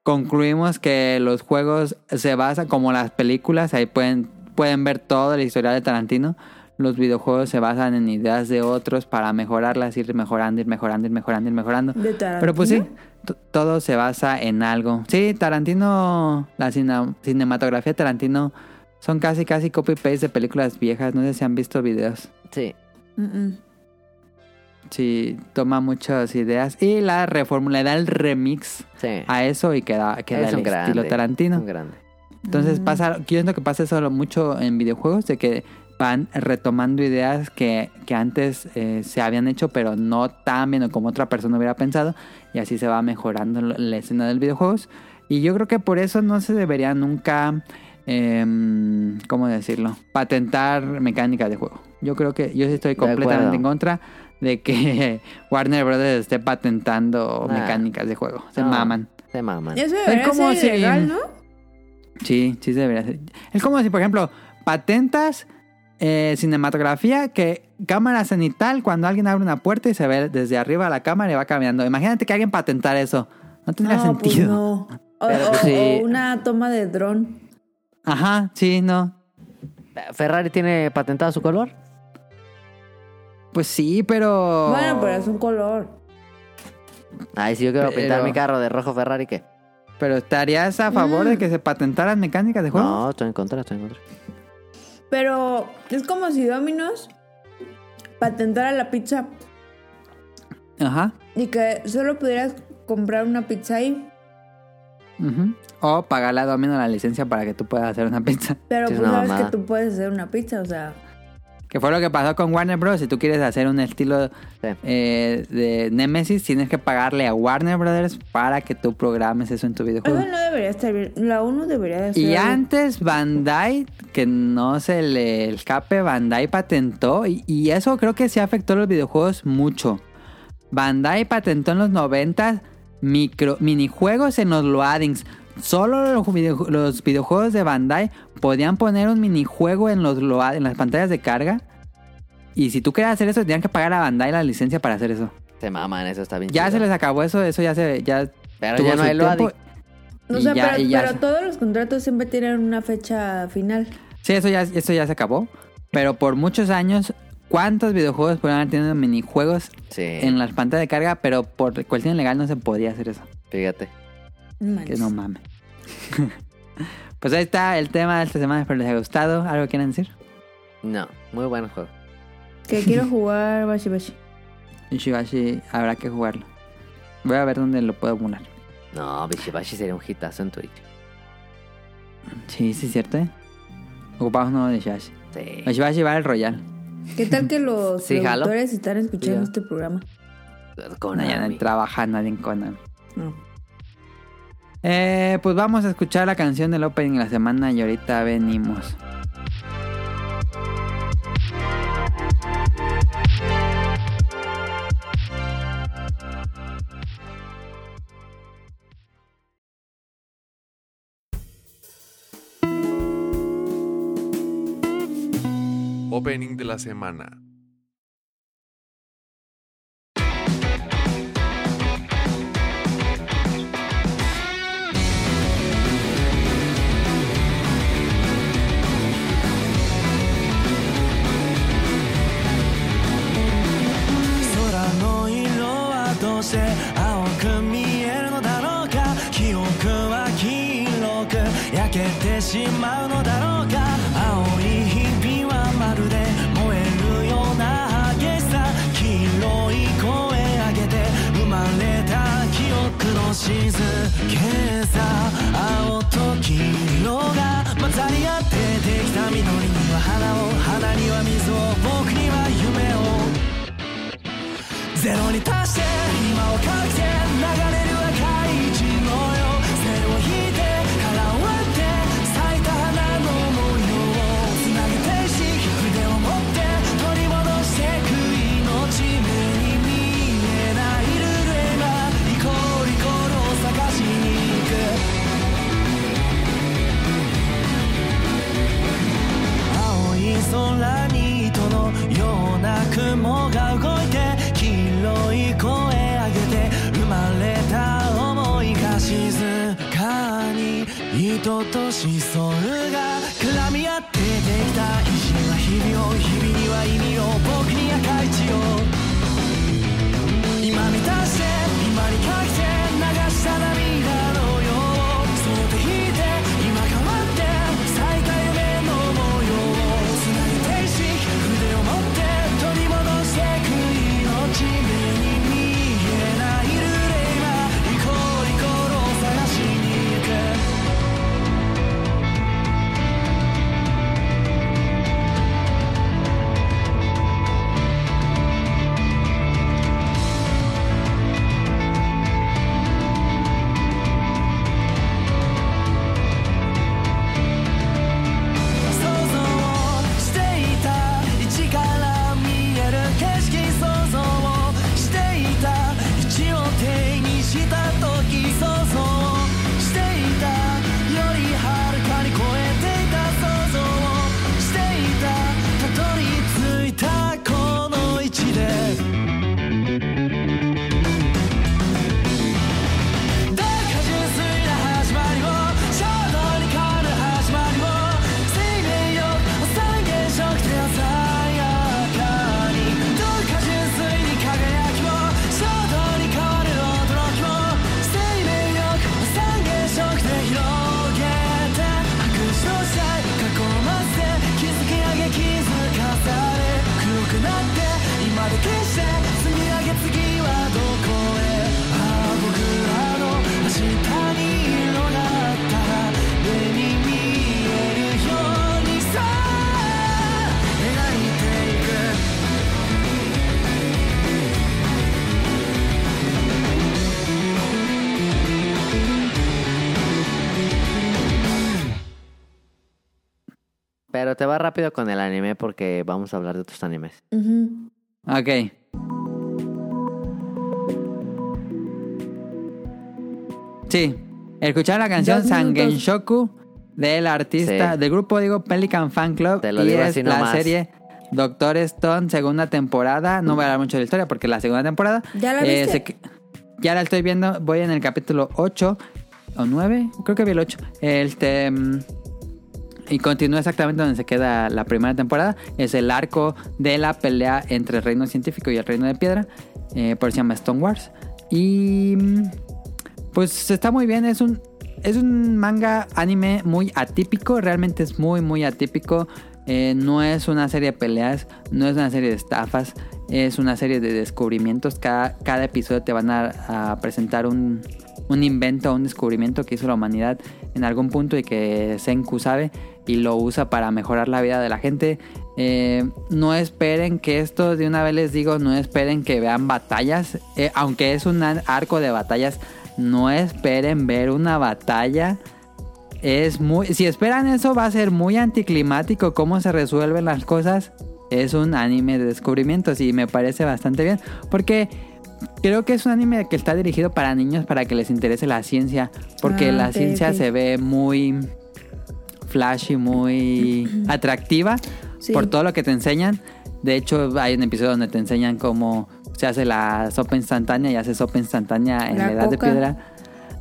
S2: Concluimos que los juegos se basan como las películas, ahí pueden, pueden ver toda la historia de Tarantino. Los videojuegos se basan en ideas de otros para mejorarlas, ir mejorando, ir mejorando, ir mejorando, ir mejorando.
S1: De Tarantino.
S2: Pero pues sí, t- todo se basa en algo. Sí, Tarantino, la cina- cinematografía de Tarantino son casi, casi copy-paste de películas viejas. No sé si han visto videos.
S3: Sí.
S1: Mm, mm.
S2: Sí, toma muchas ideas y la reformula, le da el remix
S3: Sí.
S2: a eso y queda, queda
S3: Eh. es
S2: el
S3: un grande.
S2: estilo Tarantino.
S3: Un grande. Mm.
S2: Entonces pasa, yo siento que pasa eso lo- mucho en videojuegos, de que van retomando ideas que, que antes eh, se habían hecho, pero no tan bien o como otra persona hubiera pensado, y así se va mejorando lo- la escena del videojuegos. Y yo creo que por eso no se debería nunca, em, ¿cómo decirlo? Patentar mecánicas de juego. Yo creo que yo sí estoy
S3: acuerdo.
S2: completamente en contra de que Warner Brothers esté patentando
S3: Nah.
S2: mecánicas de juego. Se
S3: Ah. No.
S2: maman.
S3: Se maman.
S1: Eso debería
S2: como
S1: ser
S2: si-
S1: ilegal, ¿no?
S2: Sí, sí se debería hacer. Es como si, por ejemplo, patentas eh, cinematografía que cámara cenital cuando alguien abre una puerta y se ve desde arriba la cámara y va caminando. Imagínate que alguien patentara eso. No tendría
S1: No, pues
S2: sentido.
S1: no. O,
S3: Pero, pues,
S1: o-
S3: sí.
S1: o una toma de dron.
S2: Ajá, sí, no.
S3: Ferrari tiene patentado su color.
S2: Pues sí, pero...
S1: Bueno, pero es
S3: Oh.
S1: un color.
S3: Ay, si yo quiero pintar
S2: Pero-
S3: mi carro de rojo Ferrari, ¿qué?
S2: Pero ¿estarías a favor
S1: Mm.
S2: de que se patentaran mecánicas de juego?
S3: No, estoy en contra, estoy en contra.
S1: Pero es como si Domino's patentara la pizza
S2: Ajá.
S1: y que solo pudieras comprar una pizza ahí.
S2: Ujú. O pagarle a Domino la licencia para que tú puedas hacer una pizza.
S1: Pero
S3: Sí, es
S1: pues
S3: una
S1: sabes
S3: mamada.
S1: que tú puedes hacer una pizza, o sea.
S2: Que fue lo que pasó con Warner Bros. Si tú quieres hacer un estilo
S3: Sí.
S2: eh, de Nemesis, tienes que pagarle a Warner Brothers para que tú programes eso en tu videojuego.
S1: Eso no debería estar bien. La ONU debería de ser.
S2: Y antes Bandai, que no se le escape, Bandai patentó, y, y eso creo que sí afectó a los videojuegos mucho. Bandai patentó en los 90 micro, minijuegos en los loadings. Solo los, video- los videojuegos de Bandai podían poner un minijuego en, los load- en las pantallas de carga. Y si tú querías hacer eso, tenían que pagar a Bandai la licencia para hacer eso.
S3: Se maman, eso está bien
S2: Ya
S3: chido.
S2: se les acabó eso, eso ya se... Ya
S3: Pero
S2: tuvo
S3: ya no
S2: su
S3: hay loading.
S1: O
S2: y
S1: sea,
S2: ya-
S1: pero,
S2: y ya
S1: pero
S2: se-
S1: todos los contratos siempre tienen una fecha final.
S2: Sí, eso ya, eso ya se acabó. Pero por muchos años, ¿cuántos videojuegos podían haber tenido minijuegos
S3: Sí,
S2: en las pantallas de carga? Pero por cuestión legal no se podía hacer eso.
S3: fíjate.
S1: No manches.
S2: Que no mames. pues ahí está el tema de esta semana. Espero les haya gustado. ¿Algo quieren decir?
S3: No, muy buen juego.
S1: Que quiero jugar Bashi Bashi.
S2: Ishibashi habrá que jugarlo. Voy a ver dónde lo puedo emular.
S3: No, Bishibashi sería un hitazo en Twitch.
S2: Sí, sí, cierto. ¿eh? Ocupamos uno de Ishibashi.
S3: Sí.
S2: Ishibashi va al Royal.
S1: ¿Qué tal que los
S3: Sí, jalo.
S1: productores están escuchando
S3: Sí, ya.
S1: este programa?
S3: Con
S2: Allá
S3: Ayami.
S2: trabajando nadie en Conan.
S3: Mm.
S1: No.
S2: Eh, pues vamos a escuchar la canción del opening de la semana y ahorita venimos.
S5: Opening de la semana.
S6: 空の色はどうせ青く見えるのだろうか記憶は黄色く焼けてしまうのだろうか青い日々はまるで燃えるような激しさ黄色い声上げて生まれた記憶の静けさ青と黄色が混ざり合ってできた緑には花を花には水を僕には夢をゼロに達して今をかけて流れる赤い血のよ線を引いてからわって咲いた花の模様をつなげてし筆を持って取り戻してく命目に見えないルールへはイコールイコールを探しに行く青い空に糸のような雲が動いて黄色い声上げて生まれた思いが静かに糸と思想が絡み合ってできた意志は日々を日々には意味を僕に赤い血を今満たして今にかけて流した涙のようその手引いて今変わって咲いた夢の模様をつなげてし筆を持って取り戻してく命目に見えないルーレイはイコールイコールを探しに行く「
S3: Pero te va rápido con el anime porque vamos a hablar de otros animes.
S1: Ujú.
S2: Ok. Sí. Escuchar la canción
S1: Dos minutos.
S2: Sangenshoku del artista,
S3: Sí.
S2: del grupo, digo, Pelican Fan Club.
S3: Te lo
S2: y
S3: digo
S2: es
S3: así
S2: la
S3: nomás.
S2: serie Doctor Stone, segunda temporada. No voy a hablar mucho de la historia porque la segunda temporada. eh,
S1: ¿Ya la viste?
S2: se que- ya la estoy viendo. Voy en el capítulo 8 o 9. Creo que vi el 8. Este. mm, y continúa exactamente donde se queda la primera temporada. Es el arco de la pelea entre el reino científico y el reino de piedra. Eh, por eso se llama Stone Wars. Y. mm, Pues está muy bien. Es un. Es un manga anime muy atípico. Realmente es muy, muy atípico. Eh, no es una serie de peleas. No es una serie de estafas. Es una serie de descubrimientos. Cada, cada episodio te van a, a presentar un, un invento, un descubrimiento que hizo la humanidad en algún punto y que Senku sabe y lo usa para mejorar la vida de la gente. Eh, no esperen que esto, de una vez les digo, no esperen que vean batallas. Eh, aunque es un an- arco de batallas, no esperen ver una batalla. Es muy. Si esperan eso, va a ser muy anticlimático cómo se resuelven las cosas. Es un anime de descubrimientos y me parece bastante bien. Porque creo que es un anime que está dirigido para niños para que les interese la ciencia. Porque
S1: Ah,
S2: la
S1: ok,
S2: ciencia
S1: ok.
S2: se ve muy flashy, muy atractiva
S1: Sí.
S2: por todo lo que te enseñan. De hecho, hay un episodio donde te enseñan cómo se hace la sopa instantánea y hace sopa instantánea en
S1: La
S2: la, edad de
S1: coca.
S2: piedra.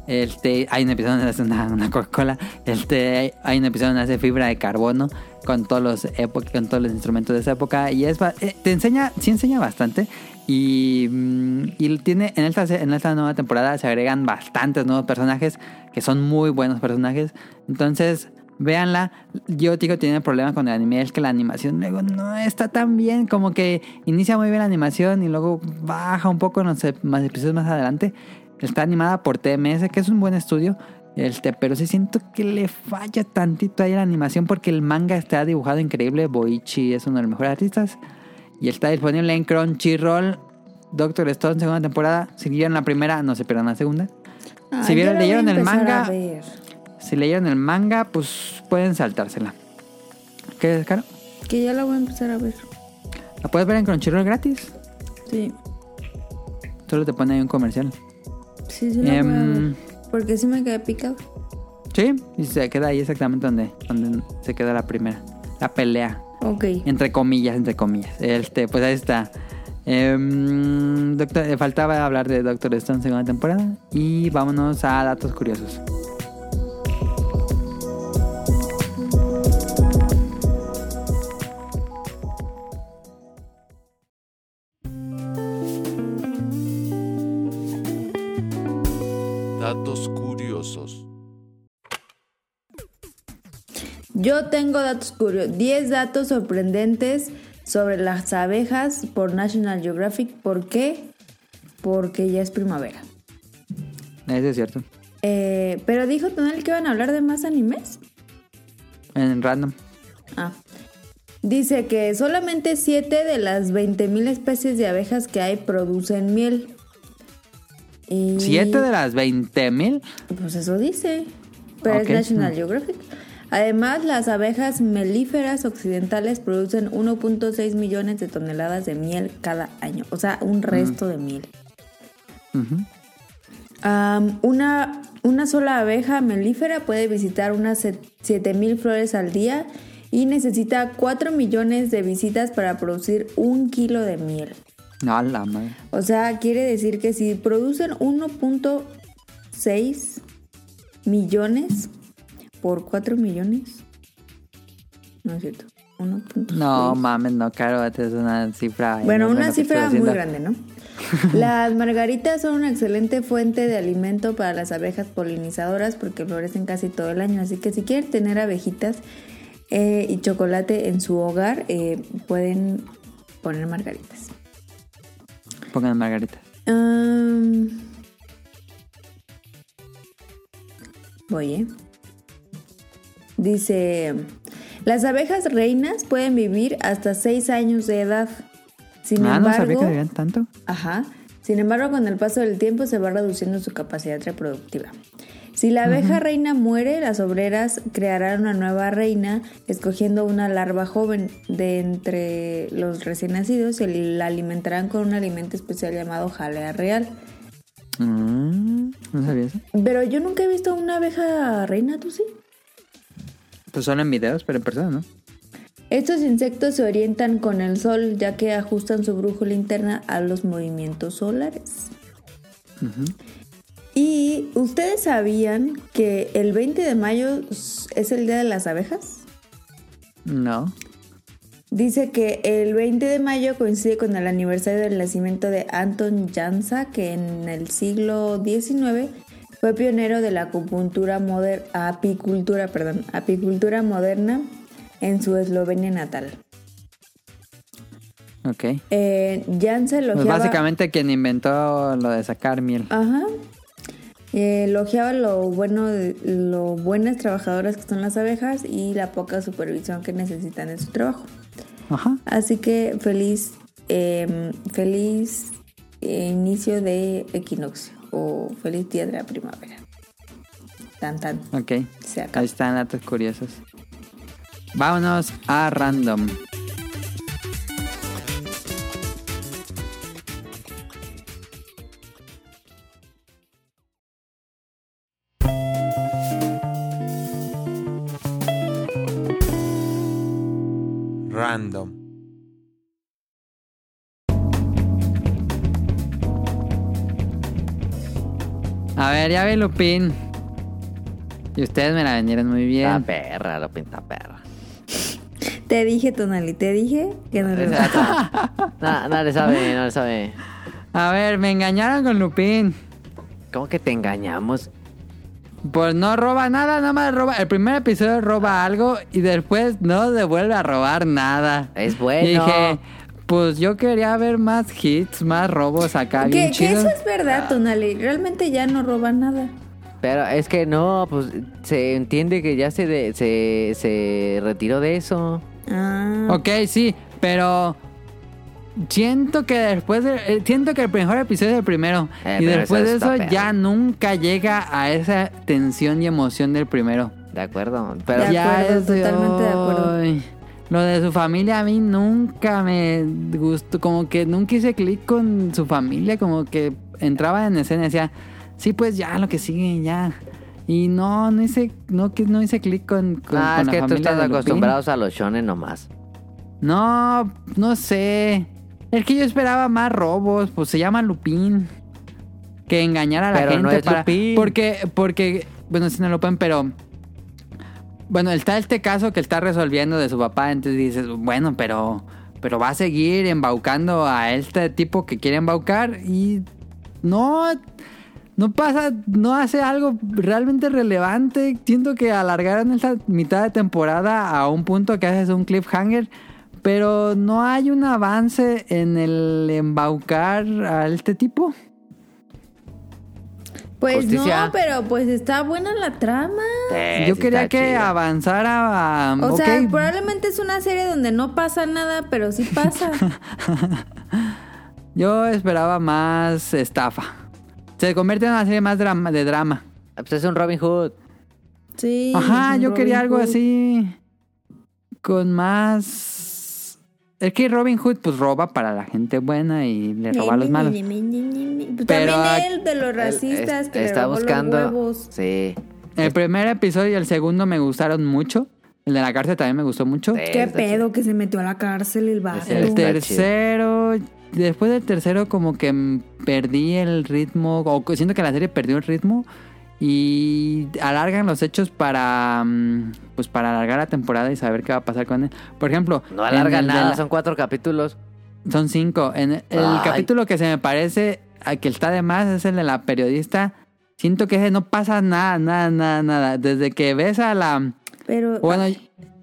S2: Este, hay un episodio donde hace una, una Coca-Cola. Este, hay un episodio donde hace fibra de carbono con todos los epo- con todos los instrumentos de esa época. Y es ba- eh, te enseña, sí enseña bastante. Y, mm, y tiene en esta, se- en esta nueva temporada se agregan bastantes nuevos personajes que son muy buenos personajes. Entonces, véanla. Yo digo tiene problemas con el anime, es que la animación luego no está tan bien. Como que inicia muy bien la animación y luego baja un poco en los ep- más episodios más adelante. Está animada por TMS, que es un buen estudio. Este, pero sí siento que le falla tantito ahí la animación porque el manga está dibujado increíble. Boichi es uno de los mejores artistas. Y está disponible en Crunchyroll. Doctor Stone, segunda temporada. Si vieron la primera, no se pierdan la segunda.
S1: Ah,
S2: Si vieron-
S1: yo la voy a
S2: leyeron el
S1: empezar
S2: manga,
S1: a ver.
S2: Si leyeron el manga, pues pueden saltársela. ¿Qué es caro?
S1: Que ya la voy a empezar a ver.
S2: ¿La puedes ver en Crunchyroll gratis?
S1: Sí.
S2: Solo te pone ahí un comercial.
S1: Sí, sí la voy a
S2: Em,
S1: ver. Porque sí me quedé picado.
S2: Sí, y se queda ahí exactamente donde, donde se queda la primera. La pelea.
S1: Ok.
S2: Entre comillas, entre comillas. Este, pues ahí está. Em, doctor, eh, faltaba hablar de Doctor Stone segunda temporada. Y vámonos a datos curiosos.
S5: Datos curiosos.
S1: Yo tengo datos curiosos. 10 datos sorprendentes sobre las abejas por National Geographic. ¿Por qué? Porque ya es primavera.
S2: Eso es cierto.
S1: Eh, Pero dijo Tonel que iban a hablar de más animes.
S2: En random.
S1: Ah. Dice que solamente 7 de las 20.000 especies de abejas que hay producen miel. Y-
S2: Siete de las 20 mil.
S1: Pues eso dice. Pero
S2: Ok.
S1: es National Geographic. Además, las abejas melíferas occidentales producen 1.6 millones de toneladas de miel cada año. O sea, un resto de miel. Am, una, una sola abeja melífera puede visitar unas set- 7.000 flores al día y necesita 4 millones de visitas para producir un kilo de miel.
S2: No, la madre.
S1: O sea, quiere decir que si producen 1.6 millones por 4 millones. No es cierto. 1.6.
S2: No mames, no, caro. esta Es una cifra.
S1: Bueno,
S2: enorme lo
S1: una
S2: que estoy
S1: cifra muy
S2: haciendo.
S1: grande, ¿no? Las margaritas son una excelente fuente de alimento para las abejas polinizadoras porque florecen casi todo el año. Así que si quieren tener abejitas eh, y chocolate en su hogar, eh, pueden poner margaritas.
S2: Pongan margarita.
S1: Am. voy, ¿eh? Dice, las abejas reinas pueden vivir hasta 6 años de edad. Sin
S2: ah, no sabía
S1: embargo,
S2: que debían tanto.
S1: ajá. Sin embargo, con el paso del tiempo se va reduciendo su capacidad reproductiva. Si la abeja reina muere, las obreras crearán una nueva reina, escogiendo una larva joven de entre los recién nacidos y la alimentarán con un alimento especial llamado jalea real.
S2: Mm, no sabía eso.
S1: Pero yo nunca he visto una abeja reina, ¿tú sí?
S2: Pues solo en videos, pero en persona, ¿no?
S1: Estos insectos se orientan con el sol, ya que ajustan su brújula interna a los movimientos solares. ¿Y ustedes sabían que el 20 de mayo es el Día de las Abejas?
S2: No.
S1: Dice que el 20 de mayo coincide con el aniversario del nacimiento de Anton Jansa, que en el siglo XIX fue pionero de la acupuntura moder- apicultura, perdón, apicultura moderna en su Eslovenia natal.
S2: Ok.
S1: Eh, Jansa
S2: Pues
S1: elogiaba...
S2: básicamente quien inventó lo de sacar miel.
S1: Ajá. Eh, Elogiaba lo bueno, de- lo buenas trabajadoras que son las abejas y la poca supervisión que necesitan en su trabajo.
S2: Ajá.
S1: Así que feliz, eh, feliz eh, inicio de equinoccio o feliz día de la primavera. Tan tan.
S2: Ok.
S1: Se
S2: Ahí
S1: acaba.
S2: están datos curiosos. Vámonos a random.
S5: Random.
S2: A ver, ya vi Lupín. Y ustedes me la vendieron muy
S3: Está
S1: Ah,
S2: bien.
S3: perra, lo pinta perra.
S1: Te dije, Tonali, te dije que no le
S3: No, no le sabe, no le sabe.
S2: A ver, me engañaron con Lupín.
S3: ¿Cómo que te engañamos?
S2: Pues no roba nada, nada más roba. El primer episodio roba algo y después no se vuelve a robar nada.
S3: Es bueno.
S2: Y dije, pues yo quería ver más hits, más robos acá.
S1: Que,
S2: Bien
S1: que
S2: chido. Ah.
S1: eso es verdad, Tonali. Realmente ya no roba nada.
S3: Pero es que no, pues se entiende que ya se, de- se, se retiró de eso.
S1: Ah.
S2: Ok, sí, pero siento que después de- eh, siento que el mejor episodio es el primero
S3: Eh,
S2: y
S3: pero
S2: después
S3: eso
S2: de
S3: está
S2: eso
S3: perro.
S2: ya nunca llega a esa tensión y emoción del primero.
S3: De acuerdo. Pero
S1: De
S2: ya
S1: acuerdo,
S2: es de,
S1: totalmente de acuerdo.
S2: "Ay". Lo de su familia a mí nunca me gustó, como que nunca hice clic con su familia, como que entraba en escena y decía, sí, pues ya, lo que sigue, ya. Y no, no hice, no, que no hice clic con, con,
S3: Ah,
S2: con
S3: es
S2: la
S3: que tú
S2: familia
S3: estás
S2: de Lupin.
S3: acostumbrados a los shonen nomás.
S2: No, no sé. Es que yo esperaba más robos, pues se llama Lupín. Que engañar a la
S3: Pero
S2: gente
S3: no es Lupín.
S2: Porque, porque, bueno, si no lo pueden, pero... Bueno, está este caso que está resolviendo de su papá, entonces dices, bueno, pero... Pero va a seguir embaucando a este tipo que quiere embaucar y... No... No pasa, no hace algo realmente relevante. Siento que alargaron esta mitad de temporada a un punto que haces un cliffhanger, pero no hay un avance en el embaucar a este tipo.
S1: Pues
S3: Justicia.
S1: no, pero pues está buena la trama.
S3: Sí,
S2: Yo
S3: Eh, sí
S2: quería
S3: está
S2: que
S3: chido.
S2: avanzara a...
S1: O
S2: ok,
S1: sea, probablemente es una serie donde no pasa nada, pero sí pasa.
S2: Yo esperaba más estafa. Se convierte en una serie más drama, de drama.
S3: Pues es un Robin Hood.
S1: Sí.
S2: Ajá,
S1: Robin
S2: yo quería algo
S1: Hood.
S2: así. Con más. Es que Robin Hood, pues roba para la gente buena y le roba a los malos.
S1: Pues
S2: Pero a- eh,
S1: También él de los racistas
S3: Es-
S1: que le
S3: está
S1: robó
S3: buscando.
S1: los huevos.
S3: Sí.
S2: El primer episodio y el segundo me gustaron mucho. El de la cárcel también me gustó mucho.
S3: sí,
S1: Qué
S3: está
S1: pedo que se metió a la cárcel el vato.
S2: El
S3: Está
S2: tercero. Después del tercero, como que mm, perdí el ritmo. O que siento que la serie perdió el ritmo. Y alargan los hechos para. mm, Pues para alargar la temporada y saber qué va a pasar con él. Por ejemplo.
S3: chido. No
S2: en
S3: alarga
S2: el de
S3: nada,
S2: la-
S3: son cuatro capítulos.
S2: Son cinco. En el
S3: Ay.
S2: capítulo que se me parece a que está de más es el de la periodista. Siento que ese no pasa nada, nada, nada, nada. Desde que ves a la...
S1: Pero
S2: Bueno,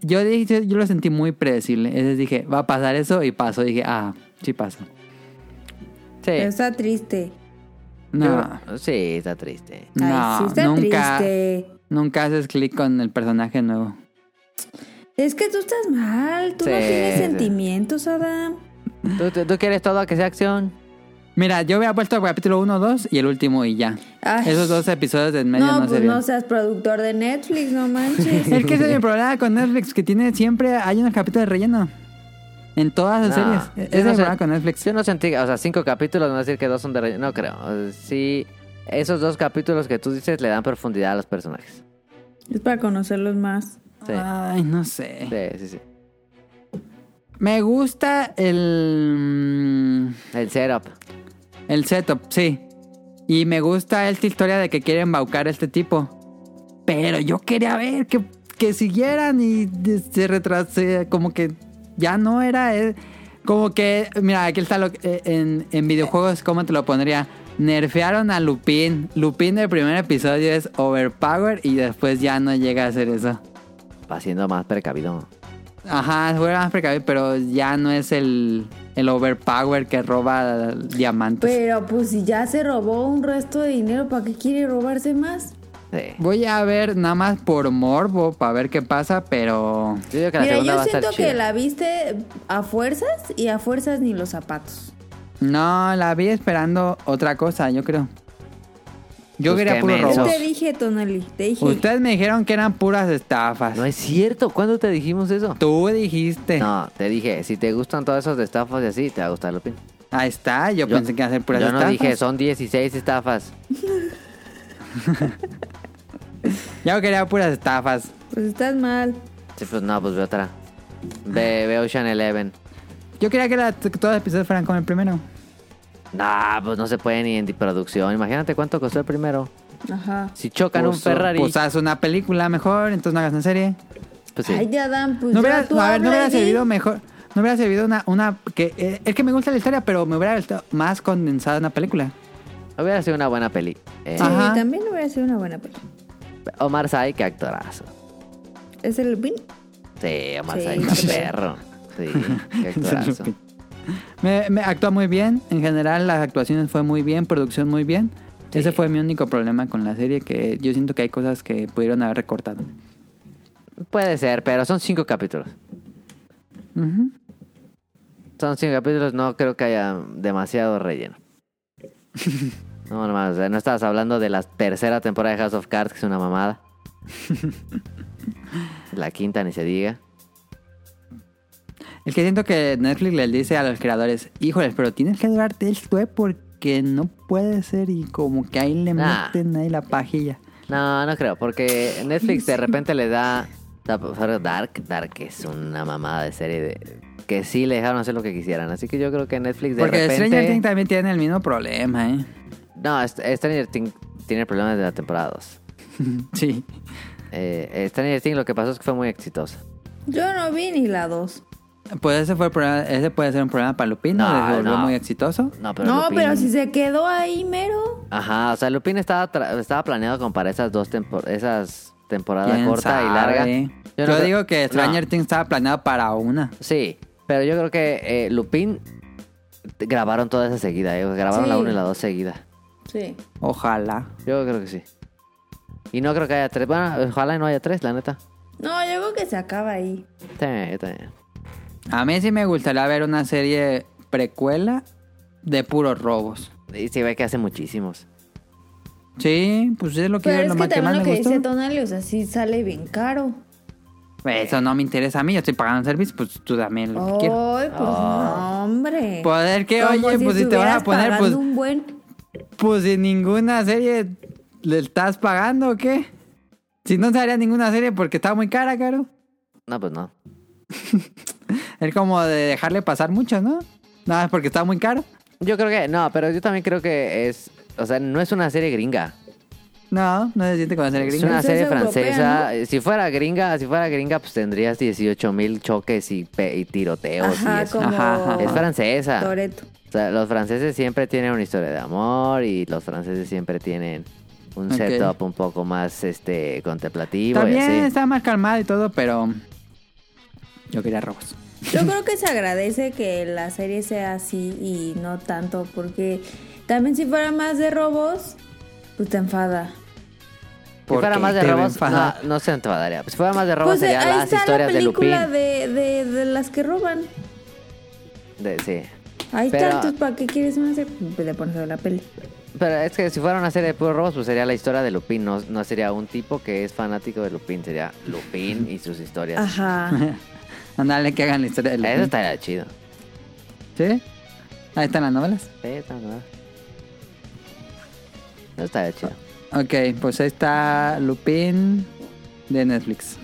S2: yo dije, yo lo sentí muy predecible. Entonces dije, va a pasar eso y pasó. Dije, ah, sí pasa.
S1: pero
S2: eh,
S3: Sí.
S1: está triste.
S2: No,
S3: Sí, está triste.
S1: Ay,
S2: no,
S1: sí está
S2: nunca,
S1: triste.
S2: nunca haces clic con el personaje nuevo.
S1: Es que tú estás mal, tú no
S3: Sí,
S1: tienes
S3: sí.
S1: sentimientos, Adam.
S3: ¿Tú, tú, tú quieres todo que sea acción?
S2: Mira, yo había puesto capítulo 1, 2 y el último y ya.
S1: Ay.
S2: Esos dos episodios de en medio no,
S1: No, pues
S2: servían.
S1: no seas productor de Netflix, no manches.
S2: Es que ese es mi problema con Netflix, que tiene siempre hay unos capítulos de relleno. En todas las
S3: No,
S2: series.
S3: yo
S2: Ese Ah, es
S3: no
S2: el
S3: sé-
S2: problema con Netflix.
S3: Yo no sentí, o sea, cinco capítulos, no voy a decir que dos son de relleno, no creo. O sea, sí, esos dos capítulos que tú dices le dan profundidad a los personajes.
S1: Es para conocerlos más.
S3: Sí,
S2: Ay, no sé.
S3: sí, sí, sí.
S2: Me gusta el. mm,
S3: El setup.
S2: El setup, sí. Y me gusta esta historia de que quieren baucar a este tipo. Pero yo quería ver que, que siguieran y de- se retrasé. Como que ya no era. eh, Como que, mira, aquí está lo que- eh, en, en videojuegos, ¿cómo te lo pondría? Nerfearon a Lupin. Lupin del primer episodio es overpower y después ya no llega a ser eso.
S3: Va siendo más precavido.
S2: Ajá, fuera más precavido, pero ya no es el, el overpower que roba diamantes.
S1: Pero pues si ya se robó un resto de dinero, ¿para qué quiere robarse más?
S3: Sí.
S2: Voy a ver nada más por morbo para ver qué pasa, pero
S3: Yo digo que la
S1: Mira,
S3: segunda
S1: yo
S3: va a estar
S1: siento
S3: chida.
S1: que la viste a fuerzas y a fuerzas ni los zapatos.
S2: no, la vi esperando otra cosa, yo creo. Yo
S3: Pues
S2: quería
S3: qué
S2: puro
S3: menso.
S1: Yo
S2: robo.
S1: te dije, Tonali, te dije.
S3: Pues
S2: Ustedes me dijeron que eran puras estafas.
S3: No es cierto, ¿cuándo te dijimos eso?
S2: Tú dijiste.
S3: No, te dije, si te gustan todos esos de estafas y así, te va a gustar Lupin.
S2: Ahí está, yo, pensé que iban a ser puras
S3: yo
S2: estafas.
S3: no dije, son 16 estafas.
S2: Yo quería puras estafas.
S1: Pues estás mal.
S3: Sí, pues no, pues ve otra.
S2: Ah.
S3: Ve, ve Ocean Eleven.
S2: Yo quería que, la- que todos los episodios fueran como el primero.
S3: No, pues no se puede ni en producción. Imagínate cuánto costó el primero.
S1: Ajá.
S3: Si chocan un Ferrari.
S2: Pues
S3: Pues,
S2: haz una película mejor, entonces no hagas una serie.
S3: sí.
S1: Ay, ya dan, pues
S2: no
S1: ya
S2: hubiera,
S1: tú
S2: a ver, no
S1: habla
S2: hubiera
S1: y di.
S2: servido mejor. No hubiera servido una. una que, eh, es que me gusta la historia, pero me hubiera gustado más condensada una película.
S3: Hubiera sido una buena peli. Eh,
S1: Sí,
S2: Ajá.
S1: también hubiera sido una buena película.
S3: Omar Sai, qué actorazo.
S1: ¿Es el Lupin?
S3: Sí, Omar
S1: Sí,
S3: Sai, qué
S1: sí.
S3: perro. Sí, qué actorazo.
S2: Me, me actúa muy bien. En general, las actuaciones fue muy bien, producción muy bien.
S3: Sí.
S2: Ese fue mi único problema con la serie, que yo siento que hay cosas que pudieron haber recortado.
S3: Puede ser, pero son cinco capítulos.
S2: Ujú.
S3: Son cinco capítulos, no creo que haya demasiado relleno. No, no, mames, o sea, no estabas hablando de la tercera temporada de House of Cards, que es una mamada. La quinta, ni se diga.
S2: El que siento que Netflix les dice a los creadores, híjoles, pero tienes que durarte esto porque no puede ser y como que ahí le
S3: Nah.
S2: meten ahí la pajilla.
S3: No, no creo, porque Netflix de repente le da Dark. Dark es una mamada de serie de, que sí le dejaron hacer lo que quisieran. Así que yo creo que Netflix de
S2: Porque
S3: repente...
S2: Stranger Things también tiene el mismo problema, ¿eh?
S3: No, Est- Stranger Things tiene problemas de la temporada 2.
S2: Sí.
S3: Eh, Stranger Things lo que pasó es que fue muy exitosa.
S1: Yo no vi ni la dos.
S2: Pues ese, fue el problema- ese puede ser un problema para Lupino,
S3: No,
S2: se volvió
S3: no.
S2: muy exitoso.
S3: No, pero
S1: No,
S3: Lupin-
S1: pero si se quedó ahí mero.
S3: Ajá, o sea, Lupin estaba, tra- estaba planeado como para esas dos tempor- esas temporadas
S2: ¿Quién
S3: corta y larga.
S2: sabe? Yo,
S3: no creo-
S2: digo que
S3: No,
S2: Stranger Things estaba planeado para una.
S3: Sí, pero yo creo que eh, Lupin t- grabaron toda esa seguida, eh, grabaron
S1: Sí.
S3: la 1 y la 2 seguida.
S1: Sí.
S2: Ojalá.
S3: Yo creo que sí. Y no creo que haya tres. Bueno, ojalá y no haya tres, la neta.
S1: No, yo creo que se acaba ahí.
S3: Sí, yo también.
S2: A mí sí me gustaría ver una serie precuela de puros robos.
S3: Y se ve que hace muchísimos.
S2: Sí, pues es lo que,
S1: Pero
S2: yo-
S1: es
S2: lo
S1: que
S2: más, que
S1: también
S2: más
S1: lo que
S2: me
S1: dice
S2: gustó.
S1: Tonali, o sea, sí sale bien caro.
S2: Eso no me interesa a mí, yo estoy pagando el servicio, pues tú también lo que
S1: Ay, pues
S2: quieras.
S1: no, hombre.
S2: Poder que,
S1: Como
S2: oye, pues si te van
S1: estuvieras
S2: a poner,
S1: pagando
S2: pues,
S1: un buen...
S2: pues si ninguna serie le estás pagando o qué. Si no haría ninguna serie porque está muy cara, caro.
S3: No, pues no.
S2: Es como de dejarle pasar mucho, ¿no? Nada más porque está muy caro.
S3: Yo creo que. No, pero yo también creo que es. O sea, no es una serie gringa.
S2: No, no se siente como serie
S3: Es
S2: gringa.
S3: una
S1: Entonces
S3: serie
S1: es europea,
S3: francesa. eh, Si fuera gringa, si fuera gringa, pues tendrías 18 mil choques y, pe- y tiroteos y
S1: Ajá,
S3: eso.
S1: como...
S2: eh, oh, Ajá, ajá.
S3: Es francesa.
S1: Toreto.
S3: O sea, los franceses siempre tienen una historia de amor y los franceses siempre tienen un
S2: Ok.
S3: setup un poco más este contemplativo
S2: También
S3: y así.
S2: está más calmada y todo, pero yo quería robos.
S1: Yo creo que se agradece que la serie sea así y no tanto, porque también si fuera más de robos, pues te enfada.
S3: Si fuera
S2: Porque
S3: más de
S2: te
S3: robos, no,
S2: enfada.
S3: no se enfadaría. Si fuera más de robos,
S1: Pues eh,
S3: serían
S1: ahí
S3: las
S1: está la
S3: historias de Lupin.
S1: película de, de, de las que roban.
S3: De- sí.
S1: Hay
S3: Pero-
S1: tantos, ¿para qué quieres una serie? Pues le pones a la peli.
S3: Pero es que si fuera una serie de puros robos, pues sería la historia de Lupin. No, no sería un tipo que es fanático de Lupin. Sería Lupin y sus historias.
S1: Ajá.
S2: Ándale, que hagan la historia de
S3: Eso
S2: Lupin.
S3: estaría chido.
S2: ¿Sí? Ahí están las novelas.
S3: Sí, está mal. No estaría chido.
S2: Ok, pues ahí está Lupin de Netflix.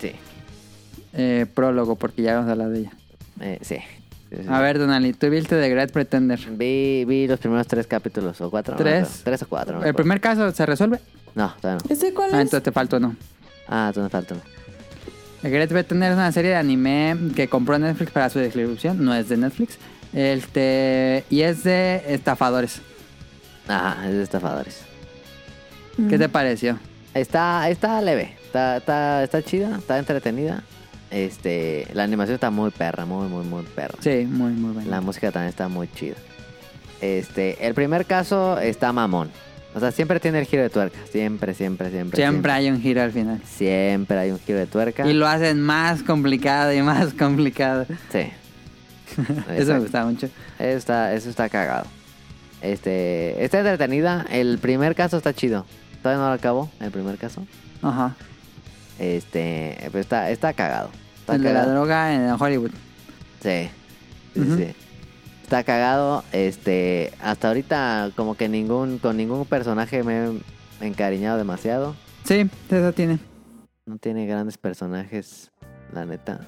S3: Sí.
S2: Eh, prólogo, porque ya vamos a hablar de ella.
S3: Eh, sí. Sí, sí,
S2: A
S3: sí.
S2: ver, Donali, ¿tú viste The Great Pretender?
S3: Vi, vi los primeros tres capítulos, o cuatro. no me
S2: ¿Tres?
S3: acuerdo. tres o cuatro. no me
S2: ¿El
S3: acuerdo.
S2: primer caso se resuelve?
S3: No, todavía no.
S1: ¿Este cuál
S2: Ah,
S1: es?
S2: entonces te falta uno.
S3: Ah, tú me falta uno.
S2: The Great Pretender es una serie de anime que compró Netflix para su distribución. No es de Netflix. Este, y es de estafadores.
S3: Ajá, es de estafadores.
S2: ¿Qué te pareció?
S3: Está, está leve, está, está, está chida, está entretenida. Este, la animación está muy perra, muy, muy, muy perra.
S2: Sí, muy, muy bueno.
S3: La música también está muy chida. Este, el primer caso está mamón. O sea, siempre tiene el giro de tuerca. Siempre, siempre, siempre.
S2: Siempre hay un giro al final.
S3: Siempre hay un giro de tuerca.
S2: Y lo hacen más complicado y más complicado.
S3: Sí.
S2: Eso me
S3: Exacto.
S2: gusta mucho.
S3: Eso está, eso está cagado. Este, está entretenida. El primer caso está chido. Todavía no lo acabo, el primer caso.
S2: Ajá.
S3: Este, pero está, está cagado. Está
S2: el de la
S3: cagado.
S2: droga en Hollywood.
S3: Sí. Sí,
S2: Ujú.
S3: sí. Está cagado. Este, hasta ahorita como que ningún con ningún personaje me he encariñado demasiado.
S2: Sí, eso tiene.
S3: No tiene grandes personajes, la neta.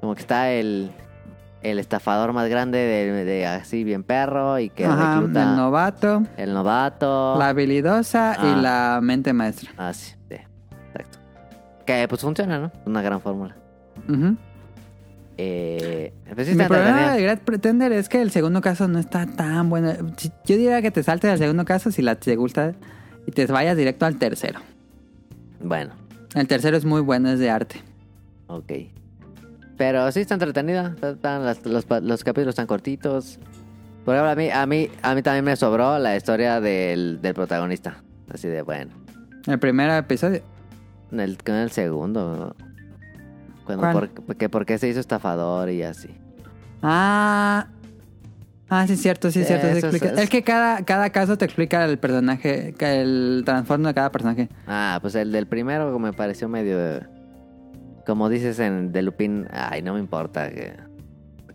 S3: Como que está el el estafador más grande de, de así bien perro y que
S2: Ajá,
S3: recluta
S2: el novato,
S3: el novato.
S2: la habilidosa
S3: Ah.
S2: y la mente maestra.
S3: Ah, sí, sí, exacto. Que pues funciona, ¿no? Una gran fórmula.
S2: Ujú.
S3: Eh, pues sí
S2: Mi
S3: está
S2: problema
S3: entretenida.
S2: de Great Pretender es que el segundo caso no está tan bueno. Si- Yo diría que te saltes al segundo caso si la te gusta y te vayas directo al tercero.
S3: Bueno,
S2: El tercero es muy bueno, es de arte.
S3: ok. Pero sí está entretenida. Está- están las- los, pa- los capítulos están cortitos. Por ejemplo, a mí, a mí, a mí también me sobró la historia del, del protagonista. Así de bueno.
S2: El primer episodio.
S3: En el, en el segundo. Cuando
S2: ¿Cuál?
S3: por, que por qué se hizo estafador y así.
S2: Ah, ah sí, es cierto, sí, es cierto. sí
S3: Eso es-
S2: explica.
S3: es-
S2: Es que cada, cada caso te explica el personaje, el trasfondo de cada personaje.
S3: Ah, pues el del primero me pareció medio. eh, Como dices en de Lupin, ay, no me importa que,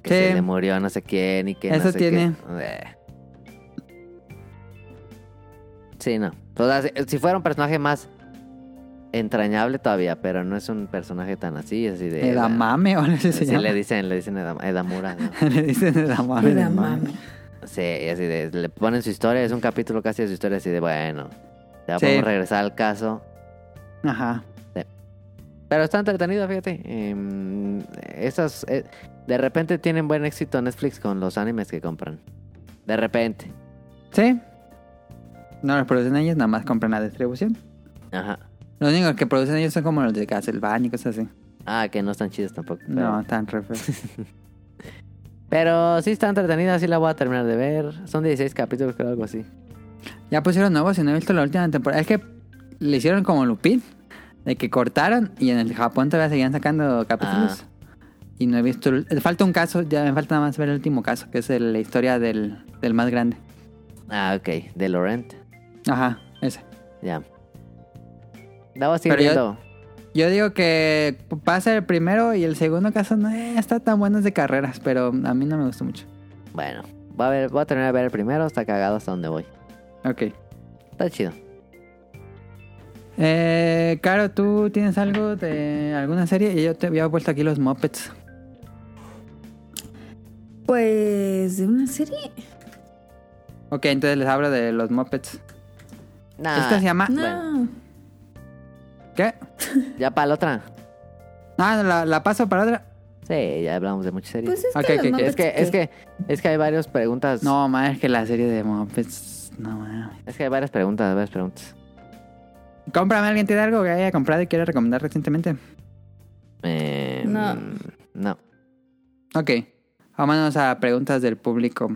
S3: que
S2: Sí.
S3: se le murió a no sé quién y que no
S2: Eso
S3: sé
S2: tiene.
S3: qué. Eh. Sí, no. O sea, si, si fuera un personaje más entrañable todavía, pero no es un personaje tan así, así de.
S2: Edamame, o no sé si
S3: Sí,
S2: se llama.
S3: le dicen, le dicen edam- Edamura. ¿no?
S2: Le dicen Edamame.
S1: Edamame.
S3: Sí, y así de, le ponen su historia, es un capítulo casi de su historia, así de, bueno, ya
S2: Sí.
S3: podemos regresar al caso.
S2: Ajá.
S3: Pero está entretenido, fíjate. Em, esas, eh, de repente tienen buen éxito Netflix con los animes que compran. De repente.
S2: Sí. No los producen ellos, nada más compran la distribución.
S3: Ajá.
S2: Lo único que producen ellos son como los de Castlevania y cosas así.
S3: Ah, que no están chidos tampoco. Pero,
S2: No, están re feos.
S3: pero sí está entretenida, sí la voy a terminar de ver. Son 16 capítulos, creo, algo así.
S2: Ya pusieron nuevos y no he visto la última temporada. Es que le hicieron como Lupin, de que cortaron y en el Japón todavía seguían sacando capítulos. Y no he visto... el- eh, Falta un caso, ya me falta nada más ver el último caso, que es el- la historia del, del más grande.
S3: Ah, ok. De Laurent.
S2: Ajá, ese.
S3: Ya. La voy a seguir
S2: Pero ya-
S3: viendo.
S2: Yo digo que pasa el primero y el segundo caso no eh, está tan bueno es de carreras, pero a mí no me gustó mucho.
S3: Bueno, voy a, ver, voy a terminar de ver el primero. Está cagado hasta donde voy.
S2: Ok.
S3: Está chido.
S2: Eh, Caro, ¿tú tienes algo de alguna serie? Y yo te había puesto aquí los Muppets.
S1: Pues de una serie.
S2: Ok, entonces les hablo de los Muppets.
S3: Nah,
S2: Esta se llama...
S1: No.
S3: bueno.
S2: ¿Qué?
S3: Ya para la otra.
S2: Ah, la, la paso para otra.
S3: Sí, ya hablamos de muchas series.
S1: Pues es que
S2: Ok,
S1: los
S2: ok, ok.
S3: Es
S1: Muppets,
S3: que,
S1: ¿qué?
S3: es que, es que hay varias preguntas.
S2: No, madre, es que la serie de Muppets... No, mames.
S3: Es que hay varias preguntas, varias preguntas.
S2: Cómprame, ¿alguien tiene algo que haya comprado y quiera recomendar recientemente?
S3: Eh,
S1: No.
S3: No.
S2: Ok, vámonos a preguntas del público.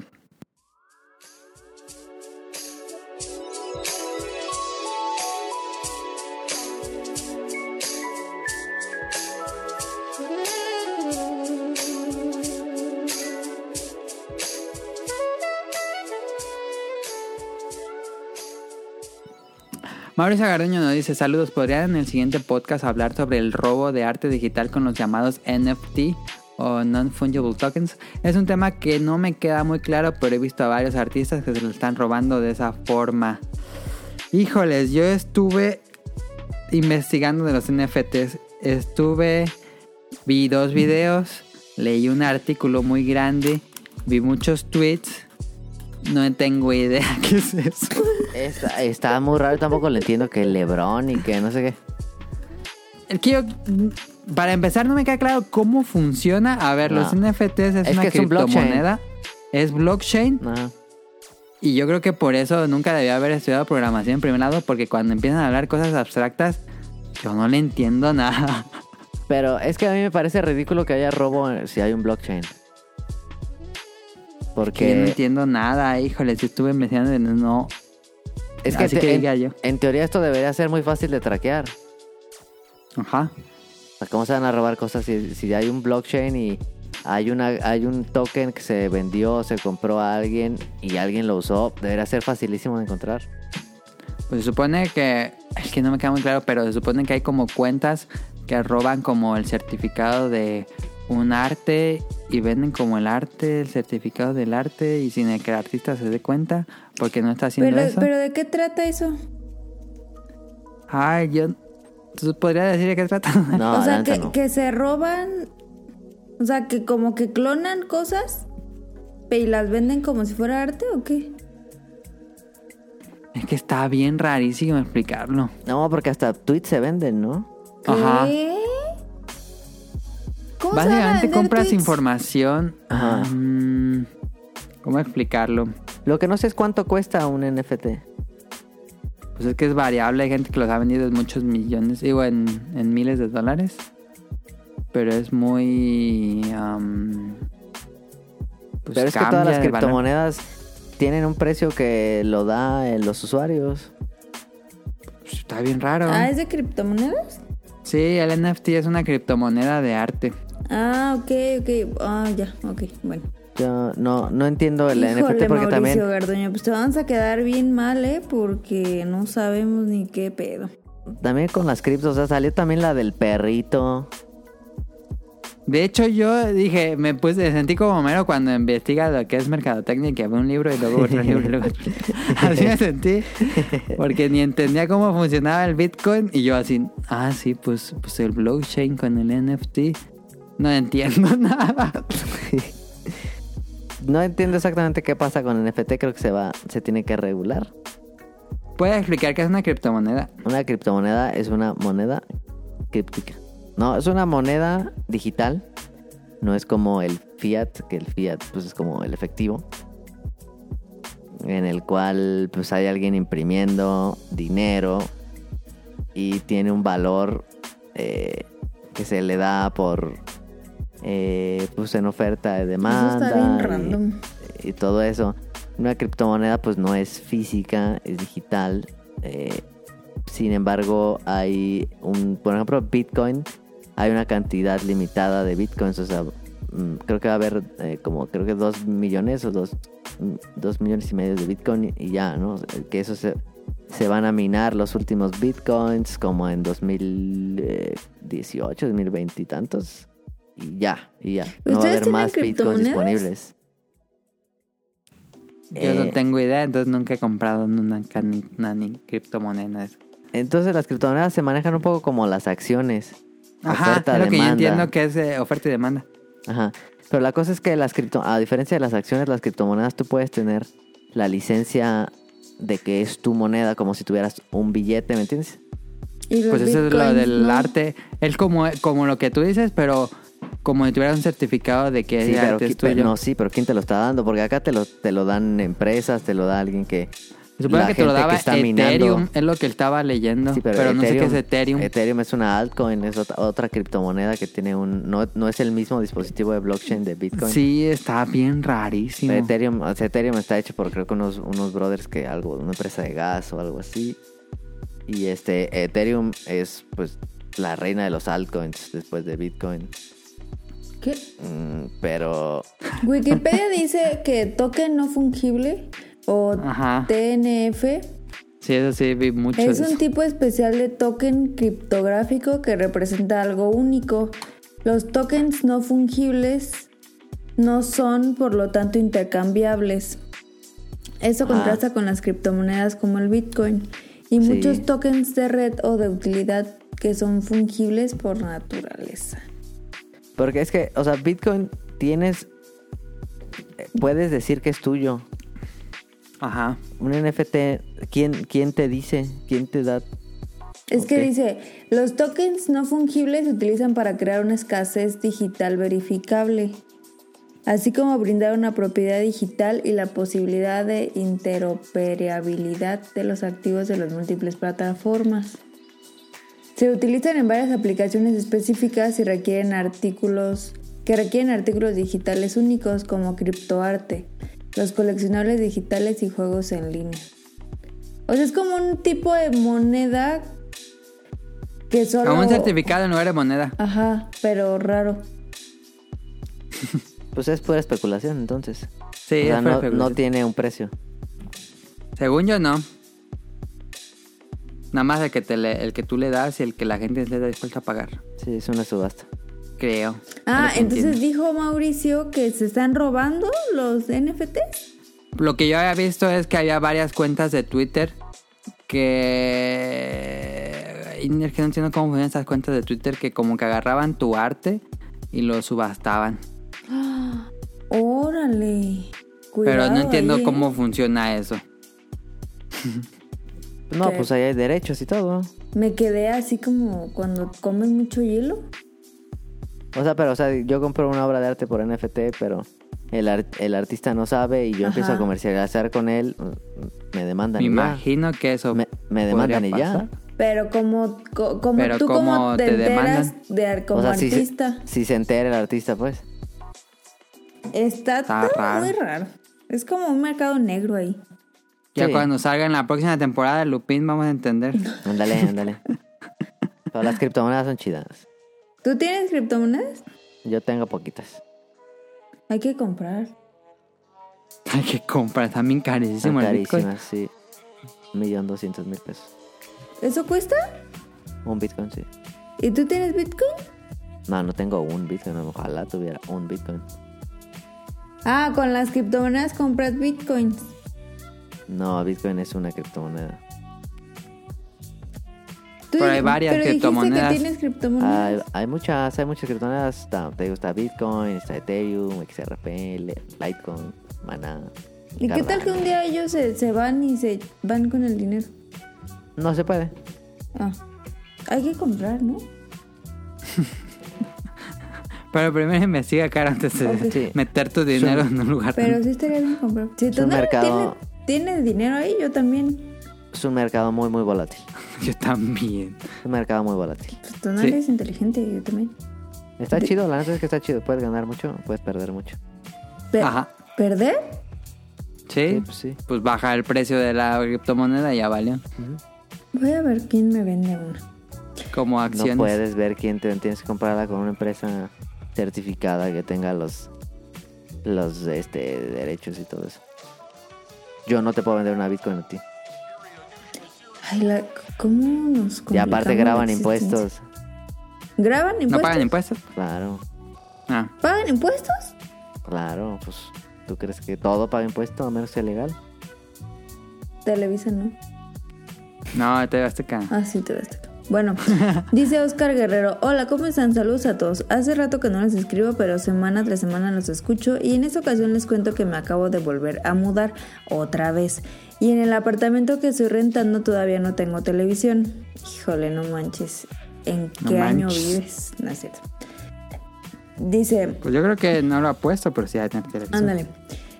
S2: Mauricio Gardeño nos dice, saludos, ¿podrían en el siguiente podcast hablar sobre el robo de arte digital con los llamados NFT o non-fungible tokens? Es un tema que no me queda muy claro, pero he visto a varios artistas que se lo están robando de esa forma. Híjoles, yo estuve investigando de los NFTs, estuve, vi dos videos, leí un artículo muy grande, vi muchos tweets, no tengo idea qué es eso.
S3: Está, está muy raro, tampoco le entiendo que Lebron y que no sé qué.
S2: El que yo, para empezar, no me queda claro cómo funciona. A ver,
S3: No.
S2: los NFTs es,
S3: Es
S2: una
S3: que es un blockchain.
S2: criptomoneda. Es blockchain.
S3: No.
S2: Y yo creo que por eso nunca debía haber estudiado programación en primer lado, porque cuando empiezan a hablar cosas abstractas, yo no le entiendo nada.
S3: Pero es que a mí me parece ridículo que haya robo eh, si hay un blockchain.
S2: Que no
S3: Porque
S2: entiendo nada, híjole, si estuve investigando y no.
S3: es que,
S2: Así
S3: te-
S2: que
S3: en,
S2: diga yo.
S3: en teoría esto debería ser muy fácil de traquear.
S2: Ajá.
S3: O sea, Pues, ¿Cómo se van a robar cosas si, si hay un blockchain y hay una hay un token que se vendió, se compró a alguien y alguien lo usó? Debería ser facilísimo de encontrar.
S2: Pues se supone que. Es que no me queda muy claro, pero se supone que hay como cuentas que roban como el certificado de un arte y venden como el arte, el certificado del arte y sin que el artista se dé cuenta porque no está haciendo
S1: Pero,
S2: eso.
S1: pero ¿de qué trata eso?
S2: Ay, yo. ¿Tú podrías decir de qué trata?
S3: No,
S1: o sea,
S3: la
S1: que,
S3: neta no.
S1: que se roban, o sea, que como que clonan cosas pe- y las venden como si fuera arte o qué?
S2: Es que está bien rarísimo explicarlo.
S3: No, porque hasta tweets se venden, ¿no?
S2: Ajá.
S1: ¿Qué? ¿Cómo se van a
S2: Básicamente
S1: vender
S2: compras
S1: tweets?
S2: información.
S1: Ah.
S3: Ajá.
S2: Mm, ¿Cómo explicarlo?
S3: Lo que no sé es cuánto cuesta un NFT.
S2: Pues es que es variable, hay gente que los ha vendido en muchos millones, digo, en, en miles de dólares. Pero es muy... am, pues
S3: Pero es que todas
S2: cambia
S3: las
S2: de valor.
S3: criptomonedas tienen un precio que lo da eh, los usuarios.
S2: Pues está bien raro.
S1: Ah, ¿es de criptomonedas?
S2: Sí, el NFT es una criptomoneda de arte.
S1: Ah, ok, ok. Ah, ya, ok, bueno.
S3: Yo no, no entiendo el
S1: Híjole,
S3: NFT porque
S1: Mauricio
S3: también
S1: Garduño, pues te vamos a quedar bien mal, ¿eh? Porque no sabemos ni qué pedo.
S3: también con las criptos, o sea, salió también la del perrito.
S2: De hecho, yo dije, me puse, sentí como Homero cuando investiga lo que es mercadotecnia, que abre un libro y luego otro libro y luego otro. Así me sentí, porque ni entendía cómo funcionaba el Bitcoin y yo así, ah, sí, pues, pues el blockchain con el NFT, no entiendo nada.
S3: No entiendo exactamente qué pasa con NFT, creo que se va se tiene que regular.
S2: ¿Puedes explicar qué es una criptomoneda?
S3: Una criptomoneda es una moneda críptica. No, es una moneda digital. No es como el fiat, que el fiat pues es como el efectivo. En el cual pues hay alguien imprimiendo dinero y tiene un valor eh, que se le da por eh, pues en oferta y demanda.
S1: Eso está bien
S3: y-
S1: random.
S3: y todo eso. Una criptomoneda pues no es física, es digital. eh, sin embargo, hay un, por ejemplo, Bitcoin, hay una cantidad limitada de Bitcoins, o sea, mm, creo que va a haber eh, como, creo que dos millones o dos, mm, dos millones y medio de Bitcoin y ya, ¿no? O sea, Que eso se, se van a minar los últimos Bitcoins como en eh, 2018, 2020 y tantos. Y ya, y ya. No va a
S1: ¿Ustedes
S3: haber
S1: tienen
S3: más Bitcoins
S1: criptomonedas?
S3: disponibles.
S2: Yo no
S3: Eh,
S2: tengo idea, entonces nunca he comprado una, cani- una ni- criptomoneda.
S3: Entonces las criptomonedas se manejan un poco como las acciones.
S2: Ajá,
S3: oferta,
S2: es lo que yo
S3: demanda.
S2: entiendo que es eh, oferta y demanda.
S3: Ajá. Pero la cosa es que las cripto, a diferencia de las acciones, las criptomonedas tú puedes tener la licencia de que es tu moneda, como si tuvieras un billete, ¿me entiendes?
S1: Y los
S2: Pues eso es lo
S1: bitcoins,
S2: del
S1: ¿no?
S2: arte. Es como, como lo que tú dices, pero como si tuvieras un certificado de que
S3: Sí,
S2: ese
S3: pero,
S2: arte
S3: qui-
S2: es tuyo.
S3: no, sí, pero ¿quién te lo está dando? Porque acá te lo, te lo dan empresas, te lo da alguien que...
S2: Supongo
S3: la
S2: que te lo
S3: gente
S2: daba
S3: que está
S2: Ethereum,
S3: minando.
S2: es lo que estaba leyendo.
S3: Sí,
S2: pero no sé qué es Ethereum.
S3: Ethereum es una altcoin, es otra, otra criptomoneda que tiene un... No, no es el mismo dispositivo de blockchain de Bitcoin.
S2: Sí, está bien rarísimo.
S3: Pero Ethereum, o sea, Ethereum está hecho por creo que unos, unos brothers que algo, una empresa de gas o algo así. Y este, Ethereum es pues la reina de los altcoins después de Bitcoin.
S1: ¿Qué?
S3: Mm, pero
S1: Wikipedia dice que token no fungible o
S2: Ajá.
S1: TNF
S2: Sí, eso sí, vi mucho.
S1: Es
S2: de eso.
S1: un tipo especial de token criptográfico que representa algo único. Los tokens no fungibles no son, por lo tanto, intercambiables. Eso contrasta con las criptomonedas como el Bitcoin y
S3: Sí.
S1: muchos tokens de red o de utilidad que son fungibles por naturaleza.
S3: Porque es que, o sea, Bitcoin tienes. eh, Puedes decir que es tuyo.
S2: Ajá.
S3: Un NFT, ¿quién, quién te dice? ¿Quién te da?
S1: Es
S3: Ok.
S1: que dice, los tokens no fungibles se utilizan para crear una escasez digital verificable, así como brindar una propiedad digital y la posibilidad de interoperabilidad de los activos de las múltiples plataformas. Se utilizan en varias aplicaciones específicas y requieren artículos que requieren artículos digitales únicos como criptoarte, los coleccionables digitales y juegos en línea. O sea, es como un tipo de moneda que solo...
S2: Como un certificado en lugar de moneda.
S1: Ajá, pero raro.
S3: Pues es pura especulación, entonces.
S2: Sí,
S3: O sea,
S2: es
S3: no,
S2: perfecto.
S3: no tiene un precio.
S2: Según yo, no. Nada más el que, te le- el que tú le das y el que la gente esté dispuesta a pagar.
S3: Sí, es una subasta.
S2: Creo.
S1: Ah,
S2: Lo que
S1: entonces
S2: entiendo.
S1: dijo Mauricio que se están robando los NFTs.
S2: Lo que yo había visto es que había varias cuentas de Twitter que... Ay, Es que no entiendo cómo funcionan estas cuentas de Twitter que como que agarraban tu arte y lo subastaban.
S1: Órale.
S2: Pero
S1: Cuidado
S2: no entiendo
S1: ahí, ¿eh?
S2: cómo funciona eso.
S3: No,
S1: ¿Qué?
S3: pues ahí hay derechos y todo.
S1: Me quedé así como cuando comes mucho hielo.
S3: O sea, pero, o sea, yo compro una obra de arte por NFT, pero el, ar- el artista no sabe y yo empiezo a
S1: Ajá.
S3: comercializar con él, mm, me demandan.
S2: Me
S3: y ya.
S2: imagino que eso...
S3: Me, me demandan y
S2: podría
S3: ya.
S2: pasar.
S1: Pero como, co- como
S2: Pero
S1: tú como
S2: ¿cómo
S1: te,
S2: te
S1: enteras
S2: demandan?
S1: de, como
S3: o sea, si se,
S1: artista.
S3: si se entera el artista, pues.
S1: Está,
S2: Está
S1: todo
S2: raro.
S1: muy raro. Es como un mercado negro ahí.
S2: Ya
S3: Sí.
S2: cuando salga en la próxima temporada de Lupin vamos a entender.
S3: Ándale, ándale. Pero las criptomonedas son chidas.
S1: ¿Tú tienes criptomonedas?
S3: Yo tengo poquitas.
S1: Hay que comprar.
S2: Hay que comprar, también
S3: Son
S2: carísimo el Bitcoin.
S3: carísimas, sí. Un millón doscientos mil pesos.
S1: ¿Eso cuesta?
S3: Un Bitcoin, sí.
S1: ¿Y tú tienes Bitcoin?
S3: No, no tengo un Bitcoin. Ojalá tuviera un Bitcoin.
S1: Ah, con las criptomonedas compras Bitcoins.
S3: No, Bitcoin es una criptomoneda.
S1: Tú
S2: Pero hay
S1: di-
S2: varias
S1: pero dijiste
S2: criptomonedas.
S1: que tienes criptomonedas.
S3: Hay, hay muchas, hay muchas criptomonedas. Está, te digo, está Bitcoin, está Ethereum, XRP, Le- Litecoin, Mana.
S1: ¿Y qué tal que un día ellos se, se van y se van con el dinero?
S3: No se puede.
S1: Ah, hay que comprar, ¿no?
S2: Pero primero investiga, cara, antes de
S3: Ok. Sí.
S2: meter tu dinero en un lugar.
S1: Pero sí estaría bien comprar. Si
S3: un
S1: tú no
S3: mercado-
S1: tienes, tienes dinero ahí, yo también.
S3: Es un mercado muy, muy volátil.
S2: Yo también.
S3: Es un mercado muy volátil.
S1: Pues tú no
S2: Sí.
S1: eres inteligente, yo también.
S3: Está chido, la neta es que está chido. Puedes ganar mucho, puedes perder mucho.
S1: Pe-
S2: Ajá.
S1: ¿Perder?
S2: ¿Sí?
S3: Sí, pues sí.
S2: Pues baja el precio de la criptomoneda y ya valió.
S1: Voy a ver quién me vende una.
S2: Como acciones.
S3: No puedes ver quién te tienes que comprarla con una empresa certificada que tenga los los este derechos y todo eso. Yo no te puedo vender una Bitcoin a ti.
S1: Ay, la, ¿cómo nos
S3: Y
S1: complicamos
S3: aparte
S1: la
S3: graban
S1: existencia?
S3: impuestos.
S1: ¿Graban
S2: ¿No
S1: impuestos?
S2: pagan impuestos?
S3: Claro,
S2: Ah.
S1: ¿Pagan impuestos?
S3: claro, pues tú crees que todo paga impuesto a menos que sea legal.
S1: Televisa, ¿no?
S2: No, te gasté acá.
S1: Ah, sí, te das teta. Bueno, dice Oscar Guerrero, hola, ¿cómo están? Saludos a todos. Hace rato que no les escribo, pero semana tras semana los escucho y en esta ocasión les cuento que me acabo de volver a mudar otra vez. Y en el apartamento que estoy rentando todavía no tengo televisión. Híjole, no manches. ¿En
S2: No
S1: qué año
S2: manches.
S1: vives? No es cierto. Dice,
S2: Pues yo creo que no lo ha puesto, pero sí ha de tener televisión.
S1: Ándale.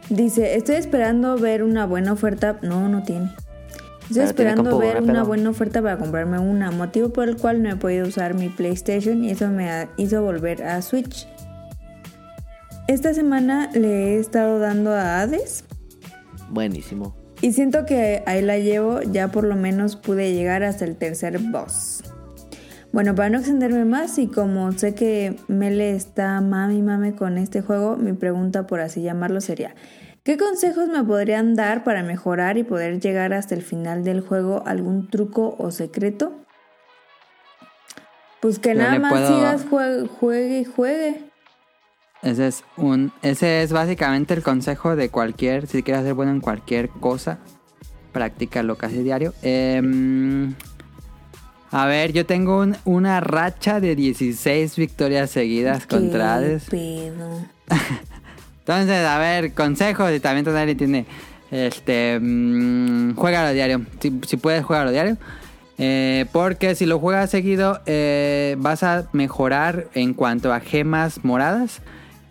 S1: Dice, estoy esperando ver una buena oferta. No, no tiene. Estoy
S3: Pero tiene
S1: esperando
S3: compu,
S1: ver
S3: ¿no,
S1: una
S3: pedo?
S1: buena oferta para comprarme una, motivo por el cual no he podido usar mi PlayStation y eso me ha- hizo volver a Switch. Esta semana le he estado dando a Hades
S3: Buenísimo.
S1: y siento que ahí la llevo, ya por lo menos pude llegar hasta el tercer boss. Bueno, para no extenderme más y como sé que Mele está mami mame con este juego, mi pregunta por así llamarlo sería, ¿Qué consejos me podrían dar para mejorar y poder llegar hasta el final del juego? ¿Algún truco o secreto? Pues que
S2: Yo
S1: nada
S2: le
S1: más
S2: puedo-
S1: sigas juegue, juegue y juegue.
S2: Ese es un, ese es básicamente el consejo de cualquier, si quieres ser bueno en cualquier cosa, practícalo casi diario. Em, a ver, yo tengo un- una racha de 16 victorias seguidas contra
S1: ¿Qué
S2: Hades.
S1: pedo?
S2: Entonces, a ver, consejos y también nadie tiene. Este, mm, juégalo diario. Si, si puedes, juégalo diario. Eh, porque si lo juegas seguido, eh, vas a mejorar en cuanto a gemas moradas.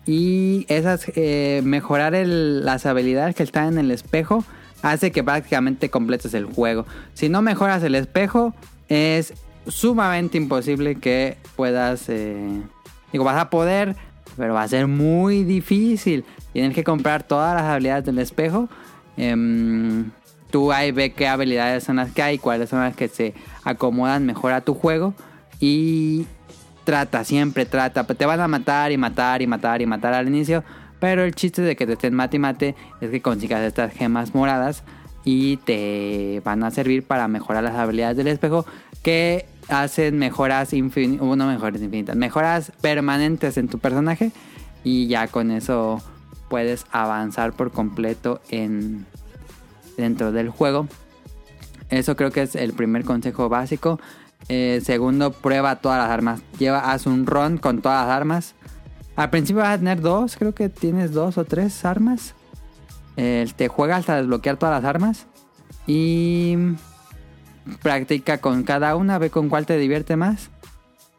S2: Y esas, eh, mejorar el- las habilidades que están en el espejo hace que prácticamente completes el juego. Si no mejoras el espejo, es sumamente imposible que puedas. eh, digo, vas a poder, pero va a ser muy difícil. Tienes que comprar todas las habilidades del espejo. Em, tú ahí ve qué habilidades son las que hay, cuáles son las que se acomodan mejor a tu juego. Y trata, siempre trata. Te van a matar y matar y matar y matar al inicio. Pero el chiste de que te estén mate y mate es que consigas estas gemas moradas y te van a servir para mejorar las habilidades del espejo que hacen mejoras infinitas, no mejoras infinitas, mejoras permanentes en tu personaje y ya con eso puedes avanzar por completo en dentro del juego. Eso creo que es el primer consejo básico. Eh, segundo, prueba todas las armas. Lleva, haz un run con todas las armas. Al principio vas a tener dos, creo que tienes dos o tres armas. Eh, te juega hasta desbloquear todas las armas. Y practica con cada una, ve con cuál te divierte más.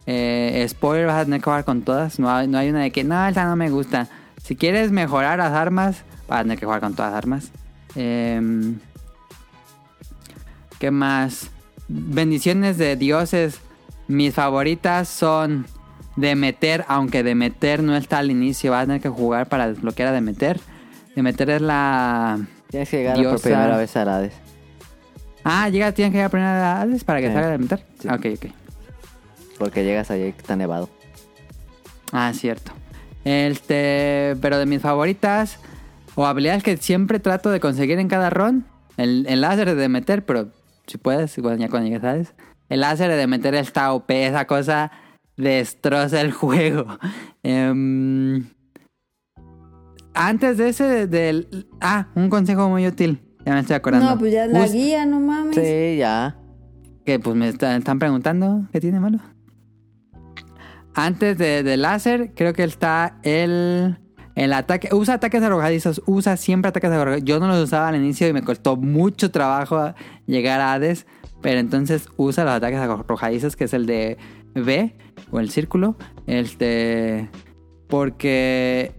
S2: Eh, spoiler, vas a tener que jugar con todas. No hay, no hay una de que, no, esa no me gusta. Si quieres mejorar las armas, vas a tener que jugar con todas las armas. Em, ¿Qué más? Bendiciones de dioses. Mis favoritas son Demeter, aunque Demeter no está al inicio, vas a tener que jugar para desbloquear a Demeter. Demeter es la...
S3: Tienes que llegar por
S2: Diosa.
S3: primera vez a Hades.
S2: Ah, llega, tienes que ir a poner a Hades para que
S3: Sí.
S2: salga Demeter.
S3: Sí.
S2: Ah, Ok, ok.
S3: Porque llegas allí que está nevado.
S2: Ah, cierto. Este, pero de mis favoritas o habilidades que siempre trato de conseguir en cada ron, el, el láser de meter, pero si puedes, bueno, ya cuando llegues, ¿sabes? El láser de meter está OP, esa cosa destroza el juego. Em, antes de ese, del. Ah, un consejo muy útil, ya me estoy acordando.
S1: No, pues ya es la
S2: Us-
S1: guía, no mames.
S3: Sí, ya.
S2: que pues me está- están preguntando qué tiene malo. Antes de, de láser, creo que está el, el ataque. Usa ataques arrojadizos, usa siempre ataques arrojadizos. Yo no los usaba al inicio y me costó mucho trabajo llegar a Hades. Pero entonces usa los ataques arrojadizos, que es el de B o el círculo. Este. Porque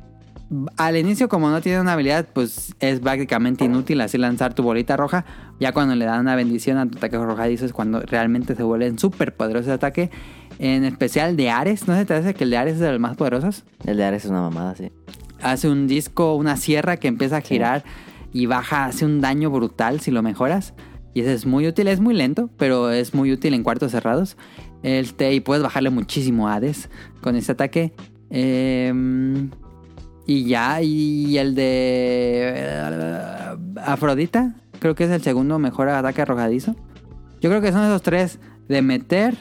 S2: al inicio, como no tiene una habilidad, pues es prácticamente inútil así lanzar tu bolita roja. Ya cuando le dan una bendición a tu ataque arrojadizo es cuando realmente se vuelven súper poderosos de ataque. En especial de Ares. ¿No se te hace que el de Ares es de los más poderosos?
S3: El de Ares es una mamada, sí.
S2: hace un disco, una sierra que empieza a girar y baja, hace un daño brutal si lo mejoras. Y ese es muy útil, es muy lento, pero es muy útil en cuartos cerrados. Este, y puedes bajarle muchísimo a Hades con ese ataque. Em, y ya, y el de eh, Afrodita, creo que es el segundo mejor ataque arrojadizo. Yo creo que son esos tres, de meter,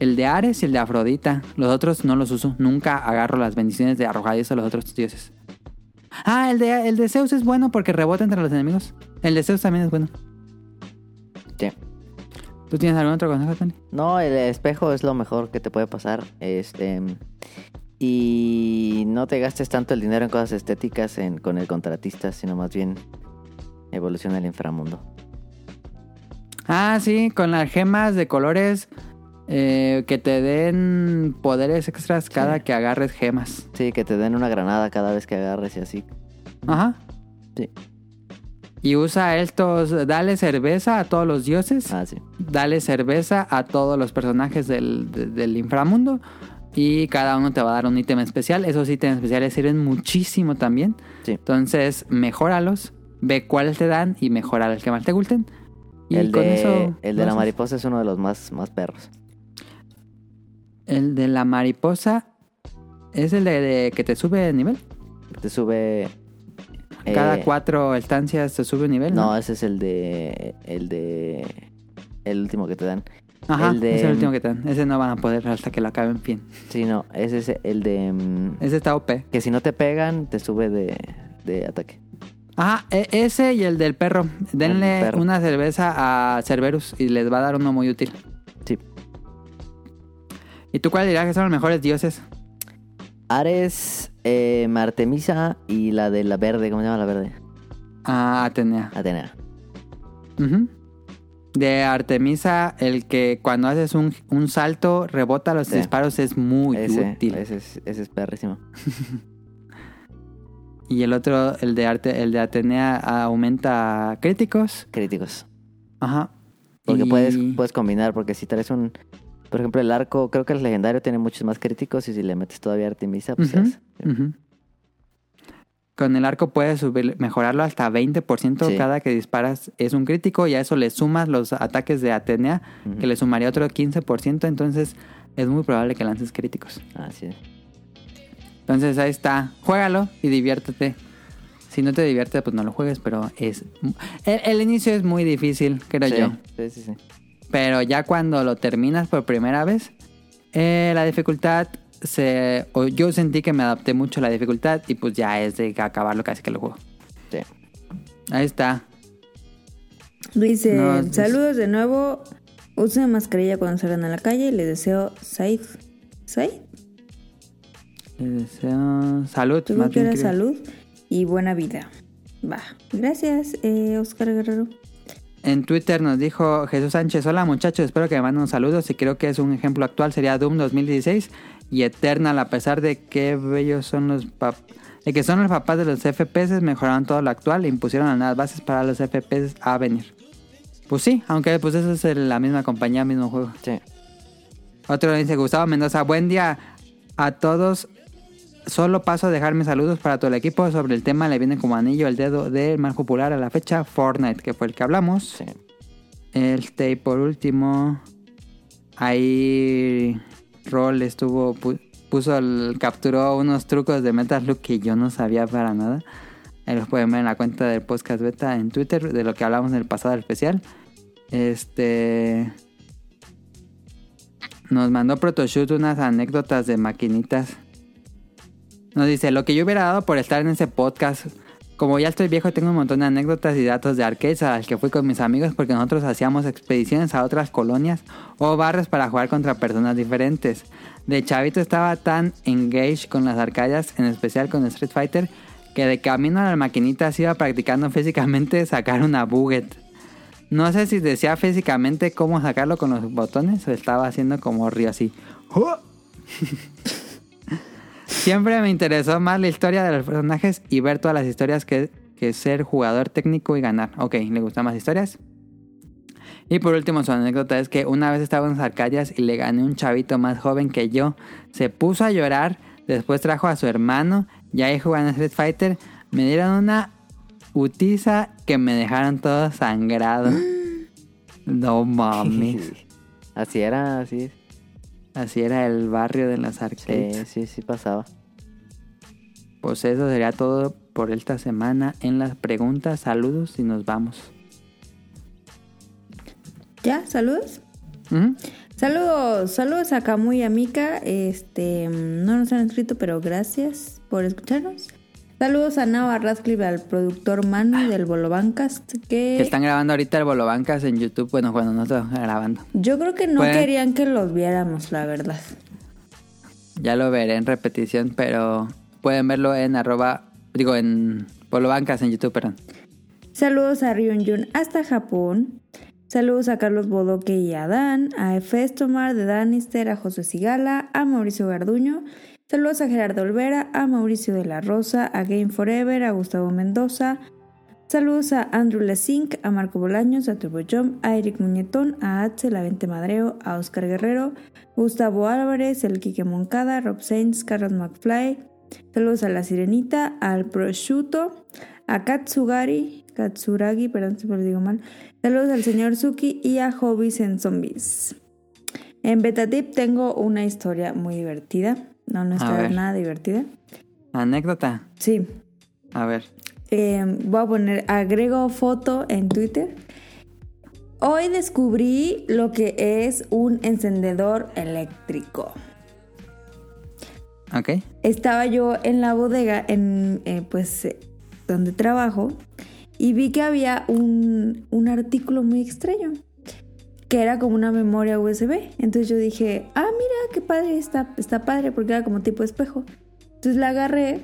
S2: el de Ares y el de Afrodita. Los otros no los uso, nunca agarro las bendiciones de arrojadizo a los otros dioses. Ah, el de, el de Zeus es bueno porque rebota entre los enemigos. El de Zeus también es bueno.
S3: Sí.
S2: ¿Tú tienes algún otro consejo, Tony?
S3: No, el espejo es lo mejor que te puede pasar. Este. Y no te gastes tanto el dinero en cosas estéticas en- con el contratista, sino más bien evoluciona el inframundo.
S2: Ah, sí, con las gemas de colores eh, que te den poderes extras cada que agarres gemas.
S3: Sí, que te den una granada cada vez que agarres y así.
S2: Ajá.
S3: Sí.
S2: Y usa estos, dale cerveza a todos los dioses.
S3: Ah, sí.
S2: dale cerveza a todos los personajes del, de- del inframundo y cada uno te va a dar un ítem especial. Esos ítems especiales sirven muchísimo también.
S3: Sí.
S2: Entonces, mejóralos, ve cuáles te dan y mejora el que más te gusten. Y
S3: el
S2: con
S3: de,
S2: eso.
S3: el de la
S2: ¿no?
S3: mariposa es uno de los más, más perros.
S2: El de la mariposa es el de, de que te sube de nivel.
S3: Te sube.
S2: Cada
S3: Eh,
S2: cuatro estancias se sube un nivel, ¿no?
S3: No, ese es el de. El de. El último que te dan.
S2: Ajá,
S3: el de-
S2: es el último que te dan. Ese no van a poder hasta que lo acaben bien.
S3: Sí, no, ese es el de. mm,
S2: Ese está OP.
S3: Que si no te pegan, te sube de, de ataque.
S2: Ajá, e- ese y el del perro. Denle
S3: El perro.
S2: una cerveza a Cerberus y les va a dar uno muy útil.
S3: Sí.
S2: ¿Y tú cuál dirías que son los mejores dioses?
S3: Ares, eh, Artemisa y la de la verde, ¿cómo se llama la verde?
S2: Ah, Atenea.
S3: Atenea.
S2: Ujú. De Artemisa, el que cuando haces un, un salto, rebota los
S3: Sí.
S2: disparos, es muy
S3: ese,
S2: útil.
S3: Ese es, ese es perrísimo.
S2: Y el otro, el de arte, el de Atenea aumenta críticos.
S3: Críticos.
S2: Ajá.
S3: Porque
S2: Y-
S3: puedes, puedes combinar, porque si traes un. Por ejemplo, el arco, creo que el legendario tiene muchos más críticos y si le metes todavía Artemisa, pues
S2: Ujú,
S3: es-
S2: ujú. Con el arco puedes subir, mejorarlo hasta 20%
S3: Sí.
S2: cada que disparas es un crítico y a eso le sumas los ataques de Atenea,
S3: Ujú.
S2: que le sumaría otro 15%, entonces es muy probable que lances críticos.
S3: Así es.
S2: Entonces ahí está, juégalo y diviértete. Si no te diviertes, pues no lo juegues, pero es... El, el inicio es muy difícil, creo
S3: Sí,
S2: yo.
S3: sí, sí, sí.
S2: Pero ya cuando lo terminas por primera vez, eh, la dificultad se. o yo sentí que me adapté mucho a la dificultad y pues ya es de acabarlo casi que lo juego.
S3: Sí.
S2: Ahí está.
S1: Dice,
S2: No, es-
S1: saludos de nuevo. Usen mascarilla cuando salgan a la calle y les deseo safe. ¿Safe?
S2: Les deseo Eh, salud.
S1: Tú
S2: más
S1: que
S2: bien
S1: era
S2: creo.
S1: salud y buena vida. Va. Gracias, eh, Oscar Guerrero.
S2: En Twitter nos dijo Jesús Sánchez, hola muchachos, espero que me manden un saludo. Si creo que es un ejemplo actual, sería Doom 2016 y Eternal, a pesar de que bellos son los pap- de que son los papás de los FPS, mejoraron todo lo actual e impusieron las nuevas bases para los FPS a venir. Pues sí, aunque pues eso es el- la misma compañía, mismo juego.
S3: Sí.
S2: Otro dice Gustavo Mendoza, buen día a todos. Solo paso a dejar mis saludos para todo el equipo. Sobre el tema le viene como anillo el dedo del más popular a la fecha, Fortnite, que fue el que hablamos.
S3: sí.
S2: Este, y por último, ahí Roll estuvo, pu- puso, el- capturó unos trucos de Metaslook que yo no sabía para nada. Ahí los pueden ver en la cuenta del podcast beta en Twitter, de lo que hablamos en el pasado especial. Este. Nos mandó Protoshoot unas anécdotas de maquinitas. Nos dice, lo que yo hubiera dado por estar en ese podcast. Como ya estoy viejo, tengo un montón de anécdotas y datos de arcades a las que fui con mis amigos porque nosotros hacíamos expediciones a otras colonias o barrios para jugar contra personas diferentes. De chavito estaba tan engaged con las arcadias, en especial con Street Fighter, que de camino a las maquinitas iba practicando físicamente sacar una buget. No sé si decía físicamente cómo sacarlo con los botones o estaba haciendo como río así. ¡Oh! Siempre me interesó más la historia de los personajes y ver todas las historias que, que ser jugador técnico y ganar. Ok, le gustan más historias. Y por último, su anécdota es que una vez estaba en las Arcadias y le gané un chavito más joven que yo. Se puso a llorar, después trajo a su hermano y ahí jugando Street Fighter me dieron una utiza que me dejaron todo sangrado. No mames.
S3: Así era, así es.
S2: Así era el barrio de las
S3: Sí,
S2: arcades.
S3: sí, sí pasaba.
S2: Pues eso sería todo por esta semana en las preguntas, saludos y nos vamos.
S1: ¿Ya? ¿Saludos?
S2: Ujú.
S1: Saludos, saludos a Camu y a Mika. Este, mm, no nos han escrito, pero gracias por escucharnos. Saludos a Nava Radcliffe, al productor Manu del Bolobancast, que
S2: Que están grabando ahorita el Bolobancas en YouTube. Bueno, cuando no están grabando.
S1: yo creo que no
S2: Pueden-
S1: querían que los viéramos, la verdad.
S2: Ya lo veré en repetición, pero pueden verlo en arroba, digo, en Bolobancas en YouTube, perdón.
S1: Saludos a Ryunjun hasta Japón. Saludos a Carlos Bodoque y a Dan, a Festomar de Danister, a José Sigala, a Mauricio Garduño. Saludos a Gerardo Olvera, a Mauricio de la Rosa, a Game Forever, a Gustavo Mendoza. Saludos a Andrew Lesink, a Marco Bolaños, a Turbo Jump, a Eric Muñetón, a Atze, la Vente Madreo, a Oscar Guerrero, Gustavo Álvarez, el Quique Moncada, Rob Sainz, Carlos McFly. Saludos a la Sirenita, al Prosciutto, a Katsugari, Katsuragi, perdón si lo digo mal. Saludos al señor Suki y a Hobbies en Zombies. En Betatip tengo una historia muy divertida. No, no
S2: A
S1: está
S2: ver.
S1: nada divertida.
S2: Anécdota.
S1: Sí,
S2: A ver.
S1: eh, voy a poner, agrego foto en Twitter. Hoy descubrí lo que es un encendedor eléctrico.
S2: Ok.
S1: Estaba yo en la bodega, en eh, pues eh, donde trabajo, y vi que había un, un artículo muy extraño, que era como una memoria USB. Entonces yo dije, ah, mira, qué padre, está, está padre, porque era como tipo espejo. Entonces la agarré,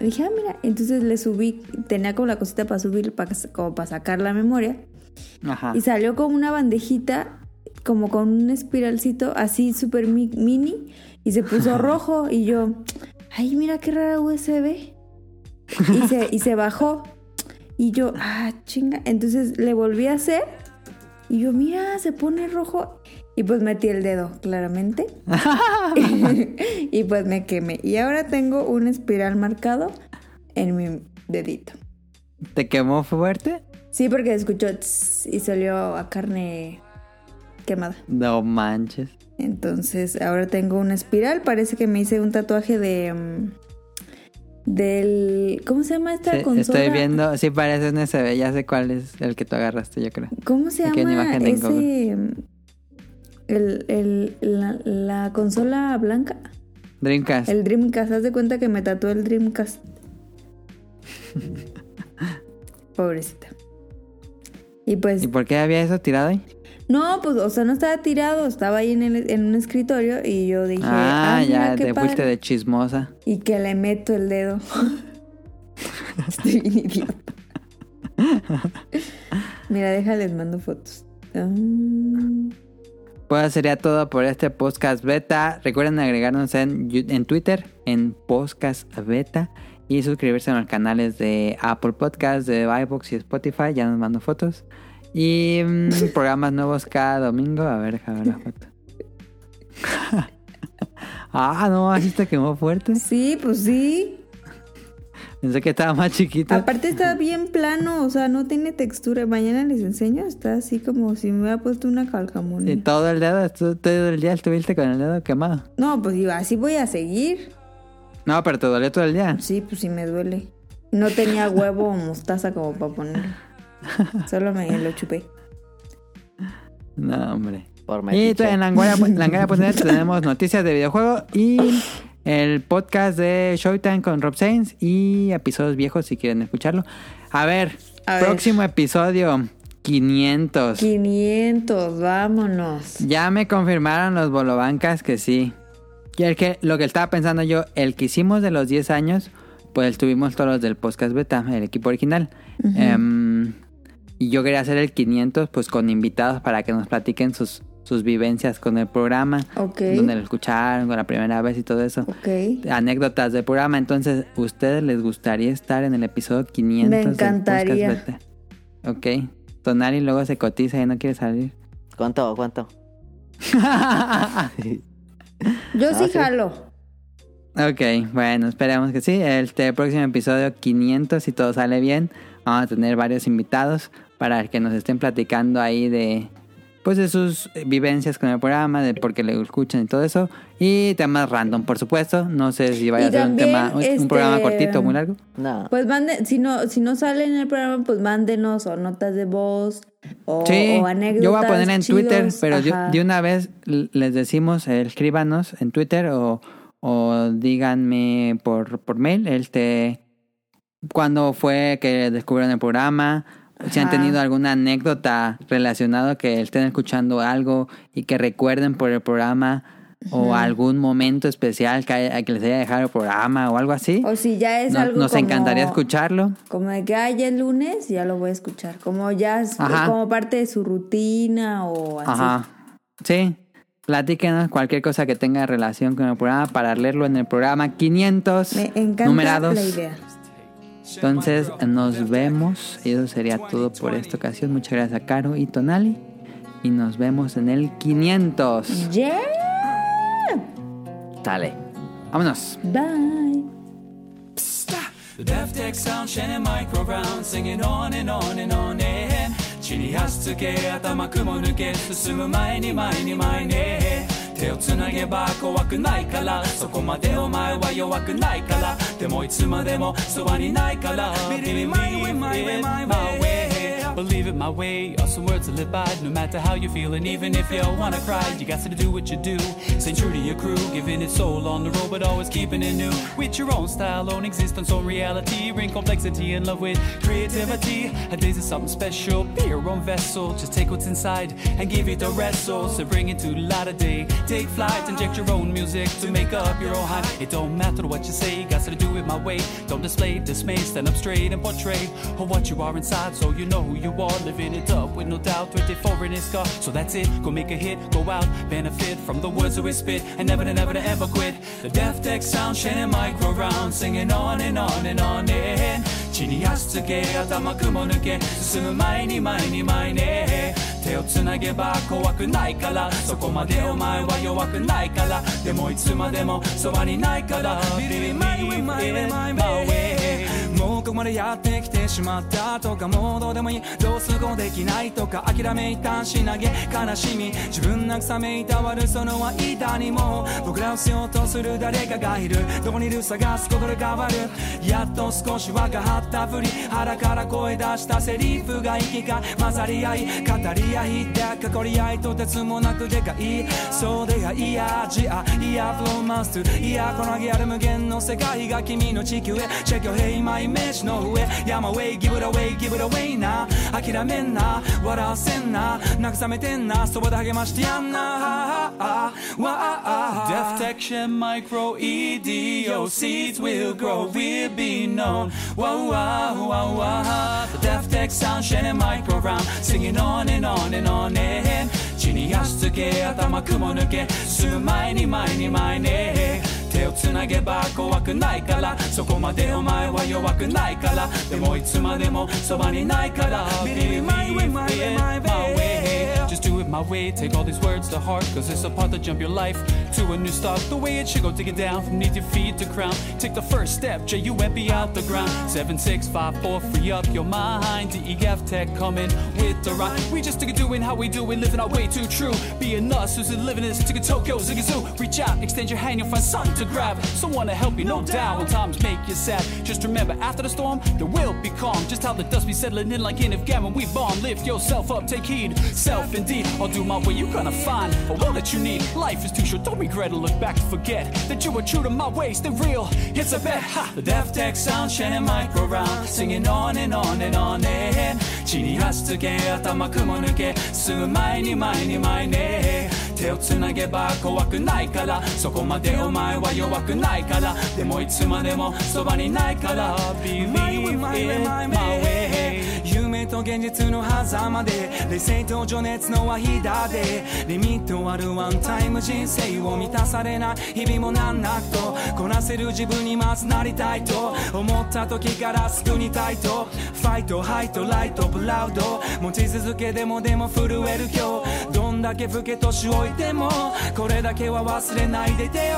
S1: y dije, ah, mira, entonces le subí, tenía como la cosita para subir, para, como para sacar la memoria.
S2: Ajá.
S1: Y salió como una bandejita, como con un espiralcito así súper mi- mini. Y se puso rojo. Y yo, ay, mira qué rara USB. Y se, y se bajó. Y yo, ah, chinga. Entonces le volví a hacer. Y yo, mira, se pone rojo. Y pues metí el dedo, claramente. y pues me quemé. Y ahora tengo un espiral marcado en mi dedito.
S2: ¿Te quemó fuerte?
S1: Sí, porque escuchó tss y salió a carne quemada.
S2: No manches.
S1: Entonces ahora tengo una espiral. Parece que me hice un tatuaje de. mm, del. ¿Cómo se llama esta
S2: Sí,
S1: consola?
S2: estoy viendo, sí parece un SB, ya sé cuál es el que tú agarraste, yo creo.
S1: ¿Cómo se
S2: Aquí en
S1: llama
S2: imagen tengo.
S1: ese. mm, El, el- la, la consola blanca?
S2: Dreamcast.
S1: El Dreamcast. Haz de cuenta que me tatué el Dreamcast. Pobrecita. Y pues.
S2: ¿Y por qué había eso tirado ahí?
S1: No, pues, o sea, no estaba tirado, estaba ahí en, el- en un escritorio y yo dije,
S2: ah,
S1: ah, mira,
S2: ya,
S1: qué
S2: te
S1: padre".
S2: fuiste de chismosa.
S1: Y que le meto el dedo. Estoy bien idiota. mira, déjales, mando fotos. Ah,
S2: Pues eso sería todo por este podcast beta. Recuerden agregarnos en, Yu- en Twitter, en podcast beta. Y suscribirse a los canales de Apple Podcast, de iBox y Spotify. Ya nos mando fotos. Y mm, programas nuevos cada domingo. A ver, déjame ver la foto. ah, no, así te quemó fuerte.
S1: Sí, pues sí.
S2: Pensé que estaba más chiquito.
S1: Aparte está bien plano, o sea, no tiene textura. Mañana les enseño, está así como si me hubiera puesto una calcamonía.
S2: Y todo el dedo, estu- todo el día estuviste con el dedo quemado.
S1: No, pues digo, así voy a seguir.
S2: No, pero te dolió todo el día.
S1: Sí, pues sí me duele. No tenía huevo o mostaza como para poner. Solo me lo chupé.
S2: No, hombre.
S3: Por
S2: Y
S3: metiche.
S2: en Langaria.net tenemos noticias de videojuego y el podcast de Showtime con Rob Sainz y episodios viejos si quieren escucharlo. A ver,
S1: A ver.
S2: próximo episodio 500.
S1: 500, vámonos.
S2: Ya me confirmaron los bolobancas que sí. Y el que, lo que estaba pensando yo, el que hicimos de los 10 años, pues tuvimos todos los del podcast beta, el equipo original. Em, y yo quería hacer el 500 pues con invitados para que nos platiquen sus, sus vivencias con el programa.
S1: Ok.
S2: Donde lo escucharon con la primera vez y todo eso.
S1: Ok.
S2: Anécdotas del programa. Entonces, ¿ustedes les gustaría estar en el episodio 500
S1: Me
S2: del podcast
S1: encantaría.
S2: beta? Ok. Tonali luego se cotiza y no quiere salir.
S3: ¿Cuánto? ¿Cuánto?
S1: Yo sí
S2: Ah,
S3: sí.
S1: jalo.
S2: Ok, bueno, esperemos que sí. Este próximo episodio 500, si todo sale bien, vamos a tener varios invitados para que nos estén platicando ahí de pues de sus vivencias con el programa, de por qué le escuchan y todo eso. Y temas random, por supuesto. No sé si vaya
S1: Y
S2: a ser un,
S1: también,
S2: tema, un, un
S1: este,
S2: programa cortito o muy largo.
S3: No.
S1: Pues manden, si no, si no sale en el programa, pues mándenos o notas de voz o,
S2: Sí,
S1: o anécdotas.
S2: yo voy a poner en
S1: chidos.
S2: Twitter, pero de,
S1: Ajá.
S2: de una vez l- les decimos, eh, escríbanos en Twitter o, o díganme por, por mail este cuándo fue que descubrieron el programa, si han
S1: Ajá.
S2: tenido alguna anécdota relacionada que estén escuchando algo y que recuerden por el programa o algún momento especial que, haya- que les haya dejado el programa o algo así.
S1: O si ya es
S2: No-
S1: algo
S2: nos
S1: como-
S2: encantaría escucharlo.
S1: Como de que, ah, ya es lunes, ya lo voy a escuchar. Como ya es
S2: Ajá.
S1: como parte de su rutina o así.
S2: Ajá. Sí. Platíquenos cualquier cosa que tenga relación con el programa para leerlo en el programa 500
S1: Me encanta
S2: numerados.
S1: la idea.
S2: Entonces nos vemos. Y eso sería todo por esta ocasión. Muchas gracias a Caro y Tonali. Y nos vemos en el 500.
S1: Yeah. Mm.
S3: Sale.
S2: Vámonos.
S1: Bye.
S6: The Def Tech Sound, Shannon Micro Brown, singing on and on and on, eh. 地に足つけ、頭雲抜け、進む前に前に前に、手をつなげば怖くないからそこまでお前は弱くないからでもいつまでもそばにないから Believe it my way my way my way Believe it my way are some words to live by No matter how you feel and even if you wanna cry You got to do what you do Stay true to your crew Giving it soul on the road but always keeping it new With your own style, own existence, own reality Bring complexity and love with creativity A days is something special Be your own vessel Just take what's inside and give it a wrestle So bring it to light of day Take flight, inject your own music to make up your own hype It don't matter what you say Got to do it my way Don't display dismay Stand up straight and portray what you are inside So you know who you are Living it up with no doubt 24 in his car So that's it, go make a hit, go out Benefit from the words that we spit And never to never to ever quit The Def Tech sound, Shannon micro round Singing on and on and on and 地に足つけ頭雲抜け進む前に前に前ね手をつなげば怖くないからそこまでお前は弱くないからでもいつまでもそばにないから Believe in my way my way my way もうここまでやってきてしまったとかもうどうでもいいどう過ごできないとか諦め一旦し投げ悲しみ自分慰めいたわるその間にも僕らを必要とする誰かがいるどこにいる探すことで変わるやっと少し分かったふり腹から声出したセリフが息が混ざり合い語り合いで囲り合いとてつもなくでかいそうでやいやジアいやフローマンスいやこのリアル無限の世界が君の地球へチェックヘイマイメージの上山ウェイギブラウェイギブラウェイな諦めんな笑わせんな慰めてんなそばで励ましてやんなわあ Deftection Micro EDO Seeds will grow we'll be known Wow wow wow wow The Deftech sound shining micro round Singing on and on and on and 地に足つけ頭雲抜け進む前に前に前ね手をつなげば怖くないからそこまでお前は弱くないからでもいつまでもそばにないから Believe my way my way my way Just do it my way Take all these words to heart Cause it's a part to jump your life To a new start The way it should go Take it down from need to feed to crown Take the first step J-U-M-P out the ground 7654 Free up your mind DEF Tech coming with the rhyme We just took it doing how we do it Living our way too true Being us who's living this Ticket Tokyo Ziggy Zoo Reach out, extend your hand You'll find something to grab Someone to help you, no doubt When times make you sad Just remember after the storm There will be calm Just how the dust be settling in Like in Afghan when we bomb Lift yourself up, take heed Self indeed I'll do my way, you're gonna find A one that you need Life is too short, don't regret it Look back, forget That you were true to my ways They're real, it's a bet ha! The Def Tech sound Shannon micro round Singing on and on and on and 地に足つけ頭雲抜けすぐ前に前に前ね手をつなげば怖くないからそこまでお前は弱くないからでもいつまでもそばにないから Believe in my way 夢と現実の狭間で冷静と情熱の間でリミットあるワンタイム人生を満たされない日々も難なくとこなせる自分にまずなりたいと思った時からすぐにタイトファイトハイトライトプラウド持ち続けでもでも震える今日どんだけ老け年老いてもこれだけは忘れないでいてよ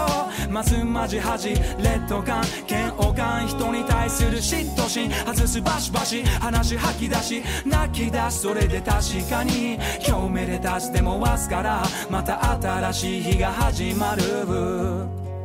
S6: ますまじ恥劣等感嫌悪感人に対する嫉妬心外すバシバシ話吐き出し泣き出すそれで確かに今日めでたしでもわすからまた新しい日が始まる